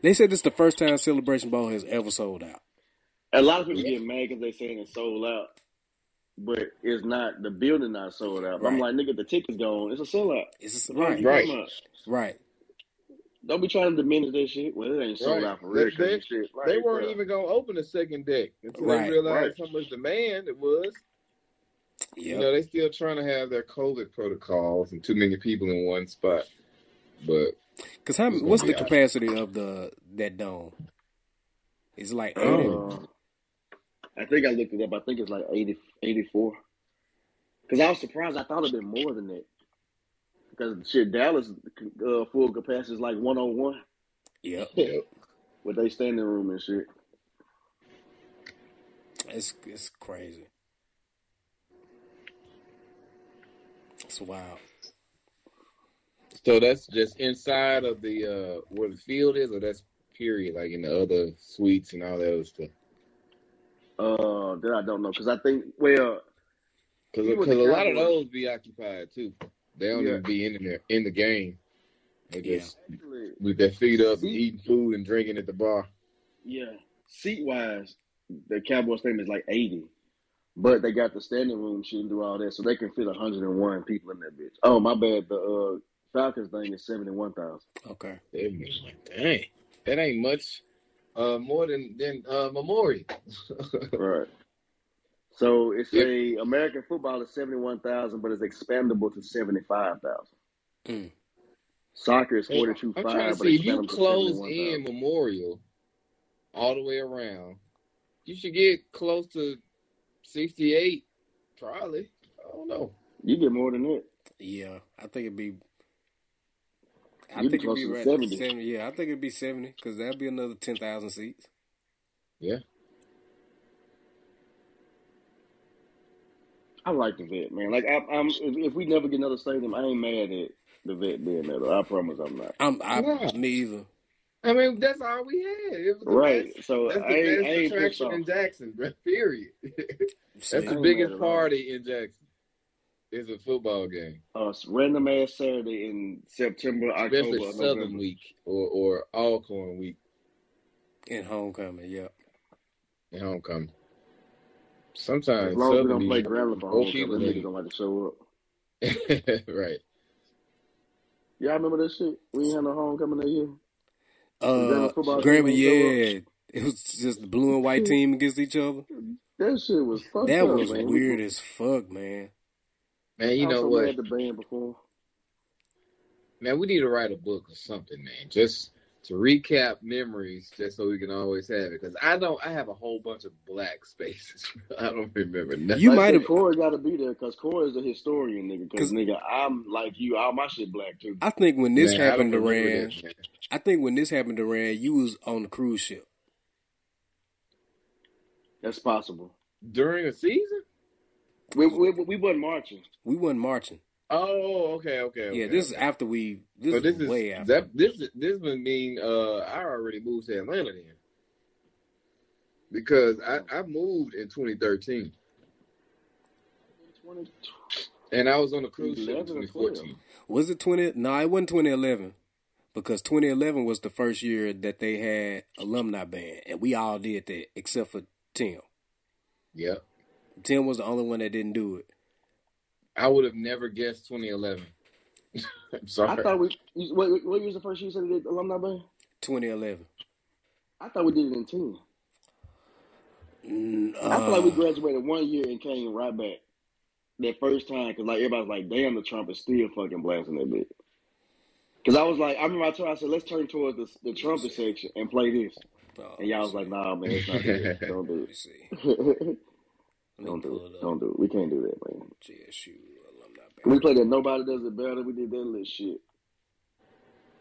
[SPEAKER 1] They said this is the first time celebration bowl has ever sold out.
[SPEAKER 2] A lot of people get mad because they saying it's sold out, but it's not. The building not sold out. But I'm
[SPEAKER 1] Right.
[SPEAKER 2] like, nigga, the ticket's gone. It's a sellout.
[SPEAKER 1] It's
[SPEAKER 2] The fuck
[SPEAKER 1] right,
[SPEAKER 2] you
[SPEAKER 3] Right.
[SPEAKER 2] talking about?
[SPEAKER 1] right.
[SPEAKER 2] Don't be trying to diminish that shit. Well, it ain't sold
[SPEAKER 3] Right.
[SPEAKER 2] out for real.
[SPEAKER 3] They-
[SPEAKER 2] 'cause
[SPEAKER 3] they-
[SPEAKER 2] this shit, like,
[SPEAKER 3] They weren't
[SPEAKER 2] bruh.
[SPEAKER 3] even gonna open the second deck until
[SPEAKER 1] Right,
[SPEAKER 3] they realized how much demand it was. You
[SPEAKER 1] Yep.
[SPEAKER 3] know, they still trying to have their COVID protocols and too many people in one spot. But
[SPEAKER 1] Cause how
[SPEAKER 3] It's gonna
[SPEAKER 1] what's
[SPEAKER 3] be
[SPEAKER 1] the
[SPEAKER 3] all right.
[SPEAKER 1] capacity of the that dome? It's like eighty.
[SPEAKER 3] Oh.
[SPEAKER 2] Uh, I think I looked it up. I think it's like 80, 84. Because I was surprised. I thought it'd been more than that. Because shit, Dallas uh, full capacity is like 101
[SPEAKER 1] Yep.
[SPEAKER 3] yep.
[SPEAKER 2] with they standing room and shit.
[SPEAKER 1] It's it's crazy. It's wild.
[SPEAKER 3] so that's just inside of the uh where the field is, or that's period, like in the other suites and all that other stuff.
[SPEAKER 2] Uh, that I don't know. Because I think, well,
[SPEAKER 3] Because
[SPEAKER 2] See what the
[SPEAKER 3] a lot of
[SPEAKER 2] Cowboys-
[SPEAKER 3] those be occupied too. They don't
[SPEAKER 2] Yeah.
[SPEAKER 3] even be in there in the game. They
[SPEAKER 1] Yeah.
[SPEAKER 3] just
[SPEAKER 2] actually,
[SPEAKER 3] with their feet up, and
[SPEAKER 2] See?
[SPEAKER 3] eating food and drinking at the bar.
[SPEAKER 2] yeah, seat wise, the Cowboy Stadium is like 80. But they got the standing room shit and do all that, so they can fit 101 people in that bitch. Oh, my bad. The uh, Falcons thing is 71,000.
[SPEAKER 1] Okay.
[SPEAKER 3] They be like, dang, that ain't much. Uh, more than than uh, Memorial. [laughs]
[SPEAKER 2] Right. So it's
[SPEAKER 3] Yep.
[SPEAKER 2] a American football is seventy one thousand, but it's expandable to seventy five thousand.
[SPEAKER 1] Mm.
[SPEAKER 2] Soccer is
[SPEAKER 3] Hey,
[SPEAKER 2] forty two
[SPEAKER 3] I'm trying
[SPEAKER 2] five,
[SPEAKER 3] to
[SPEAKER 2] but
[SPEAKER 3] see if you
[SPEAKER 2] expandable to seventy
[SPEAKER 3] close
[SPEAKER 2] one
[SPEAKER 3] in
[SPEAKER 2] thousand.
[SPEAKER 3] Memorial all the way around, you should get close to 68, probably. I don't know.
[SPEAKER 2] You get more than that.
[SPEAKER 1] Yeah. I think it'd be. I
[SPEAKER 2] You'd be
[SPEAKER 1] think it'd be
[SPEAKER 2] closer to
[SPEAKER 1] right
[SPEAKER 2] 70.
[SPEAKER 1] seventy. Yeah, I think it'd be seventy because that'd be another ten thousand seats.
[SPEAKER 2] I like the vet, man. Like I, I'm, if, if we never get another stadium, I ain't mad at the vet being there. Though. I promise I'm not.
[SPEAKER 1] I'm. I
[SPEAKER 3] Yeah.
[SPEAKER 1] me either.
[SPEAKER 3] I mean, that's all we had. It was the
[SPEAKER 2] Right.
[SPEAKER 3] best-
[SPEAKER 2] So
[SPEAKER 3] That's
[SPEAKER 2] I
[SPEAKER 3] the
[SPEAKER 2] ain't, I
[SPEAKER 3] best
[SPEAKER 2] ain't pissed
[SPEAKER 3] attraction
[SPEAKER 2] off.
[SPEAKER 3] in Jackson, bro. Period.
[SPEAKER 1] See,
[SPEAKER 3] That's the
[SPEAKER 2] mad at
[SPEAKER 3] biggest
[SPEAKER 2] all.
[SPEAKER 3] party in Jackson. It's a football game,
[SPEAKER 2] Uh, random ass Saturday in September, October,
[SPEAKER 3] especially
[SPEAKER 2] or
[SPEAKER 3] Southern
[SPEAKER 2] November.
[SPEAKER 3] Week or or Alcorn Week
[SPEAKER 1] in homecoming. Yeah.
[SPEAKER 3] and homecoming.
[SPEAKER 2] As
[SPEAKER 3] Sometimes
[SPEAKER 2] long as we
[SPEAKER 3] Southern
[SPEAKER 2] don't play
[SPEAKER 3] be
[SPEAKER 2] Grambling for
[SPEAKER 3] more
[SPEAKER 2] homecoming,
[SPEAKER 3] people
[SPEAKER 2] them niggas
[SPEAKER 3] than
[SPEAKER 2] don't like to show up.
[SPEAKER 3] [laughs] right.
[SPEAKER 2] Y'all remember that shit? We ain't had no homecoming that year. The
[SPEAKER 1] Uh,
[SPEAKER 2] Grambling football team
[SPEAKER 1] Grammy.
[SPEAKER 2] ain't show up.
[SPEAKER 1] Yeah. It was just the blue and white team against each other.
[SPEAKER 2] That shit was fucked
[SPEAKER 1] That
[SPEAKER 2] up,
[SPEAKER 1] was
[SPEAKER 2] man.
[SPEAKER 1] weird as fuck, man.
[SPEAKER 3] Man,
[SPEAKER 2] I
[SPEAKER 3] you
[SPEAKER 2] was
[SPEAKER 3] know
[SPEAKER 2] so
[SPEAKER 3] what?
[SPEAKER 2] mad the band before.
[SPEAKER 3] Man, we need to write a book or something, man. Just to recap memories, just so we can always have it. Because I don't, I have a whole bunch of black spaces. [laughs] I don't remember nothing.
[SPEAKER 1] You
[SPEAKER 2] like
[SPEAKER 1] might
[SPEAKER 2] I
[SPEAKER 1] have.
[SPEAKER 2] said, Corey got to be there because Corey's a historian, nigga. Because
[SPEAKER 1] Cause-
[SPEAKER 2] nigga, I'm like you. All my shit black too.
[SPEAKER 1] I think when this
[SPEAKER 3] Man, I don't
[SPEAKER 1] happened to
[SPEAKER 3] remember
[SPEAKER 1] Rand,
[SPEAKER 3] that. Man.
[SPEAKER 1] I think when this happened to Rand, you was on the cruise ship.
[SPEAKER 2] That's possible.
[SPEAKER 3] During a season?
[SPEAKER 2] We we we wasn't marching.
[SPEAKER 1] We wasn't marching.
[SPEAKER 3] Oh, okay, okay.
[SPEAKER 1] yeah,
[SPEAKER 3] okay,
[SPEAKER 1] this is
[SPEAKER 3] okay.
[SPEAKER 1] after we. This,
[SPEAKER 3] So
[SPEAKER 1] is
[SPEAKER 3] this is
[SPEAKER 1] way after.
[SPEAKER 3] that. This is- this would mean uh, I already moved to Atlanta then, because I I moved in 2013
[SPEAKER 2] Twenty
[SPEAKER 3] and I was on a cruise ship in
[SPEAKER 2] 11 or 12.
[SPEAKER 3] 2014.
[SPEAKER 1] Was it twenty? No, it wasn't twenty eleven. because 2011 was the first year that they had alumni band, and we all did that except for Tim.
[SPEAKER 5] Yep.
[SPEAKER 1] Tim was the only one that didn't do it.
[SPEAKER 5] I would have never
[SPEAKER 3] [laughs]
[SPEAKER 5] guessed 2011. I'm sorry.
[SPEAKER 2] I thought we. you- Wait, wait, what year was the first year you said it did alumni band?
[SPEAKER 1] 2011.
[SPEAKER 2] I thought we did it in ten.
[SPEAKER 1] Mm,
[SPEAKER 2] I feel like we
[SPEAKER 1] uh,
[SPEAKER 2] graduated one year and came right back that first time because like everybody's like, damn, the Trump is still fucking blasting that bit. Because I was like, I remember I told I said, let's turn towards the, the trumpet section and play this,
[SPEAKER 1] uh,
[SPEAKER 2] and y'all was like, nah, man, it's not good.
[SPEAKER 1] [laughs]
[SPEAKER 2] don't
[SPEAKER 1] let me
[SPEAKER 2] do it, [laughs]
[SPEAKER 1] see. Let me
[SPEAKER 2] don't do
[SPEAKER 1] pull it
[SPEAKER 2] it,
[SPEAKER 1] up.
[SPEAKER 2] don't do it. We can't do that, man.
[SPEAKER 1] GSU alumni band.
[SPEAKER 2] We played that nobody does it better. We did that little shit,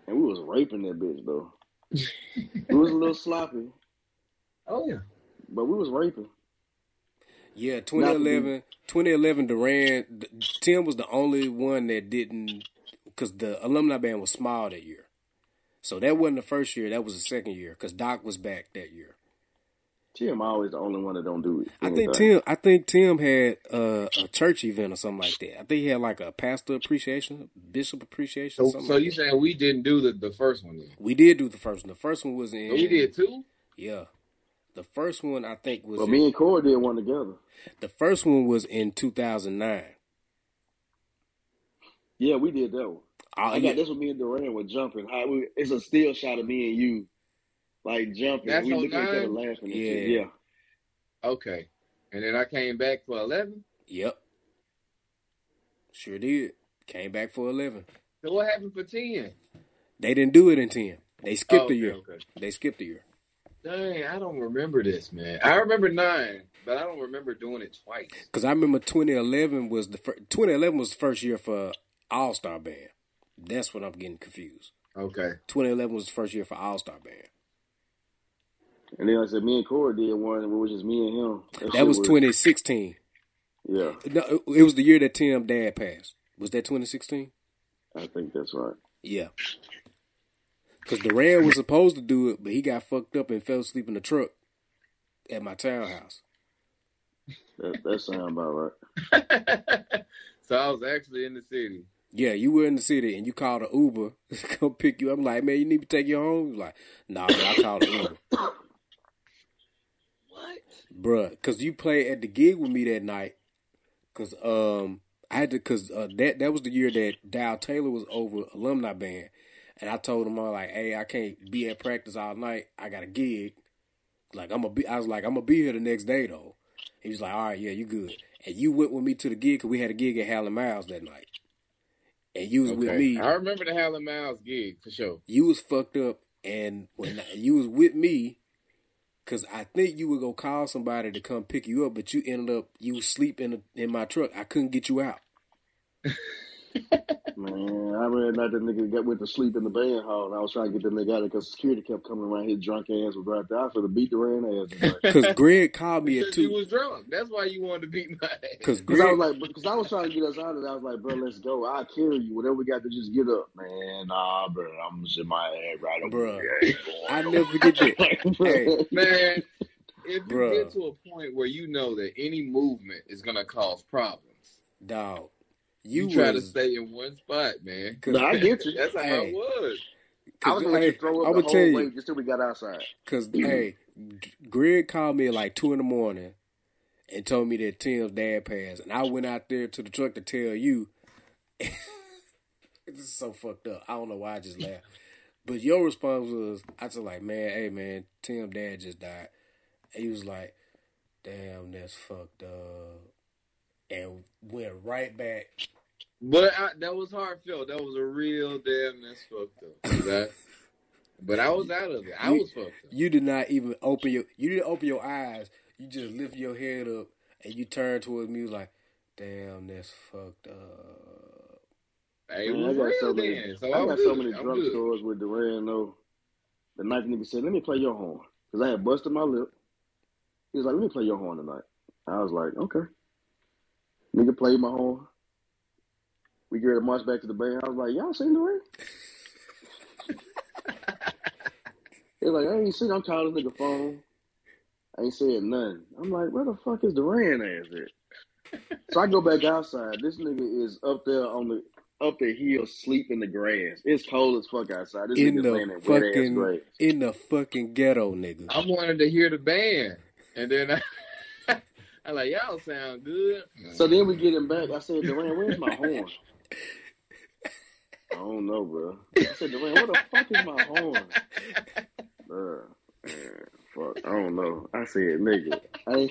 [SPEAKER 2] and we was raping that bitch though. it was a little sloppy,
[SPEAKER 5] oh yeah.
[SPEAKER 2] but we was raping.
[SPEAKER 1] Yeah, 2011, 2011 Duran, D- Tim was the only one that didn't, because the alumni band was small that year. So that wasn't the first year, that was the second year, because Doc was back that year.
[SPEAKER 2] Tim always the only one that don't do it.
[SPEAKER 1] I think
[SPEAKER 2] anything.
[SPEAKER 1] Tim. I think Tim had uh, a church event or something like that. I think he had like a pastor appreciation, bishop appreciation.
[SPEAKER 5] So,
[SPEAKER 1] something
[SPEAKER 5] so
[SPEAKER 1] like
[SPEAKER 5] you
[SPEAKER 1] that.
[SPEAKER 5] saying we didn't do the, the first one then?
[SPEAKER 1] we did do the first one. The first one was in.
[SPEAKER 5] We Oh, did too.
[SPEAKER 1] Yeah, the first one I think was
[SPEAKER 2] But
[SPEAKER 1] in,
[SPEAKER 2] me and Corey did one together.
[SPEAKER 1] the first one was in two thousand nine.
[SPEAKER 2] Yeah, we did that one.
[SPEAKER 1] Oh
[SPEAKER 2] I
[SPEAKER 1] yeah,
[SPEAKER 2] got this with me and Duran were jumping. How we, it's a still shot of me and you, like jumping.
[SPEAKER 5] That's
[SPEAKER 2] we
[SPEAKER 5] on
[SPEAKER 2] looking at each other
[SPEAKER 5] nine?
[SPEAKER 2] laughing and shit.
[SPEAKER 1] Yeah.
[SPEAKER 2] Yeah.
[SPEAKER 5] Okay. And then I came back for eleven.
[SPEAKER 1] yep, sure did. Came back for eleven.
[SPEAKER 5] So what happened for ten?
[SPEAKER 1] They didn't do it in ten. They skipped a
[SPEAKER 5] Oh, okay,
[SPEAKER 1] year.
[SPEAKER 5] okay.
[SPEAKER 1] They skipped a year.
[SPEAKER 5] Dang, I don't remember this, man. I remember nine, but I don't remember doing it twice.
[SPEAKER 1] Because I remember 2011 was the fir- 2011 was the first year for All Star Band. That's when I'm getting confused.
[SPEAKER 5] Okay. [laughs]
[SPEAKER 1] 2011 was the first year for All Star Band.
[SPEAKER 2] And then I said me and Corey did one, which was just me and him.
[SPEAKER 1] That
[SPEAKER 2] shit
[SPEAKER 1] was 2016.
[SPEAKER 2] Yeah,
[SPEAKER 1] No, it- it was the year that Tim Dad passed. Was that 2016?
[SPEAKER 2] I think that's right.
[SPEAKER 1] Yeah. Because Duran was supposed to do it, but he got fucked up and fell asleep in the truck at my townhouse.
[SPEAKER 2] That that sound about right.
[SPEAKER 5] so I was actually in the city.
[SPEAKER 1] Yeah, you were in the city and you called an Uber [laughs] to come pick you. up. I'm like, man, you need to take you home. He was like, nah, man, I called an Uber.
[SPEAKER 5] What?
[SPEAKER 1] bruh, because you played at the gig with me that night. Because um, I had to, because uh, that that was the year that Dow Taylor was over alumni band, and I told him I was like, hey, I can't be at practice all night. I got a gig. Like I'm gonna be, I was like, I'm gonna be here the next day though. He was like, all right, yeah, you good. And you went with me to the gig because we had a gig at Howlin' Miles that night, and you was with
[SPEAKER 5] Okay.
[SPEAKER 1] me.
[SPEAKER 5] I remember the Howlin' Miles gig for sure.
[SPEAKER 1] You was fucked up, and when you was with me, Cause I think you would go call somebody to come pick you up, but you ended up you was sleep in the, in my truck. I couldn't get you out.
[SPEAKER 2] Man, I read that that nigga got went to sleep in the band hall, and I was trying to get the nigga out of because security kept coming around. His drunk ass was right there. I should have beat Duran ass. [laughs]
[SPEAKER 1] Cause Greg called me at
[SPEAKER 5] Because you
[SPEAKER 1] two.
[SPEAKER 5] was drunk. That's why you wanted to [laughs] beat
[SPEAKER 1] [laughs]
[SPEAKER 5] my ass.
[SPEAKER 1] Cause
[SPEAKER 2] Because I
[SPEAKER 1] Greg,
[SPEAKER 2] was like, because I was trying to get us out of it. I was like, bro, let's go. I'll carry you. Whatever we got to just get up. Man, nah, bro. I'm just in my head right over
[SPEAKER 1] Bruh.
[SPEAKER 2] here. I ain't going
[SPEAKER 1] I
[SPEAKER 2] nowhere.
[SPEAKER 1] never forget
[SPEAKER 2] [laughs]
[SPEAKER 1] that.
[SPEAKER 2] Like, bruh.
[SPEAKER 5] Man, if you
[SPEAKER 1] Bruh.
[SPEAKER 5] get to a point where you know that any movement is gonna cause problems,
[SPEAKER 1] Dog,
[SPEAKER 5] you,
[SPEAKER 1] you,
[SPEAKER 5] try to
[SPEAKER 1] was.
[SPEAKER 5] stay in one spot,
[SPEAKER 3] [laughs]
[SPEAKER 5] man.
[SPEAKER 1] Cause,
[SPEAKER 2] No, I get you.
[SPEAKER 5] That's how
[SPEAKER 1] Hey.
[SPEAKER 5] I
[SPEAKER 2] I
[SPEAKER 5] was.
[SPEAKER 2] was
[SPEAKER 1] cause
[SPEAKER 2] gonna let
[SPEAKER 1] hey,
[SPEAKER 2] you throw
[SPEAKER 1] I'm
[SPEAKER 2] up the
[SPEAKER 1] gonna tell
[SPEAKER 2] whole
[SPEAKER 1] you.
[SPEAKER 2] way just till we got outside.
[SPEAKER 1] Cause hey, G- Greg called me at like two in the morning and told me that Tim's dad passed, and I went out there to the truck to tell you. [laughs] this is so fucked up. I don't know why I just laughed. But your response was, I was like, man, hey man, Tim dad just died. And he was like, damn, that's fucked up, and went right back.
[SPEAKER 5] But I, that was heartfelt. That was a real damn that's fucked up. Was I- but I was out of it. I was fucked up.
[SPEAKER 1] You did not even open your, you didn't open your eyes. You just lift your head up and you turned towards me was like, damn, that's fucked up.
[SPEAKER 5] It
[SPEAKER 2] Man, I
[SPEAKER 5] was
[SPEAKER 2] got so
[SPEAKER 5] real
[SPEAKER 2] many.
[SPEAKER 5] then. So
[SPEAKER 2] I
[SPEAKER 5] I'm
[SPEAKER 2] got
[SPEAKER 5] good.
[SPEAKER 2] so many
[SPEAKER 5] I'm
[SPEAKER 2] drunk
[SPEAKER 5] good.
[SPEAKER 2] stories with Duran though. The night the nigga said, "Let me play your horn," because I had busted my lip. He was like, "Let me play your horn tonight." I was like, "Okay." Nigga played my horn. We get ready to march back to the band. I was like, "Y'all seen Duran?" They're like, I ain't seen. I'm calling this nigga phone. I ain't saying nothing. I'm like, where the fuck is Duran ass at? So I go back outside. This nigga is up there on the up the hill, sleep in the grass. It's cold as fuck outside. This
[SPEAKER 1] In
[SPEAKER 2] nigga
[SPEAKER 1] the
[SPEAKER 2] laying in wet ass
[SPEAKER 1] fucking-
[SPEAKER 2] grass.
[SPEAKER 1] in the fucking ghetto, nigga.
[SPEAKER 3] I wanted to hear the band, and then I, [laughs] I like y'all sound good.
[SPEAKER 2] So then we get him back. I said, Duran, where's my horn? I don't know, bro. I said, Duran, where the fuck is my horn? Bruh, man, fuck, I don't know. I said, nigga, I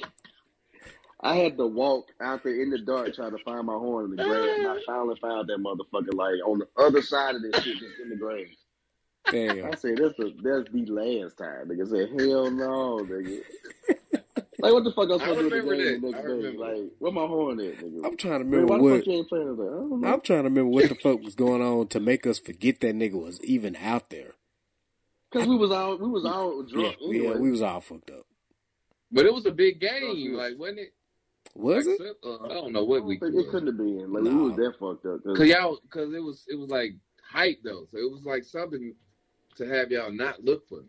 [SPEAKER 2] I had to walk out there in the dark trying to find my horn in the grass. And I finally found that motherfucker like on the other side of this shit that's in the grass.
[SPEAKER 1] Damn.
[SPEAKER 2] I said, that's the that's the last time. Nigga said, hell no, nigga. Like what the fuck I'm
[SPEAKER 3] I
[SPEAKER 2] supposed to do with the
[SPEAKER 3] remember
[SPEAKER 2] game
[SPEAKER 3] that.
[SPEAKER 2] the next
[SPEAKER 3] I
[SPEAKER 2] day?
[SPEAKER 3] remember
[SPEAKER 2] Like, where my horn at, nigga?
[SPEAKER 1] I'm trying to
[SPEAKER 2] Man,
[SPEAKER 1] remember
[SPEAKER 2] why the
[SPEAKER 1] what
[SPEAKER 2] fuck you ain't playing today? I don't know.
[SPEAKER 1] I'm trying to remember what the fuck was going on to make us forget that nigga was even out there.
[SPEAKER 2] Cause we was all we was all drunk
[SPEAKER 1] yeah,
[SPEAKER 2] anyway.
[SPEAKER 1] yeah, we was all fucked up.
[SPEAKER 3] But it was a big game, like wasn't it?
[SPEAKER 1] Was
[SPEAKER 3] Like,
[SPEAKER 1] it?
[SPEAKER 3] Sep- uh, I don't know what
[SPEAKER 2] I
[SPEAKER 3] we.
[SPEAKER 2] don't think it couldn't have been. Like we
[SPEAKER 1] Nah.
[SPEAKER 2] was that fucked up.
[SPEAKER 3] Cause y'all, cause it was it was like hype though. So it was like something to have y'all not look for.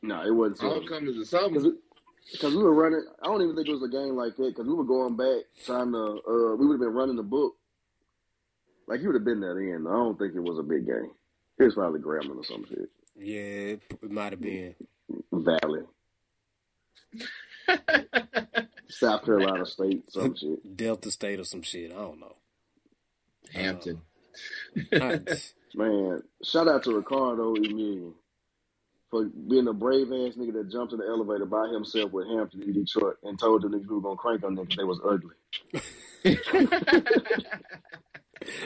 [SPEAKER 2] no, it wasn't.
[SPEAKER 3] All
[SPEAKER 2] serious.
[SPEAKER 3] comes to
[SPEAKER 2] Cause,
[SPEAKER 3] something.
[SPEAKER 2] it- cause we were running. I don't even think it was a game like that. Cause we were going back trying to. Uh, we would have been running the book. Like you would have been that in. I don't think it was a big game. It was probably Grambling or some shit.
[SPEAKER 1] Yeah, it p- might have been.
[SPEAKER 2] Valley, South Carolina State, some shit.
[SPEAKER 1] Delta State or some shit. I don't know.
[SPEAKER 3] Hampton.
[SPEAKER 1] I, [laughs]
[SPEAKER 2] Man, shout out to Ricardo Emilio for being a brave ass nigga that jumped in the elevator by himself with Hampton in Detroit and told the niggas we were gonna crank on niggas they was ugly.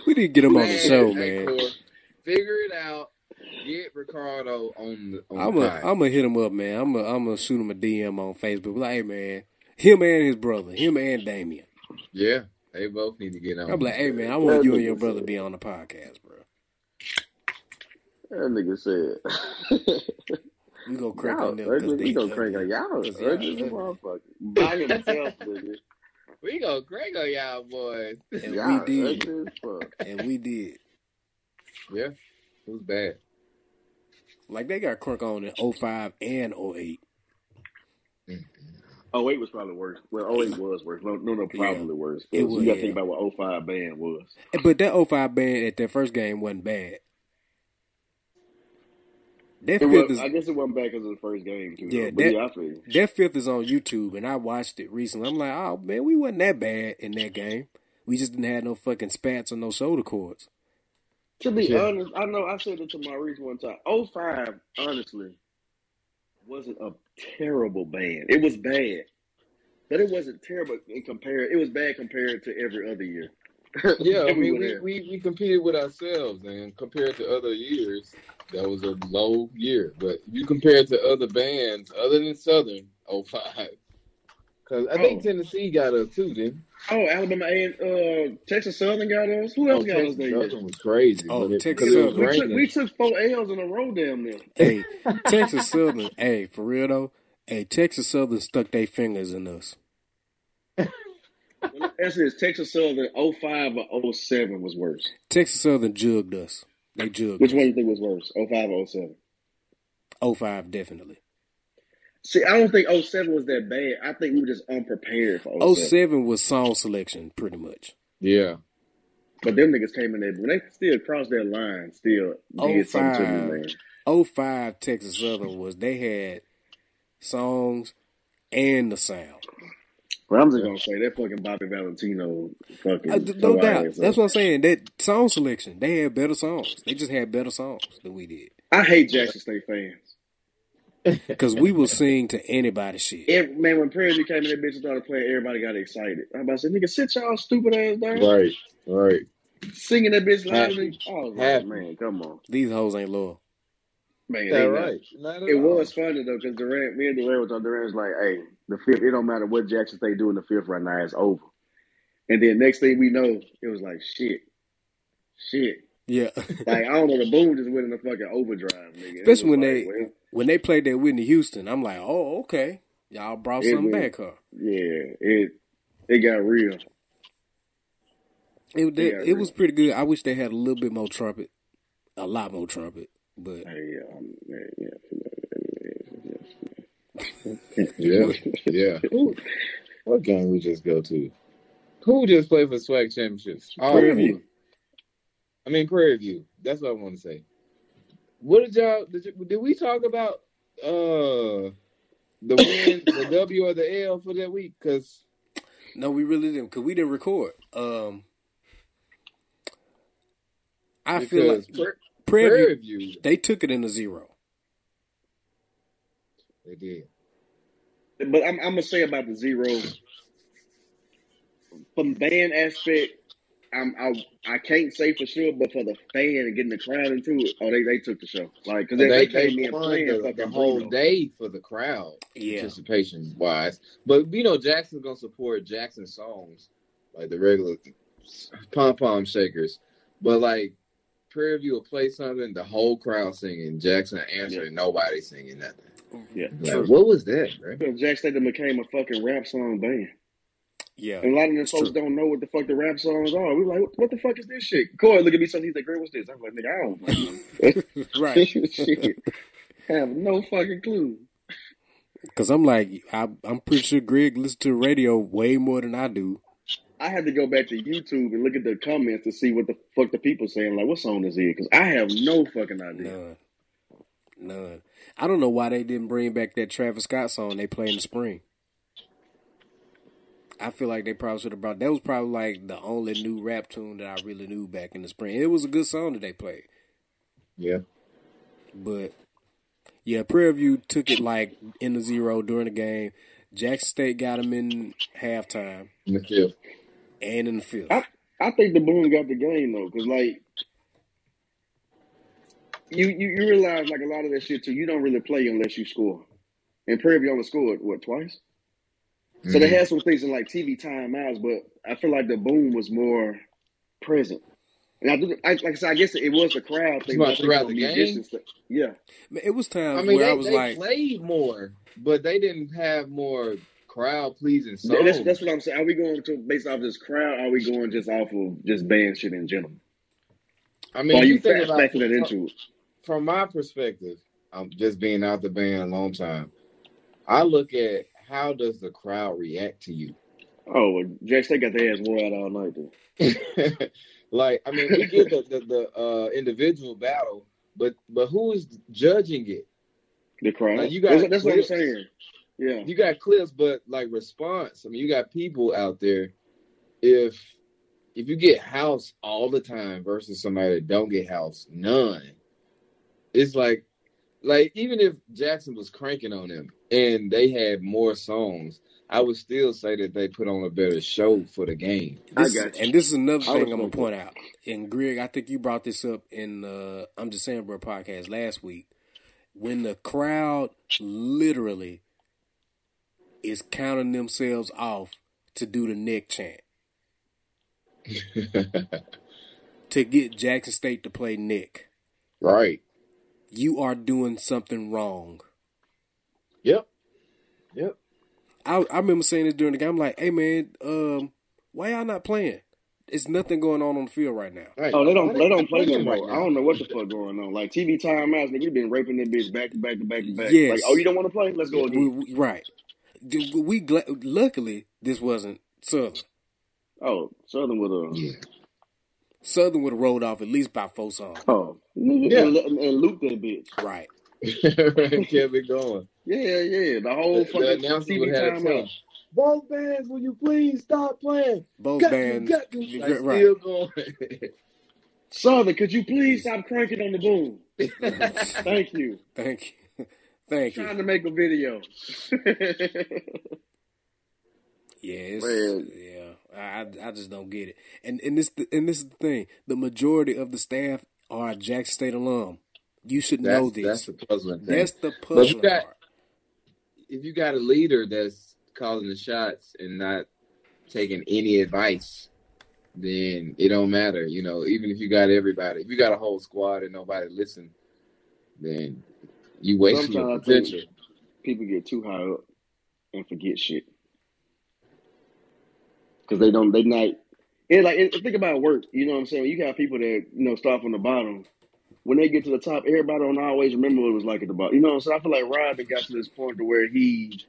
[SPEAKER 1] we didn't get him on the
[SPEAKER 3] Man,
[SPEAKER 1] show,
[SPEAKER 3] hey,
[SPEAKER 1] Oh, man.
[SPEAKER 3] Cor, Figure it out. Get Ricardo on the on
[SPEAKER 1] I'm
[SPEAKER 3] the
[SPEAKER 1] a,
[SPEAKER 3] pod.
[SPEAKER 1] I'm gonna hit him up, man. I'm gonna, I'm gonna shoot him a DM on Facebook. Like, hey, man, him and his brother, him and Damien.
[SPEAKER 3] Yeah, they both need to get on.
[SPEAKER 2] Oh,
[SPEAKER 1] I'm like, hey, man, I
[SPEAKER 2] That
[SPEAKER 1] want you and
[SPEAKER 2] nigga
[SPEAKER 1] your brother to
[SPEAKER 2] said-
[SPEAKER 1] be on the podcast, bro.
[SPEAKER 2] That nigga said [laughs]
[SPEAKER 1] We gonna crank
[SPEAKER 2] Y'all
[SPEAKER 1] on them
[SPEAKER 2] ugly.
[SPEAKER 1] because
[SPEAKER 2] We
[SPEAKER 1] they
[SPEAKER 2] gonna crank on
[SPEAKER 1] ugly.
[SPEAKER 2] y'all
[SPEAKER 1] 'Cause y'all
[SPEAKER 2] ugly as a
[SPEAKER 1] ugly.
[SPEAKER 2] motherfucker. By himself,
[SPEAKER 1] [laughs]
[SPEAKER 2] nigga.
[SPEAKER 3] We go crank on y'all boys. [laughs]
[SPEAKER 1] And we
[SPEAKER 2] Y'all
[SPEAKER 1] did,
[SPEAKER 2] ugly as fuck.
[SPEAKER 1] and we did.
[SPEAKER 3] Yeah, it was bad.
[SPEAKER 1] Like they got crunk on in 05 and 08.
[SPEAKER 2] Oh eight was probably worse. Well, 08 was worse. No, no, no, probably
[SPEAKER 1] Yeah.
[SPEAKER 2] worse.
[SPEAKER 1] It
[SPEAKER 2] 'Cause
[SPEAKER 1] was,
[SPEAKER 2] you gotta
[SPEAKER 1] yeah.
[SPEAKER 2] think about what 05
[SPEAKER 1] [laughs]
[SPEAKER 2] band was.
[SPEAKER 1] But that 05 band at their first game wasn't bad. That
[SPEAKER 2] It
[SPEAKER 1] fifth
[SPEAKER 2] was,
[SPEAKER 1] is
[SPEAKER 2] I guess it wasn't bad because of the first game too.
[SPEAKER 1] Yeah,
[SPEAKER 2] though. but
[SPEAKER 1] that-
[SPEAKER 2] yeah, I feel you.
[SPEAKER 1] that fifth is on YouTube, and I watched it recently. I'm like, oh man, we wasn't that bad in that game. We just didn't have no fucking spats or no shoulder cords.
[SPEAKER 2] To be
[SPEAKER 3] Yeah.
[SPEAKER 2] honest, I know I said it to Maurice one time. 05, honestly, wasn't a terrible band. It was bad. But it wasn't terrible in compared. It was bad compared to every other year. [laughs]
[SPEAKER 3] Yeah, I
[SPEAKER 2] Then we
[SPEAKER 3] mean,
[SPEAKER 2] went
[SPEAKER 3] we,
[SPEAKER 2] there.
[SPEAKER 3] we, we competed with ourselves, and compared to other years, that was a low year. But you compare to other bands, other than Southern 05, because I think
[SPEAKER 2] Oh.
[SPEAKER 3] Tennessee got us too, didn't
[SPEAKER 2] Oh, Alabama and uh, Texas Southern got us. Who
[SPEAKER 3] Oh,
[SPEAKER 2] else got us
[SPEAKER 3] Texas
[SPEAKER 2] that year?
[SPEAKER 3] Southern was crazy.
[SPEAKER 1] Oh,
[SPEAKER 3] but it,
[SPEAKER 1] Texas
[SPEAKER 3] because it was
[SPEAKER 1] Southern.
[SPEAKER 2] We took
[SPEAKER 3] raining.
[SPEAKER 2] we took four L's in a row down there.
[SPEAKER 1] Hey, Texas Southern, hey, for real though, hey, Texas Southern stuck their fingers in us.
[SPEAKER 2] That's it. Texas Southern 05 or 07 was worse.
[SPEAKER 1] Texas Southern jugged us. They jugged
[SPEAKER 2] Which
[SPEAKER 1] us.
[SPEAKER 2] one do you think was worse? 05 or 07?
[SPEAKER 1] 05, definitely.
[SPEAKER 2] See, I don't think 07 was that bad. I think we were just unprepared for 07.
[SPEAKER 1] 07 was song selection, pretty much.
[SPEAKER 3] Yeah.
[SPEAKER 2] But them niggas came in there. When they still crossed that line, still
[SPEAKER 1] Oh.
[SPEAKER 2] did something to me,
[SPEAKER 1] 05.
[SPEAKER 2] man.
[SPEAKER 1] 05 Texas Southern was they had songs and the sound.
[SPEAKER 2] But I'm just gonna say that fucking Bobby Valentino fucking
[SPEAKER 1] I d no
[SPEAKER 2] tore our
[SPEAKER 1] doubt.
[SPEAKER 2] ass up.
[SPEAKER 1] That's what I'm saying. That song selection, they had better songs. They just had better songs than we did.
[SPEAKER 2] I hate Jackson State fans.
[SPEAKER 1] Because we
[SPEAKER 2] [laughs]
[SPEAKER 1] will sing to anybody shit.
[SPEAKER 2] Every, man, when Prairie came in, that bitch and started playing. Everybody got excited. I'm about to say, nigga, sit y'all stupid ass down,
[SPEAKER 3] Right. Right.
[SPEAKER 2] singing that bitch
[SPEAKER 3] Happy.
[SPEAKER 2] loudly. I was like,
[SPEAKER 3] Happy.
[SPEAKER 2] man, come on,
[SPEAKER 1] These hoes ain't loyal.
[SPEAKER 2] man.
[SPEAKER 3] That
[SPEAKER 2] they not.
[SPEAKER 3] right. Not at
[SPEAKER 2] It
[SPEAKER 3] all.
[SPEAKER 2] was funny though, because Durant, me and Durant was on Durant's like, hey, the fifth, it don't matter what Jackson State do in the fifth right now, it's over. And then next thing we know, it was like shit, shit.
[SPEAKER 3] [laughs]
[SPEAKER 1] Yeah.
[SPEAKER 2] Like I don't know, the boom just went in the fucking overdrive, nigga. It was
[SPEAKER 1] Especially when
[SPEAKER 2] like,
[SPEAKER 1] they
[SPEAKER 2] well,
[SPEAKER 1] [laughs] when they played that Whitney Houston, I'm like, oh, okay. Y'all brought
[SPEAKER 2] It
[SPEAKER 1] something
[SPEAKER 2] was-
[SPEAKER 1] back her.
[SPEAKER 2] yeah, it it got real.
[SPEAKER 1] It,
[SPEAKER 2] It
[SPEAKER 1] that,
[SPEAKER 2] got
[SPEAKER 1] it
[SPEAKER 2] real.
[SPEAKER 1] was pretty good. I wish they had a little bit more trumpet. A lot more trumpet. But
[SPEAKER 2] Hey, um, yeah,
[SPEAKER 3] Yeah. Yeah. [laughs] Who, what game we just go to? Who just played for swag championships? All of
[SPEAKER 1] Prairie
[SPEAKER 3] them.
[SPEAKER 1] View.
[SPEAKER 2] Preview.
[SPEAKER 3] I I mean, Prairie View. That's what I want to say. What did y'all? Did, you, did we talk about uh the win, [laughs] the W or the L for that week? Because
[SPEAKER 1] No, we really didn't because we didn't record. Um, I feel like
[SPEAKER 3] Pra-
[SPEAKER 1] Prairie View,
[SPEAKER 3] Prairie View.
[SPEAKER 1] they took it in a zero.
[SPEAKER 3] They did.
[SPEAKER 5] But I'm, I'm gonna say about the zero from band aspect. I'm, I I can't say for sure, but for the fan and getting the crowd into it, oh they they took the show like because
[SPEAKER 3] They,
[SPEAKER 5] they,
[SPEAKER 3] they,
[SPEAKER 5] they came in
[SPEAKER 3] won
[SPEAKER 5] playing
[SPEAKER 3] the,
[SPEAKER 5] fucking
[SPEAKER 3] the whole
[SPEAKER 5] brutal.
[SPEAKER 3] day for the crowd
[SPEAKER 1] Yeah,
[SPEAKER 3] participation wise. But you know, Jackson's gonna support Jackson songs like the regular pom pom shakers. But like Prairie View will play something, the whole crowd singing, Jackson answering, nobody singing nothing.
[SPEAKER 5] Yeah.
[SPEAKER 3] Like, what was that, bro?
[SPEAKER 5] So Jack Statham became a fucking rap song band,
[SPEAKER 1] yeah.
[SPEAKER 2] [laughs]
[SPEAKER 5] and a lot of them
[SPEAKER 1] It's
[SPEAKER 5] folks
[SPEAKER 1] true.
[SPEAKER 5] don't know what the fuck the rap songs are. We're like, what, what the fuck is this shit? Corey, look at me, so he's like, "Girl, what's this?" I'm like, "Nigga, I don't fucking know." [laughs]
[SPEAKER 1] right?
[SPEAKER 5] shit, I have no fucking clue.
[SPEAKER 1] Because I'm like, I, I'm pretty sure Greg listens to radio way more than I do.
[SPEAKER 5] I had to go back to YouTube and look at the comments to see what the fuck the people saying. Like, what song is it? Because I have no fucking idea.
[SPEAKER 1] None, none. I don't know why they didn't bring back that Travis Scott song they play in the spring. I feel like they probably should have brought. That was probably like the only new rap tune that I really knew back in the spring. It was a good song that they played.
[SPEAKER 3] Yeah.
[SPEAKER 1] But yeah, Prairie View took it like in the zero during the game. Jackson State got them in halftime
[SPEAKER 3] In the fifth.
[SPEAKER 1] and in the fifth.
[SPEAKER 5] I, I think the boom got the game though, because like you, you you realize like a lot of that shit too. You don't really play unless you score. And Prairie View only scored what twice, so
[SPEAKER 3] Mm-hmm.
[SPEAKER 5] they had some things in like TV timeouts. But I feel like the boom was more present. And I, do, I like I said, I guess it was the crowd thing.
[SPEAKER 3] About
[SPEAKER 5] but I think
[SPEAKER 3] throughout
[SPEAKER 5] on
[SPEAKER 3] the
[SPEAKER 5] these
[SPEAKER 3] game?
[SPEAKER 5] distances- Yeah,
[SPEAKER 1] Man, It was times
[SPEAKER 3] I mean,
[SPEAKER 1] where
[SPEAKER 3] they,
[SPEAKER 1] I was
[SPEAKER 3] they
[SPEAKER 1] like,
[SPEAKER 3] played more, but they didn't have more crowd pleasing
[SPEAKER 5] Th-
[SPEAKER 3] songs.
[SPEAKER 5] that's that's what I'm saying. Are we going to based off this crowd? Or are we going just off of just band shit in general?
[SPEAKER 3] I
[SPEAKER 5] Or
[SPEAKER 3] mean,
[SPEAKER 5] are
[SPEAKER 3] you
[SPEAKER 5] you
[SPEAKER 3] think
[SPEAKER 5] fast
[SPEAKER 3] about
[SPEAKER 5] backing it into it?
[SPEAKER 3] from my perspective, I'm just being out the band a long time. I look at how does the crowd react to you. [laughs]
[SPEAKER 5] Oh, well, Jack State got their ass wore out all night. Then.
[SPEAKER 3] like, I mean, we get the the, the uh, individual battle, but but who is judging it?
[SPEAKER 5] The crowd.
[SPEAKER 3] Now, you
[SPEAKER 5] that's,
[SPEAKER 3] got
[SPEAKER 5] that's what I'm
[SPEAKER 3] clips.
[SPEAKER 5] saying. Yeah,
[SPEAKER 3] You got clips, but like response. I mean, you got people out there. If if you get house all the time versus somebody that don't get house none, it's like like even if Jackson was cranking on them and they had more songs, I would still say that they put on a better show for the game. [laughs]
[SPEAKER 5] I
[SPEAKER 1] this,
[SPEAKER 5] got you.
[SPEAKER 1] and this is another
[SPEAKER 5] I
[SPEAKER 1] thing I'm gonna
[SPEAKER 5] respect
[SPEAKER 1] point out. And Greg, I think you brought this up in uh, I'm just saying, bro, podcast last week when the crowd literally is counting themselves off to do the neck chant to get Jackson State to play Nick.
[SPEAKER 3] right.
[SPEAKER 1] You are doing something wrong.
[SPEAKER 3] Yep.
[SPEAKER 1] I, I remember saying this during the game. I'm like, hey man, um, why y'all not playing? It's nothing going on on the field right now.
[SPEAKER 3] Right.
[SPEAKER 5] Oh, they
[SPEAKER 3] Why
[SPEAKER 5] don't they
[SPEAKER 3] not
[SPEAKER 5] don't play no
[SPEAKER 3] playing
[SPEAKER 5] more.
[SPEAKER 3] right now?
[SPEAKER 5] I don't know what the fuck going on. Like TV timeouts, nigga, we been raping that bitch back to back to back to back.
[SPEAKER 1] Yes.
[SPEAKER 5] Like, oh, you don't want to play? Let's go
[SPEAKER 1] We,
[SPEAKER 5] again.
[SPEAKER 1] we, right. Dude, We gla- luckily this wasn't Southern.
[SPEAKER 5] Oh, Southern with a
[SPEAKER 3] Yeah.
[SPEAKER 1] Southern would have rolled off at least by four songs.
[SPEAKER 5] oh, nigga,
[SPEAKER 3] Yeah.
[SPEAKER 5] and, let- and loop that bitch.
[SPEAKER 1] Right.
[SPEAKER 3] [laughs] Kept it going.
[SPEAKER 5] Yeah, yeah, the
[SPEAKER 3] The,
[SPEAKER 5] whole
[SPEAKER 3] the
[SPEAKER 5] fucking
[SPEAKER 3] announcer would
[SPEAKER 5] TV
[SPEAKER 3] have to tell
[SPEAKER 5] timeout.
[SPEAKER 3] both bands, will you please stop playing?
[SPEAKER 1] Both
[SPEAKER 3] Got you,
[SPEAKER 1] bands.
[SPEAKER 3] got you. Like,
[SPEAKER 1] Right.
[SPEAKER 3] still going. [laughs]
[SPEAKER 5] Southern, could you please stop cranking on the boom?
[SPEAKER 3] [laughs]
[SPEAKER 5] Thank you.
[SPEAKER 1] Thank you. [laughs] Thank you.
[SPEAKER 5] Trying to make a [laughs] video.
[SPEAKER 1] Yes.
[SPEAKER 5] Man.
[SPEAKER 1] Yeah. I I I just don't get it. And and this and this is the thing. The majority of the staff are Jackson State alum. You should know this.
[SPEAKER 3] that's that's the puzzling thing.
[SPEAKER 1] That's the
[SPEAKER 3] But you
[SPEAKER 1] puzzling
[SPEAKER 3] got-
[SPEAKER 1] part.
[SPEAKER 3] if you got a leader that's calling the shots and not taking any advice, then it don't matter. You know, even if you got everybody, if you got a whole squad and nobody listen, then you wasting your
[SPEAKER 5] Sometimes I think-
[SPEAKER 3] potential.
[SPEAKER 5] People get too high up and forget shit because they don't. They not. It like it, think about work. You know what I'm saying. You got people that you know start from the bottom. When they get to the top, everybody don't always remember what it was like at the bottom. You know what I'm saying. I feel like Rod done got to this point to where he.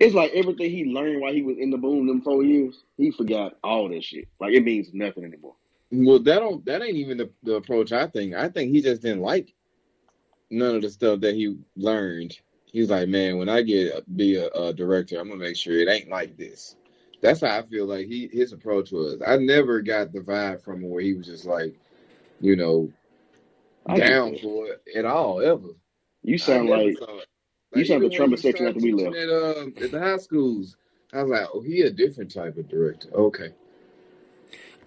[SPEAKER 5] It's like everything he learned while he was in the boom them four years, he forgot all that shit. Like it means nothing anymore.
[SPEAKER 3] Well, that don't that ain't even the, the approach I think. I think he just didn't like none of the stuff that he learned. He's like, man, when I get be a, a director, I'm gonna make sure it ain't like this. That's how I feel like he his approach was. I never got the vibe from him where he was just like, you know,
[SPEAKER 5] I get
[SPEAKER 3] down
[SPEAKER 5] that.
[SPEAKER 3] for it at all ever.
[SPEAKER 5] You sound
[SPEAKER 3] I never
[SPEAKER 5] like
[SPEAKER 3] saw it.
[SPEAKER 5] you
[SPEAKER 3] even
[SPEAKER 5] sound the
[SPEAKER 3] when he
[SPEAKER 5] trumpet section
[SPEAKER 3] started
[SPEAKER 5] after we
[SPEAKER 3] teaching
[SPEAKER 5] left.
[SPEAKER 3] At, um, at the high schools, I was like, oh, he a different type of director. Okay.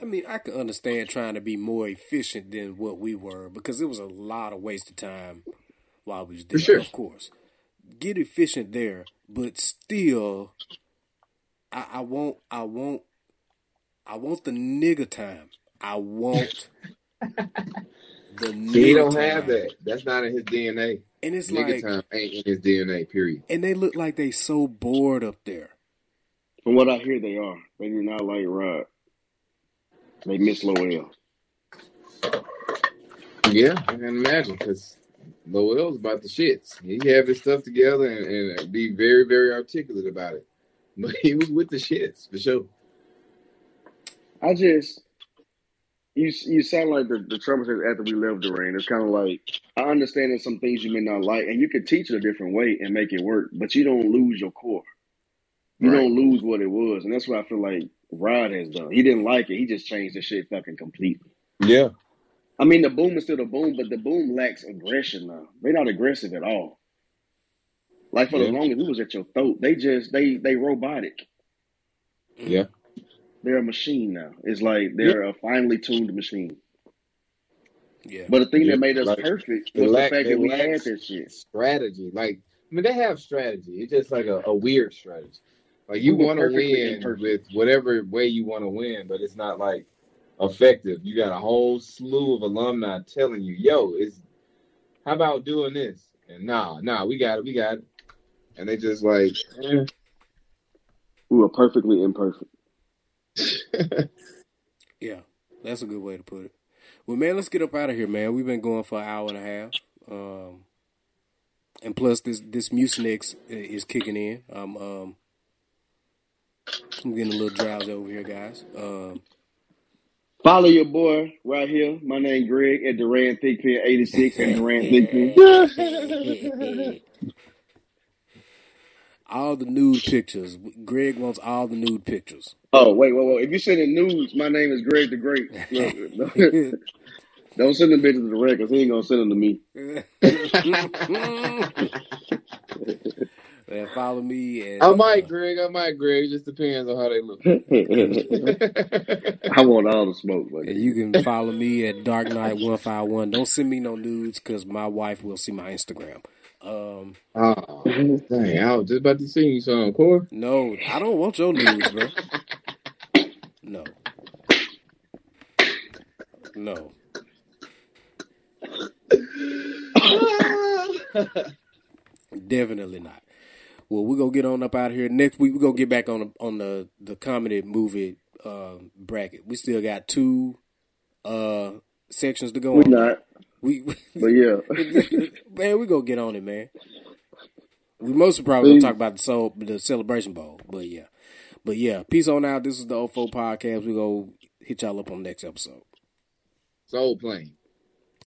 [SPEAKER 1] I mean, I can understand trying to be more efficient than what we were because it was a lot of wasted time while we was
[SPEAKER 3] For
[SPEAKER 1] there.
[SPEAKER 3] sure.
[SPEAKER 1] Of course, get efficient there, but still, I, I want, I want, I want the nigga time. I
[SPEAKER 3] [laughs]
[SPEAKER 1] want the
[SPEAKER 3] He
[SPEAKER 1] nigga
[SPEAKER 3] don't have
[SPEAKER 1] time,
[SPEAKER 3] that. That's not in his DNA.
[SPEAKER 1] and it's
[SPEAKER 3] Nigga
[SPEAKER 1] like,
[SPEAKER 3] time ain't in his DNA, period.
[SPEAKER 1] and they look like they so bored up there.
[SPEAKER 5] From what I hear, they are. They do not like Rod. They miss Lowell.
[SPEAKER 3] Yeah, I can imagine because Lowell's about the shits. He have his stuff together and, and be very, very articulate about it. [laughs] But he was with the shits for sure.
[SPEAKER 5] I just you you sound like the the trumpet section after we left Duran. It's kind of like I understand that some things you may not like, and you could teach it a different way and make it work, but you don't lose your core. You
[SPEAKER 3] Right.
[SPEAKER 5] don't lose what it was, and that's what I feel like Rod has done. He didn't like it. He just changed the shit fucking completely.
[SPEAKER 3] Yeah.
[SPEAKER 5] I mean, the boom is still the boom, but the boom lacks aggression now. They're not aggressive at all. Like for the
[SPEAKER 3] Yeah.
[SPEAKER 5] longest, it was at your throat. They just they they robotic.
[SPEAKER 3] Yeah.
[SPEAKER 5] They're a machine now. It's like
[SPEAKER 3] Yeah.
[SPEAKER 5] they're a finely tuned machine.
[SPEAKER 1] Yeah,
[SPEAKER 5] But the thing
[SPEAKER 3] Yeah.
[SPEAKER 5] that made us
[SPEAKER 3] Like
[SPEAKER 5] perfect
[SPEAKER 3] they
[SPEAKER 5] was the
[SPEAKER 3] lack
[SPEAKER 5] fact
[SPEAKER 3] they
[SPEAKER 5] that we had
[SPEAKER 3] lack
[SPEAKER 5] that shit.
[SPEAKER 3] strategy. Like I mean, they have strategy. It's just like a, a weird strategy. Like
[SPEAKER 5] We
[SPEAKER 3] you
[SPEAKER 5] were
[SPEAKER 3] want to
[SPEAKER 5] perfectly
[SPEAKER 3] win
[SPEAKER 5] imperfect.
[SPEAKER 3] with whatever way you want to win, but it's not like effective. You got a whole slew of alumni telling you, "Yo, it's how about doing this?" And nah, nah, we got it, we got it. And they just like, eh.
[SPEAKER 5] We were perfectly imperfect.
[SPEAKER 1] yeah, that's a good way to put it. Well, man, let's get up out of here, man. We've been going for an hour and a half. Um, and plus this this Mucinex i- is kicking in. I'm um I'm getting a little drowsy over here, guys. Um, [laughs]
[SPEAKER 5] Follow your boy right here. My name Greg at Duran Thickpen 86 at Duran Thickpen.
[SPEAKER 1] all the nude pictures. Greg wants all the nude
[SPEAKER 3] [laughs]
[SPEAKER 1] pictures. [laughs]
[SPEAKER 5] Oh, wait, wait, wait. If you send in news, my name is Greg the Great. Look, [laughs] don't send them bitches to Duran because he ain't going to send them to me.
[SPEAKER 1] and follow me and
[SPEAKER 3] I might,
[SPEAKER 1] uh,
[SPEAKER 3] Greg. I might, Greg. It just depends on how they look.
[SPEAKER 5] [laughs] I want all the smoke,
[SPEAKER 1] and
[SPEAKER 5] buddy.
[SPEAKER 1] you can follow me at Dark Knight One Five One. Don't send me no nudes because my wife will see my Instagram. Um,
[SPEAKER 3] oh, dang! I was just about to sing you some, Corey.
[SPEAKER 1] no, I don't want your nudes, bro. No, no. Definitely not. Well, we're gonna get on up out of here. Next week we're gonna get back on the on the, the comedy movie um, bracket. We still got two uh sections to go
[SPEAKER 5] We
[SPEAKER 1] on, man.
[SPEAKER 5] not,
[SPEAKER 1] We
[SPEAKER 5] but yeah.
[SPEAKER 1] man, we gonna get on it, man. We mostly probably gonna talk
[SPEAKER 5] Peace.
[SPEAKER 1] about the soul the celebration bowl, but yeah. But yeah, peace on out. This is the O4 podcast. We gonna hit y'all up on the next episode.
[SPEAKER 3] Soul plane.